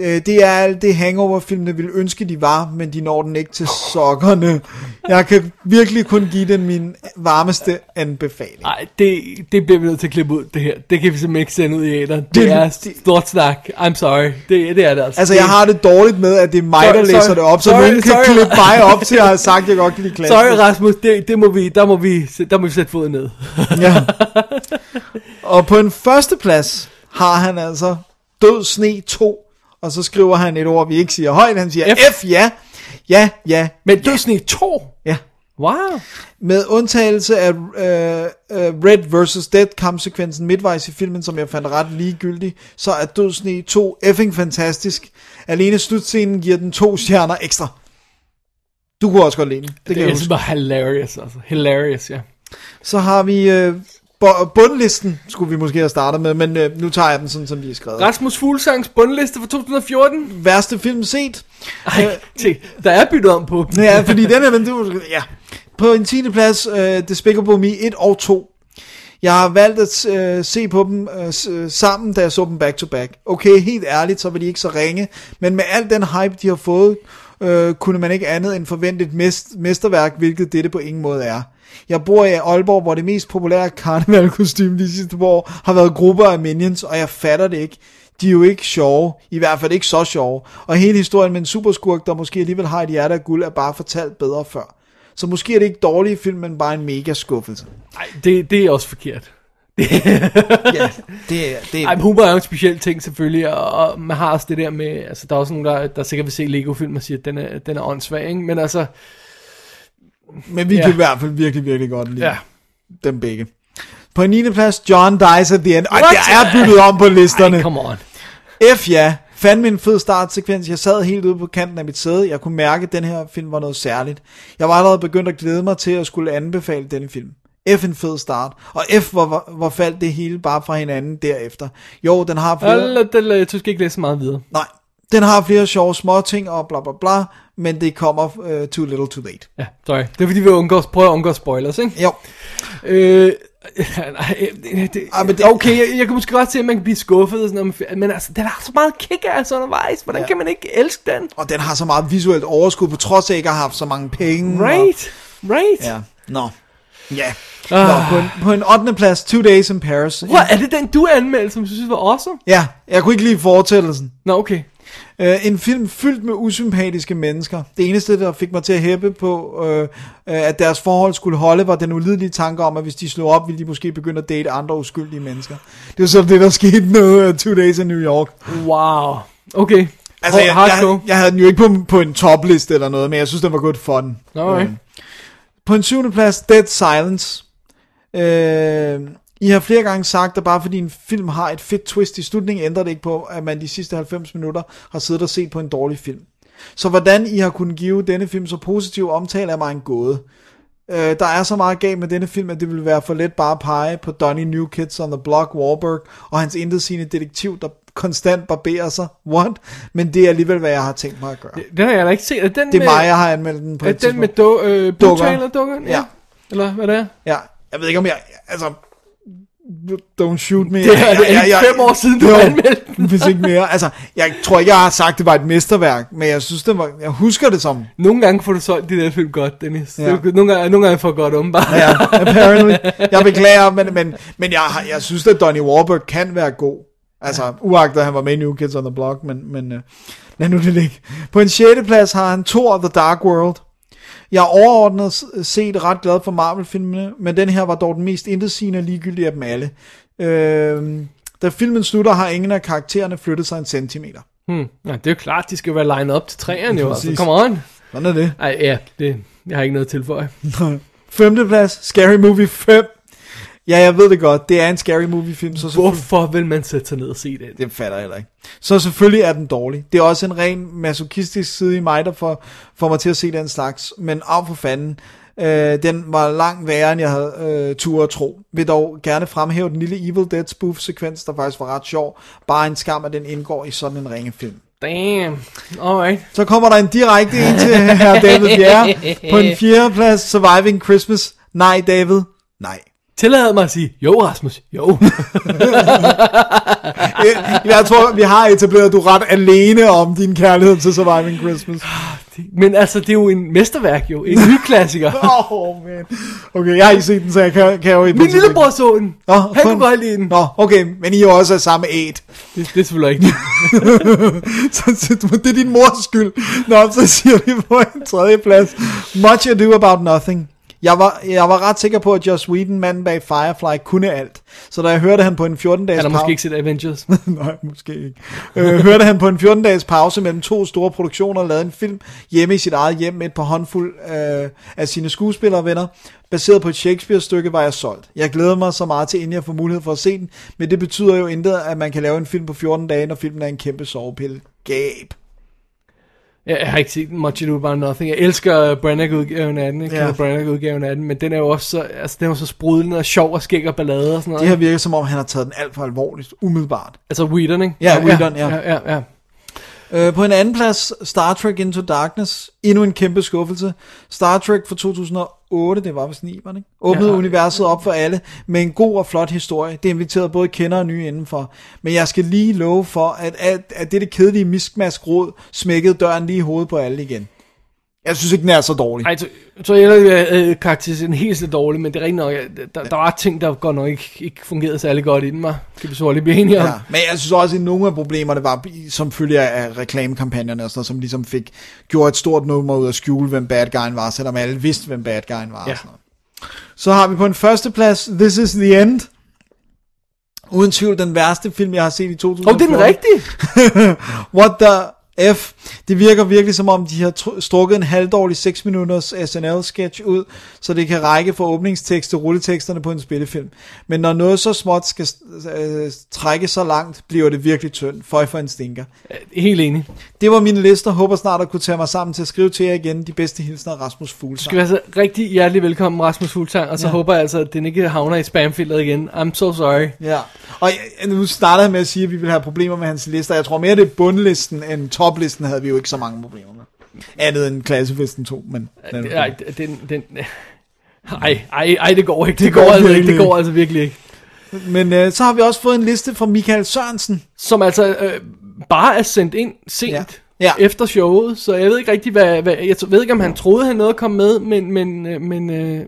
[SPEAKER 5] Øh, det er alt det hangover-filmene ville ønske, de var, men de når den ikke til sokkerne. Jeg kan virkelig kun give den min varmeste anbefaling.
[SPEAKER 4] Nej, det, det bliver vi nødt til at klippe ud, det her. Det kan vi simpelthen ikke sende ud i æder. Det,
[SPEAKER 5] Det-
[SPEAKER 4] det er
[SPEAKER 5] det-
[SPEAKER 4] stort snak. I'm sorry. Det, det er det altså.
[SPEAKER 5] Altså, jeg har det dårligt med, at det er mig,
[SPEAKER 4] Sorry,
[SPEAKER 5] der læser
[SPEAKER 4] sorry.
[SPEAKER 5] det op, så
[SPEAKER 4] Sorry,
[SPEAKER 5] nogen kan
[SPEAKER 4] sorry.
[SPEAKER 5] klippe mig op til at have sagt, at jeg godt kan lide klassen.
[SPEAKER 4] Sorry Rasmus, det, det må vi, der, må vi, sæ- der må vi sætte foden ned.
[SPEAKER 5] Ja. Og på en førsteplads har han altså Død Sne 2, og så skriver han et ord, vi ikke siger højt, han siger F,
[SPEAKER 4] F.
[SPEAKER 5] F ja, ja, ja,
[SPEAKER 4] Men yeah. Disney 2?
[SPEAKER 5] ja.
[SPEAKER 4] Wow.
[SPEAKER 5] Med undtagelse af øh, øh, Red vs. Dead-kampsekvensen midtvejs i filmen, som jeg fandt ret ligegyldig, så er Død Sne 2 effing fantastisk. Alene slutscenen giver den to stjerner ekstra. Du kunne også godt lide den, det, det kan
[SPEAKER 4] Det
[SPEAKER 5] jeg
[SPEAKER 4] er
[SPEAKER 5] huske.
[SPEAKER 4] bare hilarious, altså. Hilarious, ja.
[SPEAKER 5] Så har vi øh, bu- bundlisten, skulle vi måske have startet med, men øh, nu tager jeg den sådan, som de er skrevet.
[SPEAKER 4] Rasmus Fuglsangs bundliste for 2014.
[SPEAKER 5] værste film set.
[SPEAKER 4] Ej, se, der er byttet om på dem.
[SPEAKER 5] Ja, fordi den her, den du... Ja. På en 10. plads, uh, Despicable Me 1 og 2. Jeg har valgt at uh, se på dem uh, sammen, da jeg så dem back to back. Okay, helt ærligt, så var de ikke så ringe, men med al den hype, de har fået, uh, kunne man ikke andet end forvente et mest- mesterværk, hvilket dette på ingen måde er. Jeg bor i Aalborg, hvor det mest populære karnevalkostyme de sidste par år har været grupper af minions, og jeg fatter det ikke. De er jo ikke sjove, i hvert fald ikke så sjove. Og hele historien med en superskurk, der måske alligevel har et hjerte af guld, er bare fortalt bedre før. Så måske er det ikke dårlige film, men bare en mega skuffelse.
[SPEAKER 4] Ej, det, det er også forkert.
[SPEAKER 5] Ja, det er... Det
[SPEAKER 4] Ej, men humor er jo en speciel ting selvfølgelig, og, og man har også det der med, altså der er også nogen, der, der sikkert vil se Lego-film og siger, at den er, den er åndssvag, ikke? Men altså,
[SPEAKER 5] Men vi ja.
[SPEAKER 4] Ja.
[SPEAKER 5] kan i hvert fald virkelig, virkelig godt lide ja.
[SPEAKER 4] ja.
[SPEAKER 5] dem begge. På 9. plads, John dies at the end. Ej,
[SPEAKER 4] What?
[SPEAKER 5] der er byttet om på listerne.
[SPEAKER 4] Ej, come on.
[SPEAKER 5] F ja, fandme en fed startsekvens. Jeg sad helt ude på kanten af mit sæde. Jeg kunne mærke, at den her film var noget særligt. Jeg var allerede begyndt at glæde mig til at skulle anbefale denne film. F en fed start. Og F, hvor, hvor- hvor faldt det hele bare fra hinanden derefter. Jo, den har flere...
[SPEAKER 4] Eller, den, jeg tror, jeg skal ikke læse så meget videre.
[SPEAKER 5] Nej, den har flere sjove småting og bla bla bla, men det kommer uh, too little too late.
[SPEAKER 4] Ja, sorry. Det er fordi, vi undgår, prøver at undgå spoilers, ikke?
[SPEAKER 5] Jo,
[SPEAKER 4] Øh, nej, det, det,
[SPEAKER 5] Ah, men det-
[SPEAKER 4] okay, jeg, jeg kan måske godt se, at man kan blive skuffet, og sådan, noget, men altså, den har så meget kick altså undervejs. Hvordan
[SPEAKER 5] Ja.
[SPEAKER 4] ja. kan man ikke elske den?
[SPEAKER 5] og den har så meget visuelt overskud, på trods af ikke at have haft så mange penge. Og,
[SPEAKER 4] Right, right.
[SPEAKER 5] ja, nå. Ja. Nå,
[SPEAKER 4] Ah.
[SPEAKER 5] på en, på en 8. plads, Two Days in Paris.
[SPEAKER 4] Hvor er det den, du anmeldte, som du synes var awesome?
[SPEAKER 5] Ja, jeg kunne ikke lide fortællelsen.
[SPEAKER 4] Nå, okay.
[SPEAKER 5] Øh, en film fyldt med usympatiske mennesker. Det eneste, der fik mig til at hæppe på, øh, øh, at deres forhold skulle holde, var den ulidelige tanke om, at hvis de slog op, ville de måske begynde at date andre uskyldige mennesker. Det var så det, der skete med uh, Two Days in New York.
[SPEAKER 4] Wow. Okay.
[SPEAKER 5] Altså, jeg, jeg,
[SPEAKER 4] hardcore.
[SPEAKER 5] jeg havde den jo ikke på, på en topliste eller noget, men jeg synes, den var godt fun.
[SPEAKER 4] Nå, okay.
[SPEAKER 5] Øh, På en syvende plads, Dead Silence. Øh, I har flere gange sagt, at bare fordi en film har et fedt twist i slutningen, ændrer det ikke på, at man de sidste 90 minutter har siddet og set på en dårlig film. Så hvordan I har kunnet give denne film så positiv omtale, er mig en gåde. Øh, der er så meget galt med denne film, at det ville være for let bare at pege på Donnie New Kids on the Block Wahlberg og hans intetsigende detektiv, der konstant barberer sig. What? Men det er alligevel, hvad jeg har tænkt mig at gøre. Det,
[SPEAKER 4] Den har jeg da ikke set. Er den
[SPEAKER 5] det
[SPEAKER 4] med,
[SPEAKER 5] er mig, jeg har anmeldt den på
[SPEAKER 4] Er
[SPEAKER 5] et
[SPEAKER 4] den med do,
[SPEAKER 5] tidspunkt.
[SPEAKER 4] øh,
[SPEAKER 5] Dukker.
[SPEAKER 4] dukker. Trailer, dukkeren?
[SPEAKER 5] Ja.
[SPEAKER 4] Eller hvad det er?
[SPEAKER 5] Ja, jeg ved ikke om jeg, altså, don't shoot me.
[SPEAKER 4] Det er det ikke fem år siden, du
[SPEAKER 5] Jo,
[SPEAKER 4] anmeldte den.
[SPEAKER 5] Hvis ikke mere. Altså, jeg tror ikke, jeg har sagt, det var et mesterværk, men jeg synes, det var, jeg husker det som.
[SPEAKER 4] Nogle gange får du solgt de der film godt, Dennis.
[SPEAKER 5] Ja.
[SPEAKER 4] Ja. Nogle, gange, nogle gange får godt om bare.
[SPEAKER 5] Ja, (laughs) apparently. Jeg beklager, men, men, men jeg, har- jeg synes, at Donnie Wahlberg kan være god. Altså, ja. uagtet at han var med i New Kids on the Block, men, men øh, lad nu det ligge. På en 6. plads har han Thor The Dark World. Jeg er overordnet s- set ret glad for Marvel-filmene, men den her var dog den mest intetsigende og ligegyldige af dem alle. Øh, da filmen slutter, har ingen af karaktererne flyttet sig en centimeter.
[SPEAKER 4] Hmm. Ja, det er jo klart, de skal jo være lined op til træerne jo. Altså,
[SPEAKER 5] Præcis.
[SPEAKER 4] come on.
[SPEAKER 5] Hvordan er det?
[SPEAKER 4] Ej, ja, det, jeg har ikke noget at tilføje.
[SPEAKER 5] 5. plads, Scary Movie 5. Ja, jeg ved det godt. Det er en Scary Movie-film, så selvfølgelig-
[SPEAKER 4] Hvorfor vil man sætte sig ned og se den?
[SPEAKER 5] Det fatter jeg heller ikke. Så selvfølgelig er den dårlig. Det er også en ren masochistisk side i mig, der får, får mig til at se den slags. Men af for fanden, øh, den var langt værre, end jeg havde øh, tur og tro. Vil dog gerne fremhæve den lille Evil Dead spoof-sekvens, der faktisk var ret sjov. Bare en skam, at den indgår i sådan en ringe film.
[SPEAKER 4] Damn. Alright.
[SPEAKER 5] Så kommer der en direkte ind til her David Bjerre. På en fjerde plads, Surviving Christmas. Nej, David. Nej.
[SPEAKER 4] Tillad mig at sige, jo Rasmus, jo.
[SPEAKER 5] Øh, Jeg tror, vi har etableret, at du er ret alene om din kærlighed til Surviving Christmas.
[SPEAKER 4] (laughs) Men altså, det er jo en mesterværk jo, en ny klassiker.
[SPEAKER 5] Oh, man. Okay, jeg har ikke set den, så jeg kan, kan jo ikke...
[SPEAKER 4] Min lillebror så den.
[SPEAKER 5] Nå,
[SPEAKER 4] Han
[SPEAKER 5] kun-
[SPEAKER 4] kunne godt lide den.
[SPEAKER 5] Nå, okay, men I er også af samme æt.
[SPEAKER 4] Det, det er selvfølgelig ikke.
[SPEAKER 5] så, så det er din mors skyld. Nå, så siger vi på en tredje plads. Much ado about nothing. Jeg var, jeg var ret sikker på, at Joss Whedon, manden bag Firefly, kunne alt. Så da jeg hørte han på en 14-dages
[SPEAKER 4] Han har måske
[SPEAKER 5] pause-
[SPEAKER 4] ikke set Avengers.
[SPEAKER 5] (laughs) Nej, måske ikke. Øh, hørte han på en 14-dages pause mellem to store produktioner og lavede en film hjemme i sit eget hjem med et par håndfuld øh, af sine skuespillervenner. Baseret på et Shakespeare-stykke var jeg solgt. Jeg glæder mig så meget til, inden jeg får mulighed for at se den, men det betyder jo intet, at man kan lave en film på 14 dage, når filmen er en kæmpe sovepille. Gab.
[SPEAKER 4] Jeg, jeg har ikke set Much Ado About Nothing. Jeg elsker øh, Branagh-udgaven af den, ikke?
[SPEAKER 5] Ja.
[SPEAKER 4] Yeah. Branagh-udgaven af den, men den er jo også så, altså, den er jo så sprudlende og sjov og skæg og ballade og sådan noget.
[SPEAKER 5] Det
[SPEAKER 4] Yeah.
[SPEAKER 5] her virker som om, han har taget den alt for alvorligt, umiddelbart.
[SPEAKER 4] Altså Whedon, ikke?
[SPEAKER 5] Ja, Whedon, ja.
[SPEAKER 4] ja, ja, ja.
[SPEAKER 5] Øh, på en anden plads, Star Trek Into Darkness. Endnu en kæmpe skuffelse. Star Trek fra 2008, det var vist 9, var det ikke? Åbnede
[SPEAKER 4] Ja.
[SPEAKER 5] ja. universet op for alle med en god og flot historie. Det inviterede både kender og nye indenfor. Men jeg skal lige love for, at, at, at dette kedelige miskmask råd smækkede døren lige i hovedet på alle igen. Jeg synes ikke, den er så dårlig.
[SPEAKER 4] Ej, så, så jeg lavede øh, karakteriseren helt så dårlig, men det er rigtigt nok, at der, der var ting, der godt nok ikke, ikke fungerede særlig godt inden mig. Det kan vi så hurtigt blive enige om.
[SPEAKER 5] Ja, men jeg synes også, at nogle af problemerne var i- som følge af reklamekampagnerne og sådan noget, som ligesom fik gjort et stort nummer ud af at skjule, hvem bad guyen var, selvom alle vidste, hvem bad guyen var.
[SPEAKER 4] Ja.
[SPEAKER 5] Og sådan noget. Så har vi på en førsteplads, This is the End. Uden tvivl den værste film, jeg har set i 2014.
[SPEAKER 4] Åh, oh, det er den rigtige!
[SPEAKER 5] What the F? Det virker virkelig som om, de har tr- strukket en halvdårlig 6 minutters SNL-sketch ud, så det kan række for åbningstekst til rulleteksterne på en spillefilm. Men når noget så småt skal øh, trække så langt, bliver det virkelig tyndt. Føj for en stinker.
[SPEAKER 4] Helt enig.
[SPEAKER 5] Det var mine lister. Håber snart at kunne tage mig sammen til at skrive til jer igen. De bedste hilsner, Rasmus
[SPEAKER 4] Du skal
[SPEAKER 5] Fuglsang.
[SPEAKER 4] være så rigtig hjertelig velkommen, Rasmus Hultang, og så
[SPEAKER 5] Ja.
[SPEAKER 4] ja. håber jeg altså, at den ikke havner i spamfilteret igen. I'm so sorry.
[SPEAKER 5] Ja, og jeg- nu startede han med at sige, at vi ville have problemer med hans lister. Jeg tror mere, det er bundlisten end toplisten havde vi jo ikke så mange problemer med. Andet end klassefesten 2, men...
[SPEAKER 4] Nej, den, den, (laughs) ej, ej, ej, det går ikke. Det går, altså ikke.
[SPEAKER 5] virkelig
[SPEAKER 4] Det går altså virkelig ikke.
[SPEAKER 5] Men øh, så har vi også fået en liste fra Michael Sørensen.
[SPEAKER 4] Som altså øh, bare er sendt ind sent
[SPEAKER 5] Ja.
[SPEAKER 4] ja.
[SPEAKER 5] Ja.
[SPEAKER 4] Ja. efter showet, så jeg ved ikke rigtig, hvad, hvad jeg ved ikke, om han troede, han nåede at komme med, men, men, øh, men øh,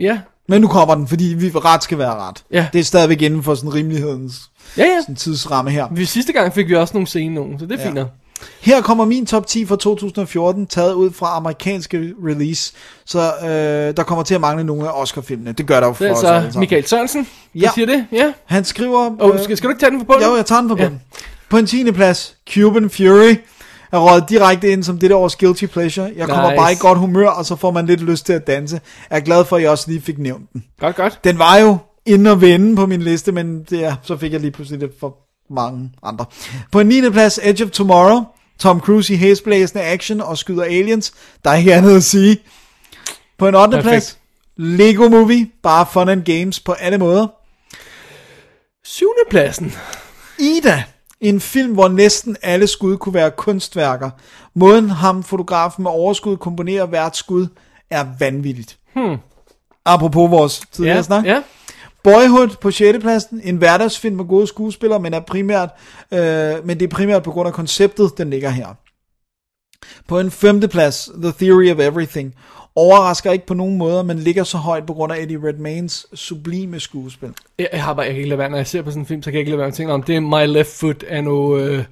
[SPEAKER 4] ja.
[SPEAKER 5] Men nu kommer den, fordi vi ret skal være ret.
[SPEAKER 4] Ja.
[SPEAKER 5] Det er stadigvæk inden for sådan rimelighedens
[SPEAKER 4] Ja, ja.
[SPEAKER 5] sådan tidsramme her.
[SPEAKER 4] Vi, sidste gang fik vi også nogle scene nogen, så det er
[SPEAKER 5] Ja.
[SPEAKER 4] ja. fint nok.
[SPEAKER 5] Her kommer min top 10 fra 2014, taget ud fra amerikanske release. Så øh, der kommer til at mangle nogle af Oscar-filmene. Det gør der jo for
[SPEAKER 4] Det er
[SPEAKER 5] os alle
[SPEAKER 4] altså
[SPEAKER 5] sammen.
[SPEAKER 4] Michael Sørensen, der
[SPEAKER 5] Ja.
[SPEAKER 4] siger det. Ja.
[SPEAKER 5] Han skriver... øh,
[SPEAKER 4] Og skal, skal du ikke tage den på bunden?
[SPEAKER 5] Jo, jeg tager den på bunden. Ja. På en tiende plads, Cuban Fury er røget direkte ind som dette års Guilty Pleasure. Jeg kommer
[SPEAKER 4] Nice.
[SPEAKER 5] bare i godt humør, og så får man lidt lyst til at danse. Jeg er glad for, at jeg også lige fik nævnt den.
[SPEAKER 4] Godt, godt.
[SPEAKER 5] Den var jo inde og vende på min liste, men det er, så fik jeg lige pludselig lidt for mange andre. På en 9. plads, Edge of Tomorrow. Tom Cruise i hæsblæsende action og skyder aliens. Der er ikke andet at sige. På en 8. Perfekt.
[SPEAKER 4] Perfekt.
[SPEAKER 5] plads, Lego Movie. Bare fun and games på alle måder.
[SPEAKER 4] Syvende pladsen.
[SPEAKER 5] Ida. En film, hvor næsten alle skud kunne være kunstværker. Måden ham, fotografen med overskud, komponerer hvert skud, er vanvittigt. Hmm. Apropos vores tidligere
[SPEAKER 4] Ja,
[SPEAKER 5] snak.
[SPEAKER 4] ja.
[SPEAKER 5] Boyhood på 6. pladsen, en hverdagsfilm med gode skuespillere, men, er primært, øh, men det er primært på grund af konceptet, den ligger her. På en 5. plads, The Theory of Everything. Overrasker ikke på nogen måder, men ligger så højt på grund af Eddie Redmaynes sublime skuespil.
[SPEAKER 4] Jeg, jeg har bare, jeg kan ikke lade være, når jeg ser på sådan en film, så kan jeg ikke lade være med at tænke om, det er My Left Foot anno, øh,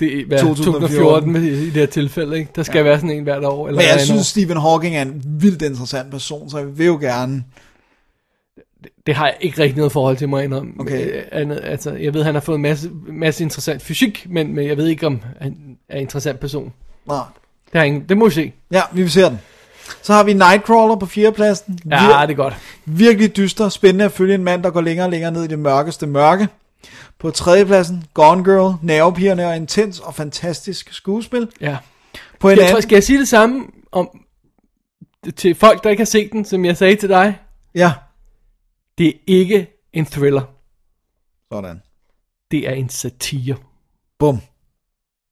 [SPEAKER 4] det, er, hvad,
[SPEAKER 5] 2014.
[SPEAKER 4] 2014 med, i det her tilfælde, ikke? Der skal ja. være sådan en hvert år. Eller
[SPEAKER 5] Men jeg
[SPEAKER 4] hvert andet
[SPEAKER 5] synes,
[SPEAKER 4] år.
[SPEAKER 5] Stephen Hawking er en vildt interessant person, så jeg vil jo gerne...
[SPEAKER 4] Det har jeg ikke rigtig noget forhold til mig indom.
[SPEAKER 5] Okay.
[SPEAKER 4] Andet, altså, jeg ved, han har fået en masse, masse interessant fysik, men, men jeg ved ikke, om han er en interessant person.
[SPEAKER 5] Nå.
[SPEAKER 4] Det, har jeg ingen, det må vi se.
[SPEAKER 5] Ja, vi ser den. Så har vi Nightcrawler på 4. pladsen.
[SPEAKER 4] Ja,
[SPEAKER 5] Vir-
[SPEAKER 4] det er godt.
[SPEAKER 5] Virkelig dyster, spændende at følge en mand, der går længere og længere ned i det mørkeste mørke. På tredjepladsen, Gone Girl, nervepigerne og intens og fantastisk skuespil.
[SPEAKER 4] Ja.
[SPEAKER 5] På en
[SPEAKER 4] Jeg tror,
[SPEAKER 5] anden...
[SPEAKER 4] skal jeg sige det samme om, til folk, der ikke har set den, som jeg sagde til dig?
[SPEAKER 5] Ja,
[SPEAKER 4] Det er ikke en thriller.
[SPEAKER 5] sådan.
[SPEAKER 4] Det er en satire.
[SPEAKER 5] Bum.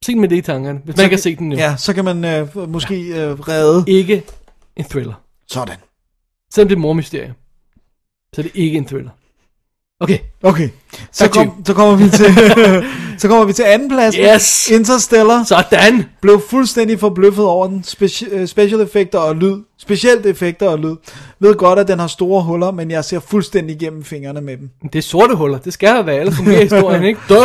[SPEAKER 4] Se den med det i tankerne, hvis man ikke har set den nu.
[SPEAKER 5] Ja, så kan man øh, måske øh, redde.
[SPEAKER 4] Ikke en thriller.
[SPEAKER 5] Sådan.
[SPEAKER 4] Selvom det er et mormysterie. Så det er ikke en thriller. Okay,
[SPEAKER 5] Okay, så,
[SPEAKER 4] Tak,
[SPEAKER 5] kom, så, kommer vi til, så kommer vi til (laughs) anden plads.
[SPEAKER 4] Yes!
[SPEAKER 5] Interstellar
[SPEAKER 4] sådan!
[SPEAKER 5] blev fuldstændig forbløffet over den. Speci- øh, special effekter og lyd. Specielt effekter og lyd. Ved godt, at den har store huller, men jeg ser fuldstændig igennem fingrene med dem.
[SPEAKER 4] Men Det er sorte huller, det skal der være, ellers fungerer historien ikke. Duh!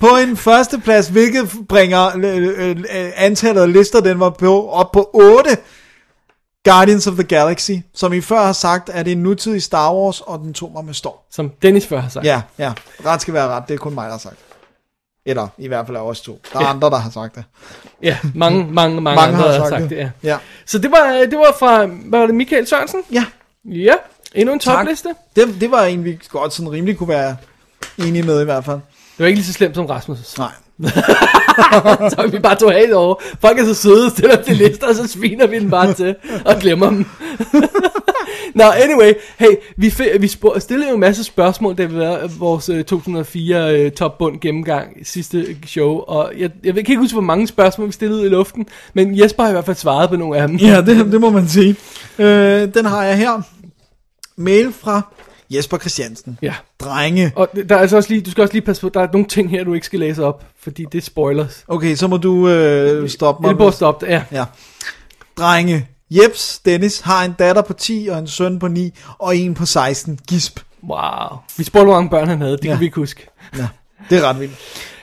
[SPEAKER 5] På en førsteplads, hvilket bringer øh, øh, øh, antallet af lister, den var på, op på 8. Guardians of the Galaxy, som I før har sagt, er det en nutidig Star Wars, og den tog mig med storm.
[SPEAKER 4] Som Dennis før har sagt.
[SPEAKER 5] Ja, ja. Ret skal være ret. Det er kun mig, der har sagt. Eller i hvert fald af os to. Der er andre, der har sagt det.
[SPEAKER 4] ja mange, mange, mange,
[SPEAKER 5] Mange
[SPEAKER 4] andre
[SPEAKER 5] har sagt, det.
[SPEAKER 4] ja.
[SPEAKER 5] Ja.
[SPEAKER 4] Så det var, det var fra, hvad var det, Michael Sørensen?
[SPEAKER 5] ja.
[SPEAKER 4] Ja, endnu en topliste.
[SPEAKER 5] Det, det var en, vi godt sådan rimelig kunne være enige med i hvert fald.
[SPEAKER 4] Det var ikke lige så slemt som Rasmus'
[SPEAKER 5] Nej.
[SPEAKER 4] (laughs) Så vi bare tog helt over. Folk er så søde, stiller op til lister, og så sviner vi den bare til, og glemmer dem. (laughs) Nå, anyway, hey, vi, fe- vi spor- stillede jo en masse spørgsmål, da vi var vores øh, 2004 øh, topbund gennemgang sidste øh, show, og jeg, jeg ved- kan ikke huske, hvor mange spørgsmål vi stillede ud i luften, men Jesper har i hvert fald svaret på nogle af dem.
[SPEAKER 5] Ja, det, det må man sige. Øh, den har jeg her. Mail fra Jesper Christiansen.
[SPEAKER 4] Ja.
[SPEAKER 5] Drenge.
[SPEAKER 4] Og der er altså også lige, du skal også lige passe på, der er nogle ting her, du ikke skal læse op, fordi det er spoilers.
[SPEAKER 5] Okay, så må du øh, stoppe mig.
[SPEAKER 4] Elborg stop, ja.
[SPEAKER 5] Ja. Drenge. Jeps, Dennis har en datter på 10 og en søn på 9 og en på 16. Gisp.
[SPEAKER 4] Wow. Vi spurgte, hvor mange børn han havde, det ja.
[SPEAKER 5] Ja.
[SPEAKER 4] kunne vi ikke huske.
[SPEAKER 5] Ja, det er ret vildt.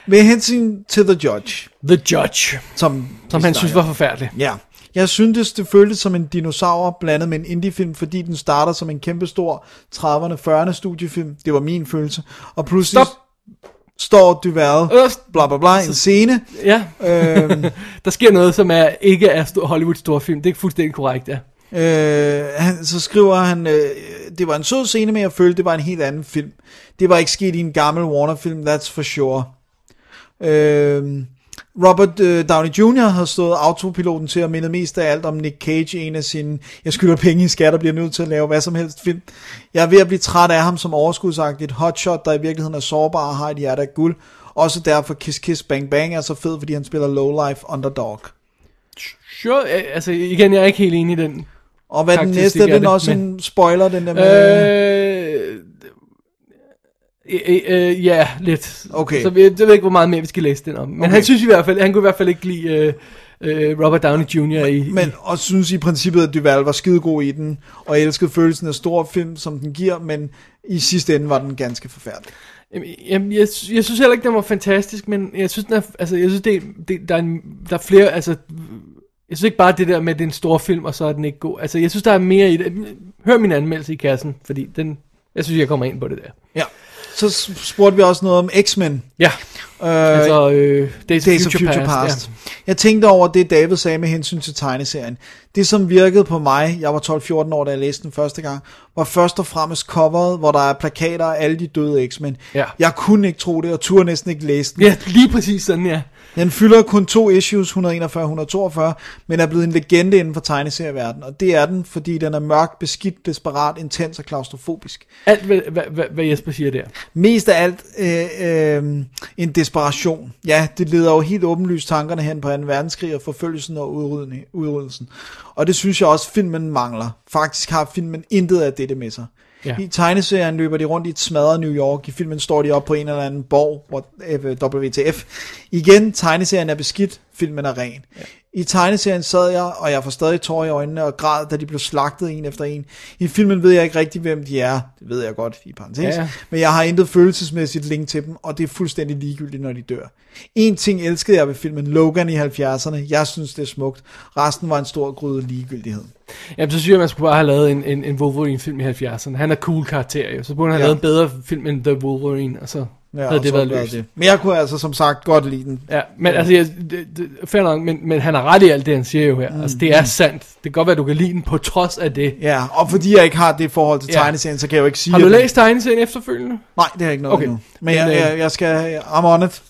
[SPEAKER 5] Med hensyn til The Judge,
[SPEAKER 4] The Judge,
[SPEAKER 5] som,
[SPEAKER 4] som
[SPEAKER 5] vi
[SPEAKER 4] han
[SPEAKER 5] snakker
[SPEAKER 4] synes var forfærdelig.
[SPEAKER 5] Ja. Jeg syntes, det føltes som en dinosaur blandet med en indiefilm, fordi den starter som en kæmpestor 30'erne, 40'erne studiefilm. Det var min følelse. Og pludselig
[SPEAKER 4] Stop. Øh.
[SPEAKER 5] står Duval,
[SPEAKER 4] Øst.
[SPEAKER 5] bla bla bla,
[SPEAKER 4] (laughs)
[SPEAKER 5] en scene.
[SPEAKER 4] Ja,
[SPEAKER 5] øhm,
[SPEAKER 4] der sker noget, som er, ikke er stor- Hollywoods store film. Det er fuldstændig korrekt, ja.
[SPEAKER 5] Øh, han, så skriver han, øh, det var en sød scene, men jeg følte, det var en helt anden film. Det var ikke sket i en gammel Warner-film, that's for sure. Øh, Robert øh, Downey Jr. havde stået autopiloten til at minde mest af alt om Nick Cage, en af sine, jeg skylder penge i skat og bliver nødt til at lave hvad som helst film. Jeg er ved at blive træt af ham som overskudsagtigt hotshot, der i virkeligheden er sårbar og har et hjerte af guld. Også derfor Kiss Kiss Bang Bang er så fed, fordi han spiller lowlife underdog.
[SPEAKER 4] Sure, øh, altså igen, jeg er ikke helt enig i den.
[SPEAKER 5] Og hvad den
[SPEAKER 4] Karakteristik
[SPEAKER 5] næste,
[SPEAKER 4] er
[SPEAKER 5] det er
[SPEAKER 4] det,
[SPEAKER 5] også
[SPEAKER 4] men-
[SPEAKER 5] en spoiler, den der med...
[SPEAKER 4] Øh, øh, øh, ja, lidt.
[SPEAKER 5] Okay.
[SPEAKER 4] Så vi, jeg ved ikke, hvor meget mere vi skal læse den om. Men
[SPEAKER 5] Okay.
[SPEAKER 4] han synes i hvert fald, han kunne i hvert fald ikke lide øh, øh, Robert Downey Jr. i,
[SPEAKER 5] Men og synes i princippet, at Duval var skidegod i den, og elskede følelsen af stor film, som den giver, men i sidste ende var den ganske forfærdelig.
[SPEAKER 4] Jamen, Jamen, jeg, sy- jeg synes heller ikke, den var fantastisk, men jeg synes, den er, altså, jeg synes det, det, der, er en, der er flere, altså, jeg synes ikke bare det der med, at det er en stor film, og så er den ikke god. Altså, jeg synes, der er mere i det. Hør min anmeldelse i kassen, fordi den, jeg synes, jeg kommer ind på det der.
[SPEAKER 5] Ja. Så s- spurgte vi også noget om X-Men.
[SPEAKER 4] Ja,
[SPEAKER 5] Øh,
[SPEAKER 4] altså, øh, Days,
[SPEAKER 5] Days of Future Past.
[SPEAKER 4] Ja.
[SPEAKER 5] Ja. Jeg tænkte over det, David sagde med hensyn til tegneserien. Det, som virkede på mig, jeg var 12-14 år, da jeg læste den første gang, var først og fremmest coveret, hvor der er plakater af alle de døde X-Men.
[SPEAKER 4] Ja.
[SPEAKER 5] Jeg kunne ikke tro det, og turde næsten ikke læse den.
[SPEAKER 4] ja, lige præcis sådan, ja.
[SPEAKER 5] Den fylder kun to issues, 141-142, men er blevet en legende inden for tegneserieverdenen, og det er den, fordi den er mørk, beskidt, desperat, intens og klaustrofobisk.
[SPEAKER 4] Alt, hvad, hvad, hvad, hvad Jesper siger der.
[SPEAKER 5] Mest af alt øh, øh, en desperation. Ja, det leder jo helt åbenlyst tankerne hen på 2. verdenskrig og forfølgelsen og udrydning- udryddelsen. Og det synes jeg også, filmen mangler. Faktisk har filmen intet af dette med sig.
[SPEAKER 4] Ja.
[SPEAKER 5] Ja. I tegneserien løber de rundt i et smadret New York. I filmen står de op på en eller anden borg, hvor øh, WTF. Igen, tegneserien er beskidt, filmen er ren. Ja. I tegneserien sad jeg, og jeg får stadig tårer i øjnene og græd, da de blev slagtet en efter en. I filmen ved jeg ikke rigtig, hvem de er. Det ved jeg godt, i parentes.
[SPEAKER 4] Ja,
[SPEAKER 5] Ja,
[SPEAKER 4] ja.
[SPEAKER 5] ja. Men jeg har intet følelsesmæssigt link til dem, og det er fuldstændig ligegyldigt, når de dør. En ting elskede jeg ved filmen Logan i 70'erne. Jeg synes, det er smukt. Resten var en stor gryde ligegyldighed.
[SPEAKER 4] Jamen, så synes jeg, man skulle bare have lavet en, en, en Wolverine-film i 70'erne. Han er cool karakter, jo. Så burde han have
[SPEAKER 5] Ja.
[SPEAKER 4] lavet en bedre film end The Wolverine, og så ja, havde
[SPEAKER 5] og
[SPEAKER 4] det
[SPEAKER 5] så
[SPEAKER 4] været
[SPEAKER 5] blev
[SPEAKER 4] løst.
[SPEAKER 5] Men jeg kunne altså som sagt godt lide den.
[SPEAKER 4] Ja, men altså, jeg, det, det, fair nok, men, men han har ret i alt det, han siger jo her. Mm. Altså, det er sandt. Det kan godt være, du kan lide den på trods af det.
[SPEAKER 5] Ja, og fordi jeg ikke har det forhold til
[SPEAKER 4] Ja.
[SPEAKER 5] tegneserien, så kan jeg jo ikke sige...
[SPEAKER 4] Har du
[SPEAKER 5] at-
[SPEAKER 4] læst tegneserien efterfølgende?
[SPEAKER 5] Nej, det har jeg ikke noget
[SPEAKER 4] Okay.
[SPEAKER 5] okay. endnu. Men
[SPEAKER 4] Men,
[SPEAKER 5] jeg,
[SPEAKER 4] øh,
[SPEAKER 5] jeg, jeg skal... I'm on it.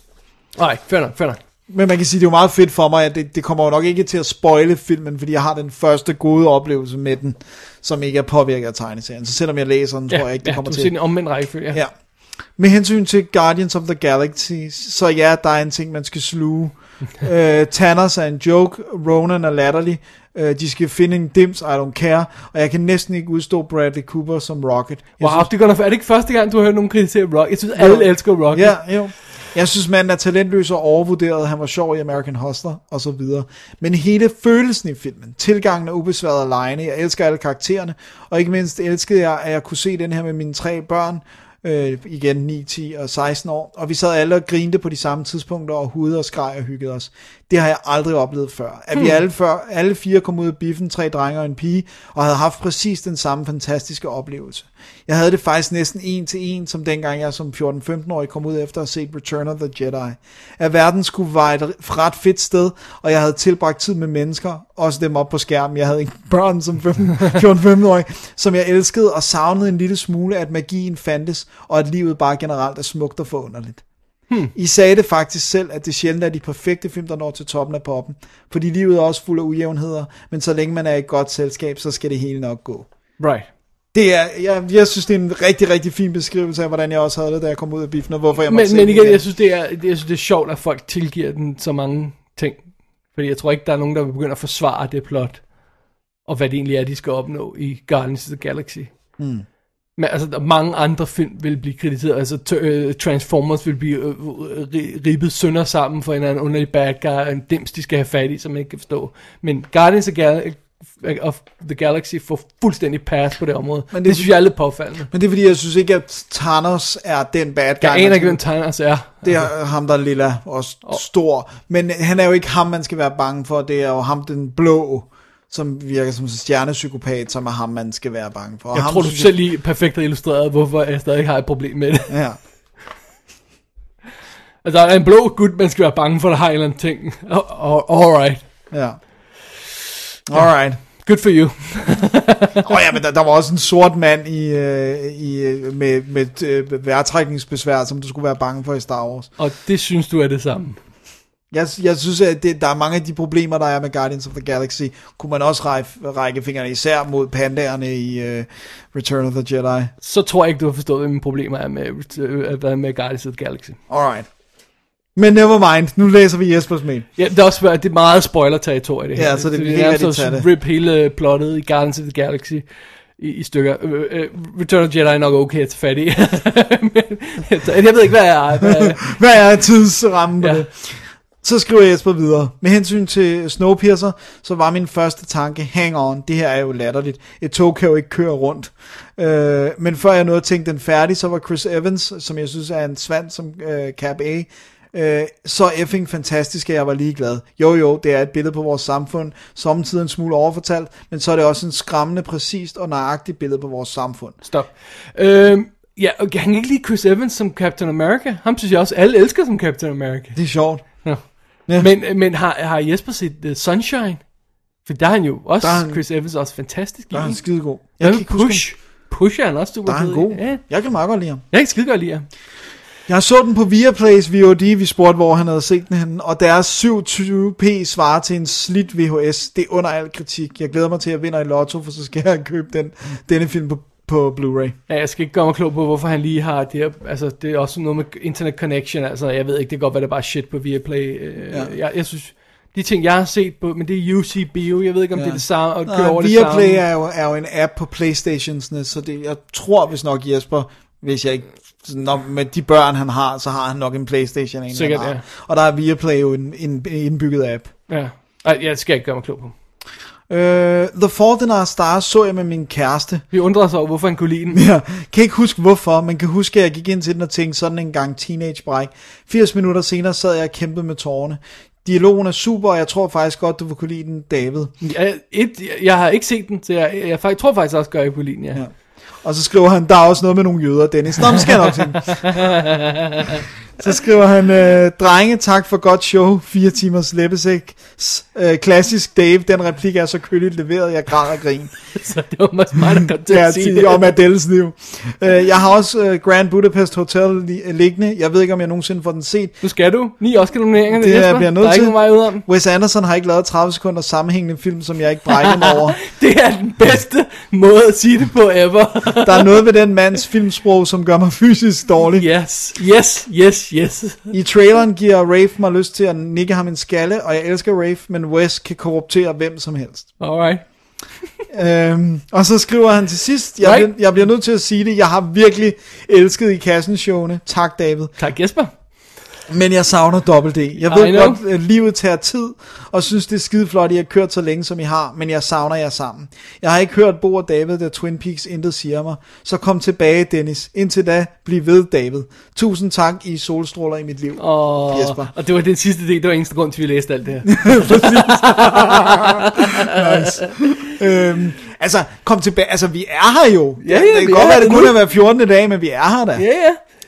[SPEAKER 4] Nej, fair nok, fair nok.
[SPEAKER 5] Men man kan sige, det er jo meget fedt for mig, at det, det kommer jo nok ikke til at spoile filmen, fordi jeg har den første gode oplevelse med den, som ikke er påvirket af tegneserien. Så selvom jeg læser den, tror jeg ikke, det
[SPEAKER 4] ja,
[SPEAKER 5] kommer
[SPEAKER 4] du
[SPEAKER 5] til.
[SPEAKER 4] ser den i omvendt rækkefølge. Ja.
[SPEAKER 5] Ja. Med hensyn til Guardians of the Galaxy,
[SPEAKER 4] (laughs)
[SPEAKER 5] så ja, der er en ting, man skal sluge. øh, Thanos er en joke, Ronan er latterlig, Øh, de skal finde en dims, I don't care. Og jeg kan næsten ikke udstå Bradley Cooper som Rocket. Jeg
[SPEAKER 4] Wow, det går nok, er det ikke første gang, du har hørt nogen kritisere Rock? Jeg synes, alle elsker Rock.
[SPEAKER 5] Ja, jo. Jeg synes, manden er talentløs og overvurderet. Han var sjov i American Hustler og så videre. Men hele følelsen i filmen, tilgangen er ubesværet alene. Jeg elsker alle karaktererne. Og ikke mindst elskede jeg, at jeg kunne se den her med mine tre børn. Øh, igen 9, 10 og 16 år. Og vi sad alle og grinte på de samme tidspunkter og hudede og skreg og hyggede os. Det har jeg aldrig oplevet før. At vi alle, før, alle fire kom ud af biffen, tre drenge og en pige, og havde haft præcis den samme fantastiske oplevelse. Jeg havde det faktisk næsten en til en, som dengang jeg som 14-15-årig kom ud efter at have set Return of the Jedi. At verden skulle være et ret fedt sted, og jeg havde tilbragt tid med mennesker, også dem op på skærmen. Jeg havde ikke (laughs) børn som 15 14-15-årig, som jeg elskede og savnede en lille smule, at magien fandtes, og at livet bare generelt er smukt og forunderligt. I sagde det faktisk selv, at det sjældent er de perfekte film, der når til toppen af poppen, fordi livet er også fuld af ujævnheder, men så længe man er i et godt selskab, så skal det hele nok gå.
[SPEAKER 4] Right.
[SPEAKER 5] Det er, jeg, jeg synes, det er en rigtig, rigtig fin beskrivelse af, hvordan jeg også havde det, da jeg kom ud af biffen, og hvorfor jeg måtte
[SPEAKER 4] Men,
[SPEAKER 5] se
[SPEAKER 4] men
[SPEAKER 5] den
[SPEAKER 4] igen, jeg synes, det er, jeg synes, det er sjovt, at folk tilgiver den så mange ting. Fordi jeg tror ikke, der er nogen, der vil begynde at forsvare det plot, og hvad det egentlig er, de skal opnå i Guardians of the Galaxy. Mm. Men altså, der er mange andre film vil blive kritiseret. Altså, t- øh, Transformers vil blive øh, øh, ri- ribbet sønder sammen for en eller anden underlig bad guy, og en dims, de skal have fat i, som man ikke kan forstå. Men Guardians of, Gal- of the Galaxy får fuldstændig pass på det område. Men
[SPEAKER 5] Men
[SPEAKER 4] det,
[SPEAKER 5] det-
[SPEAKER 4] det synes jeg er lidt påfaldende.
[SPEAKER 5] Men det er fordi, jeg synes ikke, at Thanos er den bad guy.
[SPEAKER 4] Jeg
[SPEAKER 5] man
[SPEAKER 4] aner ikke,
[SPEAKER 5] skal-
[SPEAKER 4] hvem Thanos er.
[SPEAKER 5] Det er ham, der er lilla og s- stor. Men han er jo ikke ham, man skal være bange for. Det er jo ham, den blå, som virker som en stjernepsykopat, som er ham, man skal være bange for. Og
[SPEAKER 4] Jeg
[SPEAKER 5] ham,
[SPEAKER 4] tror, du
[SPEAKER 5] synes
[SPEAKER 4] selv lige perfekt har illustreret, hvorfor jeg stadig har et problem med det. (laughs)
[SPEAKER 5] Ja.
[SPEAKER 4] Altså, der er en blå gut, man skal være bange for, der har en eller anden ting. (laughs) Og- og- Alright.
[SPEAKER 5] Ja.
[SPEAKER 4] (laughs)
[SPEAKER 5] Alright.
[SPEAKER 4] Good for you.
[SPEAKER 5] Åh oh, ja, men der, der var også en sort mand i, øh, i, øh, med, med øh, vejrtrækningsbesvær, som du skulle være bange for i Star Wars.
[SPEAKER 4] Og det synes du er det samme.
[SPEAKER 5] Jeg, jeg synes, at det, der er mange af de problemer, der er med Guardians of the Galaxy, kunne man også række, række fingrene især mod pandaerne i øh, Return of the Jedi.
[SPEAKER 4] Så tror jeg ikke, du har forstået, hvad mine problemer er med, øh, hvad med Guardians of the Galaxy.
[SPEAKER 5] Alright. Men never mind, nu læser vi Jespers mail.
[SPEAKER 4] Ja, det er også det er meget spoiler-territorie, det her.
[SPEAKER 5] Ja, så det er helt
[SPEAKER 4] nærmest
[SPEAKER 5] rigtigt,
[SPEAKER 4] at
[SPEAKER 5] tager det.
[SPEAKER 4] rip hele plottet i Guardians of the Galaxy i, i stykker. Øh, øh, Return of the Jedi er nok okay at tage fat i. (laughs) Men, jeg ved ikke, hvad jeg er. Hvad jeg er.
[SPEAKER 5] Hvad er tidsrammen på
[SPEAKER 4] Ja.
[SPEAKER 5] ja. det? Så skriver Jesper videre. Med hensyn til Snowpiercer, så var min første tanke, hang on, det her er jo latterligt. Et tog kan jo ikke køre rundt. Øh, men før jeg nåede at tænke den færdig, så var Chris Evans, som jeg synes er en svand som øh, Cap A, øh, så effing fantastisk, at jeg var ligeglad. Jo jo, det er et billede på vores samfund, samtidig en smule overfortalt, men så er det også en skræmmende, præcist og nøjagtigt billede på vores samfund.
[SPEAKER 4] Stop. Øhm, ja, og jeg kan ikke lide Chris Evans som Captain America. Ham synes jeg også, alle elsker som Captain America.
[SPEAKER 5] Det er sjovt.
[SPEAKER 4] Ja.
[SPEAKER 5] Ja.
[SPEAKER 4] Men, men har, har Jesper set uh, Sunshine? For der er han jo også,
[SPEAKER 5] Der er
[SPEAKER 4] han,
[SPEAKER 5] han-
[SPEAKER 4] Chris Evans er også fantastisk i.
[SPEAKER 5] Der er han
[SPEAKER 4] ikke?
[SPEAKER 5] skidegod.
[SPEAKER 4] Hvad med
[SPEAKER 5] huske-
[SPEAKER 4] Push? Push er han også super
[SPEAKER 5] Der er han
[SPEAKER 4] fed i.
[SPEAKER 5] god.
[SPEAKER 4] Ja,
[SPEAKER 5] Jeg kan meget godt lide ham.
[SPEAKER 4] jeg kan skide godt lide ham.
[SPEAKER 5] Jeg så den på Viaplays VOD, vi spurgte, hvor han havde set den henne, og deres 720p svarer til en slidt VHS. Det er under al kritik. Jeg glæder mig til, at jeg vinder i lotto, for så skal jeg købe den, denne film på, på Blu-ray.
[SPEAKER 4] Ja, jeg skal ikke gøre mig klog på, hvorfor han lige har det her, altså det er også noget med internet connection, altså jeg ved ikke, det kan godt være, det er bare shit på Viaplay. Øh, ja.
[SPEAKER 5] Ja.
[SPEAKER 4] jeg, jeg synes, de ting, jeg har set på, men det er UC Bio, jeg ved ikke, om ja. det er det samme, og det kører over
[SPEAKER 5] Og
[SPEAKER 4] det samme.
[SPEAKER 5] Viaplay er jo, er jo en app på Playstationsne, så det, jeg tror, hvis nok Jesper, hvis jeg ikke når, med de børn, han har, så har han nok en Playstation. En,
[SPEAKER 4] Sikkert,
[SPEAKER 5] han har.
[SPEAKER 4] ja.
[SPEAKER 5] Og der er Viaplay jo en, en indbygget app.
[SPEAKER 4] Ja. Ej, jeg skal ikke gøre mig klog på.
[SPEAKER 5] Øh, The Fault in Our Stars så jeg med min kæreste,
[SPEAKER 4] Vi undrede os over, hvorfor han kunne lide
[SPEAKER 5] (laughs)
[SPEAKER 4] den.
[SPEAKER 5] Ja, kan ikke huske hvorfor, men kan huske, at jeg gik ind til den og tænkte sådan en gang teenage break. 80 minutter senere sad jeg og kæmpede med tårerne. Dialogen er super, og jeg tror faktisk godt, du vil kunne lide den, David.
[SPEAKER 4] Jeg, et, jeg, jeg har ikke set den, så jeg, jeg, jeg, jeg tror faktisk også, gør jeg på linjen, ja.
[SPEAKER 5] Ja. Og så skriver han, der er også noget med nogle jøder, Dennis. Nå, men skal jeg
[SPEAKER 4] (laughs)
[SPEAKER 5] nok tænke. Så skriver han, øh, drenge, tak for godt show. Fire timers læbesæk. S- Øh, klassisk Dave, den replik er så køligt leveret, jeg græder og
[SPEAKER 4] (laughs)
[SPEAKER 5] grin.
[SPEAKER 4] Så det var måske mig, der kom til
[SPEAKER 5] Ja,
[SPEAKER 4] at sige
[SPEAKER 5] til,
[SPEAKER 4] det.
[SPEAKER 5] om Adels liv. Øh, jeg har også øh, Grand Budapest Hotel li- liggende. Jeg ved ikke, om jeg nogensinde får den set.
[SPEAKER 4] Nu skal du. Ni Oscar-nomineringer,
[SPEAKER 5] Det er jeg
[SPEAKER 4] Jesper.
[SPEAKER 5] bliver nødt
[SPEAKER 4] Der er ikke
[SPEAKER 5] til.
[SPEAKER 4] nogen vej ud om.
[SPEAKER 5] Wes Anderson har ikke lavet 30 sekunder sammenhængende film, som jeg ikke brækker mig over.
[SPEAKER 4] Det er den bedste måde at sige det på
[SPEAKER 5] (laughs)
[SPEAKER 4] ever.
[SPEAKER 5] Der er noget ved den mands filmsprog, som gør mig fysisk dårlig.
[SPEAKER 4] yes, yes, yes, Yes.
[SPEAKER 5] I traileren giver Rafe mig lyst til at nikke ham en skalle, og jeg elsker Rafe, men Wes kan korruptere hvem som helst.
[SPEAKER 4] Alright.
[SPEAKER 5] Øhm, og så skriver han til sidst, jeg,
[SPEAKER 4] Nej.
[SPEAKER 5] bliver, jeg bliver nødt til at sige det, jeg har virkelig elsket i kassen showene. Tak David.
[SPEAKER 4] Tak Jesper.
[SPEAKER 5] Men jeg savner dobbelt D. Jeg
[SPEAKER 4] I
[SPEAKER 5] ved
[SPEAKER 4] know.
[SPEAKER 5] godt, at livet tager tid, og synes, det er skide flot, at I har kørt så længe, som I har, men jeg savner jer sammen. Jeg har ikke hørt Bo og David, da Twin Peaks intet siger mig. Så kom tilbage, Dennis. Indtil da, bliv ved, David. Tusind tak, I er solstråler i mit liv.
[SPEAKER 4] Og,
[SPEAKER 5] Jesper.
[SPEAKER 4] og det var den sidste del, det var eneste grund til, at vi læste alt det her.
[SPEAKER 5] Øhm, altså, kom tilbage. Altså, vi er her jo.
[SPEAKER 4] Ja, ja,
[SPEAKER 5] det
[SPEAKER 4] vi
[SPEAKER 5] kan godt
[SPEAKER 4] er
[SPEAKER 5] være,
[SPEAKER 4] her
[SPEAKER 5] det
[SPEAKER 4] nu.
[SPEAKER 5] kun har været 14. dag, men vi er her da.
[SPEAKER 4] Ja, ja.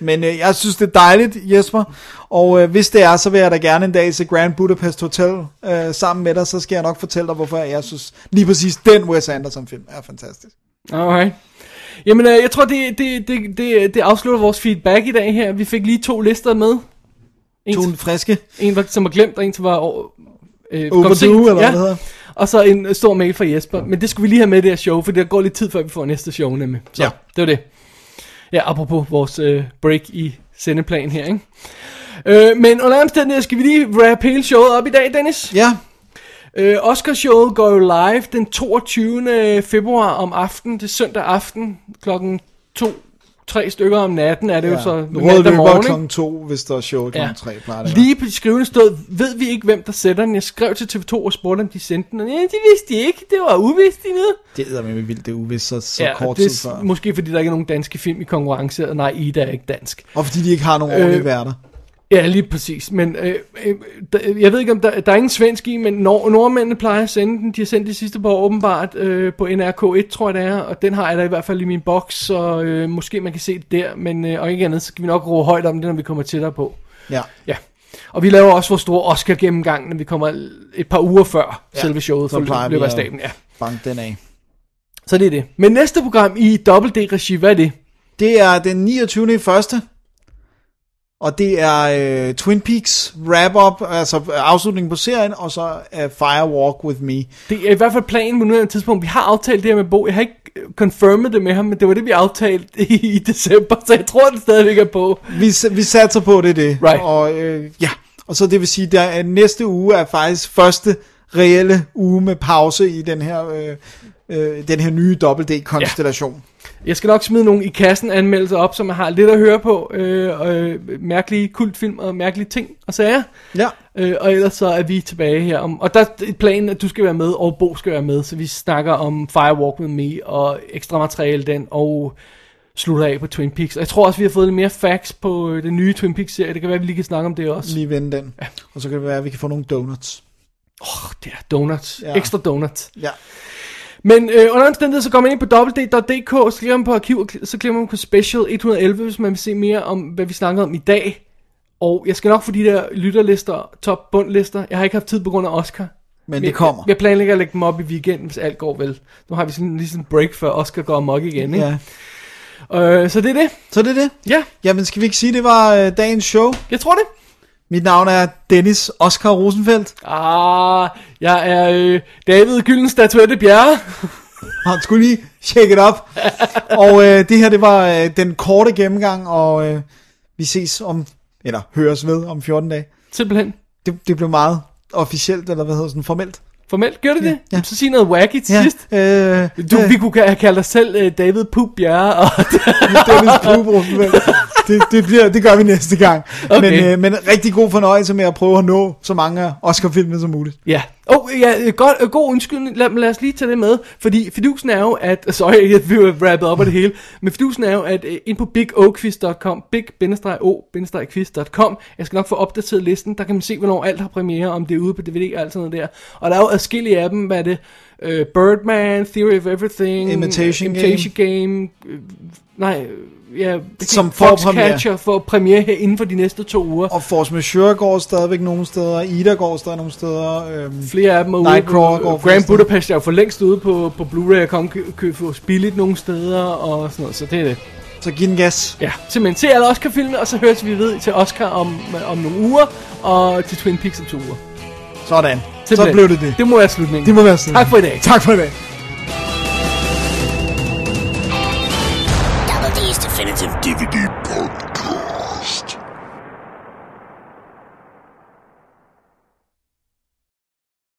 [SPEAKER 5] Men øh, jeg synes, det er dejligt, Jesper. Og øh, hvis det er, så vil jeg da gerne en dag se Grand Budapest Hotel øh, sammen med dig. Så skal jeg nok fortælle dig, hvorfor jeg synes lige præcis den Wes Anderson-film er fantastisk.
[SPEAKER 4] Alright. Jamen, øh, jeg tror, det, det, det, det, det afslutter vores feedback i dag her. Vi fik lige to lister med. En,
[SPEAKER 5] Tone friske.
[SPEAKER 4] en var- som var glemt, og en, som var... over- Øh, kom sent.
[SPEAKER 5] Overdue, eller hvad det hedder.
[SPEAKER 4] Og så en øh, stor mail fra Jesper. Men det skulle vi lige have med i det her show, for der går lidt tid, før vi får næste show nemlig. Så
[SPEAKER 5] Ja.
[SPEAKER 4] ja. det var det. Ja, apropos vores øh, break i sendeplan her, ikke? Øh, men under alle omstændigheder skal vi lige wrap hele showet op i dag, Dennis.
[SPEAKER 5] Ja,
[SPEAKER 4] Øh, Oscarshowet går jo live den 22. februar om aftenen. Det er søndag aften klokken 2-3 stykker om natten er det ja. jo så
[SPEAKER 5] Rød løber klokken to, hvis der er show klokken
[SPEAKER 4] Ja.
[SPEAKER 5] tre, plejer det at være.
[SPEAKER 4] Lige på skrivende stod, ved vi ikke, hvem der sætter den. Jeg skrev til TV2 og spurgte, om de sendte den. Og ja, det vidste de ikke. Det var uvist, de ved.
[SPEAKER 5] Det er med vildt, det er uvis så, så
[SPEAKER 4] ja,
[SPEAKER 5] ja,
[SPEAKER 4] og
[SPEAKER 5] kort
[SPEAKER 4] det
[SPEAKER 5] tid
[SPEAKER 4] er s-
[SPEAKER 5] før.
[SPEAKER 4] Måske fordi der ikke er nogen danske film i konkurrence. Og nej, Ida er ikke dansk.
[SPEAKER 5] Og fordi de ikke har nogen ordentlige
[SPEAKER 4] Øh,
[SPEAKER 5] værter.
[SPEAKER 4] Ja, lige præcis. Men øh, øh, der- jeg ved ikke, om der, der er ingen svensk i, men nor- nordmændene plejer at sende den. De har sendt det sidste par år åbenbart øh, på NRK1, tror jeg det er. Og den har jeg da i hvert fald i min boks, så øh, måske man kan se det der. Men øh, og ikke andet, så skal vi nok råbe højt om det, når vi kommer tættere på.
[SPEAKER 5] Ja.
[SPEAKER 4] Ja. Og vi laver også vores store Oscar-gennemgang, når vi kommer et par uger før ja, selve showet
[SPEAKER 5] så plejer
[SPEAKER 4] for
[SPEAKER 5] vi
[SPEAKER 4] løber af
[SPEAKER 5] at-
[SPEAKER 4] staben. Ja.
[SPEAKER 5] Bank den af.
[SPEAKER 4] Så det er det. Men næste program i Double D-regi, hvad er det?
[SPEAKER 5] Det er den 29. i første. Og det er øh, Twin Peaks wrap-up, altså afslutningen på serien, og så øh, Firewalk With Me.
[SPEAKER 4] Det er i hvert fald planen på nuværende tidspunkt. Vi har aftalt det her med Bo. Jeg har ikke øh, confirmed det med ham, men det var det, vi aftalte (laughs) i, i december, så jeg tror, det stadigvæk er på.
[SPEAKER 5] Vi, s- vi satser på, det er det.
[SPEAKER 4] Right.
[SPEAKER 5] Og, øh, ja. og så det vil sige, at næste uge er faktisk første reelle uge med pause i den her, øh, øh, den her nye WD-konstellation.
[SPEAKER 4] Jeg skal nok smide nogle i kassen anmeldelser op, som jeg har lidt at høre på. Øh, og, øh, mærkelige kultfilm og mærkelige ting og sager.
[SPEAKER 5] Ja.
[SPEAKER 4] Øh, og ellers så er vi tilbage her om... Og der er planen, at du skal være med, og Bo skal være med, så vi snakker om Firewalk With Me, og ekstra materiale den, og slutter af på Twin Peaks. Og jeg tror også, vi har fået lidt mere facts på øh, den nye Twin Peaks-serie. Det kan være, vi lige kan snakke om det også.
[SPEAKER 5] Lige vende den. Ja. Og så kan det være, at vi kan få nogle donuts.
[SPEAKER 4] Åh, det er donuts.
[SPEAKER 5] Ja.
[SPEAKER 4] Ja. Ekstra donuts.
[SPEAKER 5] Ja.
[SPEAKER 4] Men øh, under omstændighed, så går man ind på www.dk, så klikker man på arkiv, og kl- så klikker man på special 111, hvis man vil se mere om, hvad vi snakker om i dag. Og jeg skal nok få de der lytterlister, top-bundlister. Jeg har ikke haft tid på grund af Oscar.
[SPEAKER 5] Men det kommer.
[SPEAKER 4] Jeg, jeg planlægger at lægge dem op i weekenden, hvis alt går vel. Nu har vi sådan lige sådan en break, før Oscar går amok igen, ikke?
[SPEAKER 5] Ja.
[SPEAKER 4] Ja. Øh, så det er det.
[SPEAKER 5] Så det er det.
[SPEAKER 4] Ja,
[SPEAKER 5] Jamen, skal vi ikke sige, at det var øh, dagens show?
[SPEAKER 4] jeg tror det.
[SPEAKER 5] Mit navn er Dennis Oscar Rosenfeldt.
[SPEAKER 4] Ah, jeg er øh, David Gylden Statuette Bjerre.
[SPEAKER 5] Han skulle lige tjekke det op. Og øh, det her, det var øh, den korte gennemgang, og øh, vi ses om, eller høres ved om 14 dage.
[SPEAKER 4] Simpelthen.
[SPEAKER 5] Det, det blev meget officielt, eller hvad hedder sådan, formelt.
[SPEAKER 4] Formelt gør det det?
[SPEAKER 5] ja.
[SPEAKER 4] Ja, ja. Så sig noget wacky til ja. sidst.
[SPEAKER 5] øh,
[SPEAKER 4] Du,
[SPEAKER 5] øh,
[SPEAKER 4] vi kunne ka- kalde dig selv øh, David Poop Bjerre, og
[SPEAKER 5] (laughs) Dennis Klub Rosenfeldt. Det, det, bliver, det gør vi næste gang.
[SPEAKER 4] Okay.
[SPEAKER 5] Men, øh, men rigtig god fornøjelse med at prøve at nå så mange af Oscar-filmen som muligt.
[SPEAKER 4] ja. Åh, oh, ja, øh, godt, øh, god undskyldning, lad, lad os lige tage det med, fordi fidusen er jo, at, (laughs) sorry, at vi har wrappet op af det hele, men fidusen er jo, at øh, ind på bigoquiz.com, big-o-quiz.com, jeg skal nok få opdateret listen, der kan man se, hvornår alt har premiere, om det er ude på DVD og alt sådan noget der, og der er jo adskillige af dem, hvad er det, øh, Birdman, Theory of Everything, øh,
[SPEAKER 5] Imitation
[SPEAKER 4] Imitation Game, øh, nej, øh, ja,
[SPEAKER 5] Som får
[SPEAKER 4] Foxcatcher får premiere her inden for de næste to uger.
[SPEAKER 5] Og Force Majeure går stadigvæk nogle steder, Ida går stadig nogle steder. Øhm,
[SPEAKER 4] Flere af dem er ude
[SPEAKER 5] Nightcrawler går
[SPEAKER 4] på, Grand
[SPEAKER 5] forresten.
[SPEAKER 4] Budapest er jo for længst ude på, på Blu-ray og kan kø- købe hos billigt nogle steder og sådan noget, så det er det.
[SPEAKER 5] så giv den gas.
[SPEAKER 4] Ja, simpelthen se alle Oscar-filmene, og så høres vi ved til Oscar om, om nogle uger, og til Twin Peaks om to uger.
[SPEAKER 5] Sådan. Så
[SPEAKER 4] Simpelthen.
[SPEAKER 5] blev det det.
[SPEAKER 4] Det må være slutningen.
[SPEAKER 5] Det må være sådan.
[SPEAKER 4] Tak for i dag.
[SPEAKER 5] tak for i dag.
[SPEAKER 3] Definitive DVD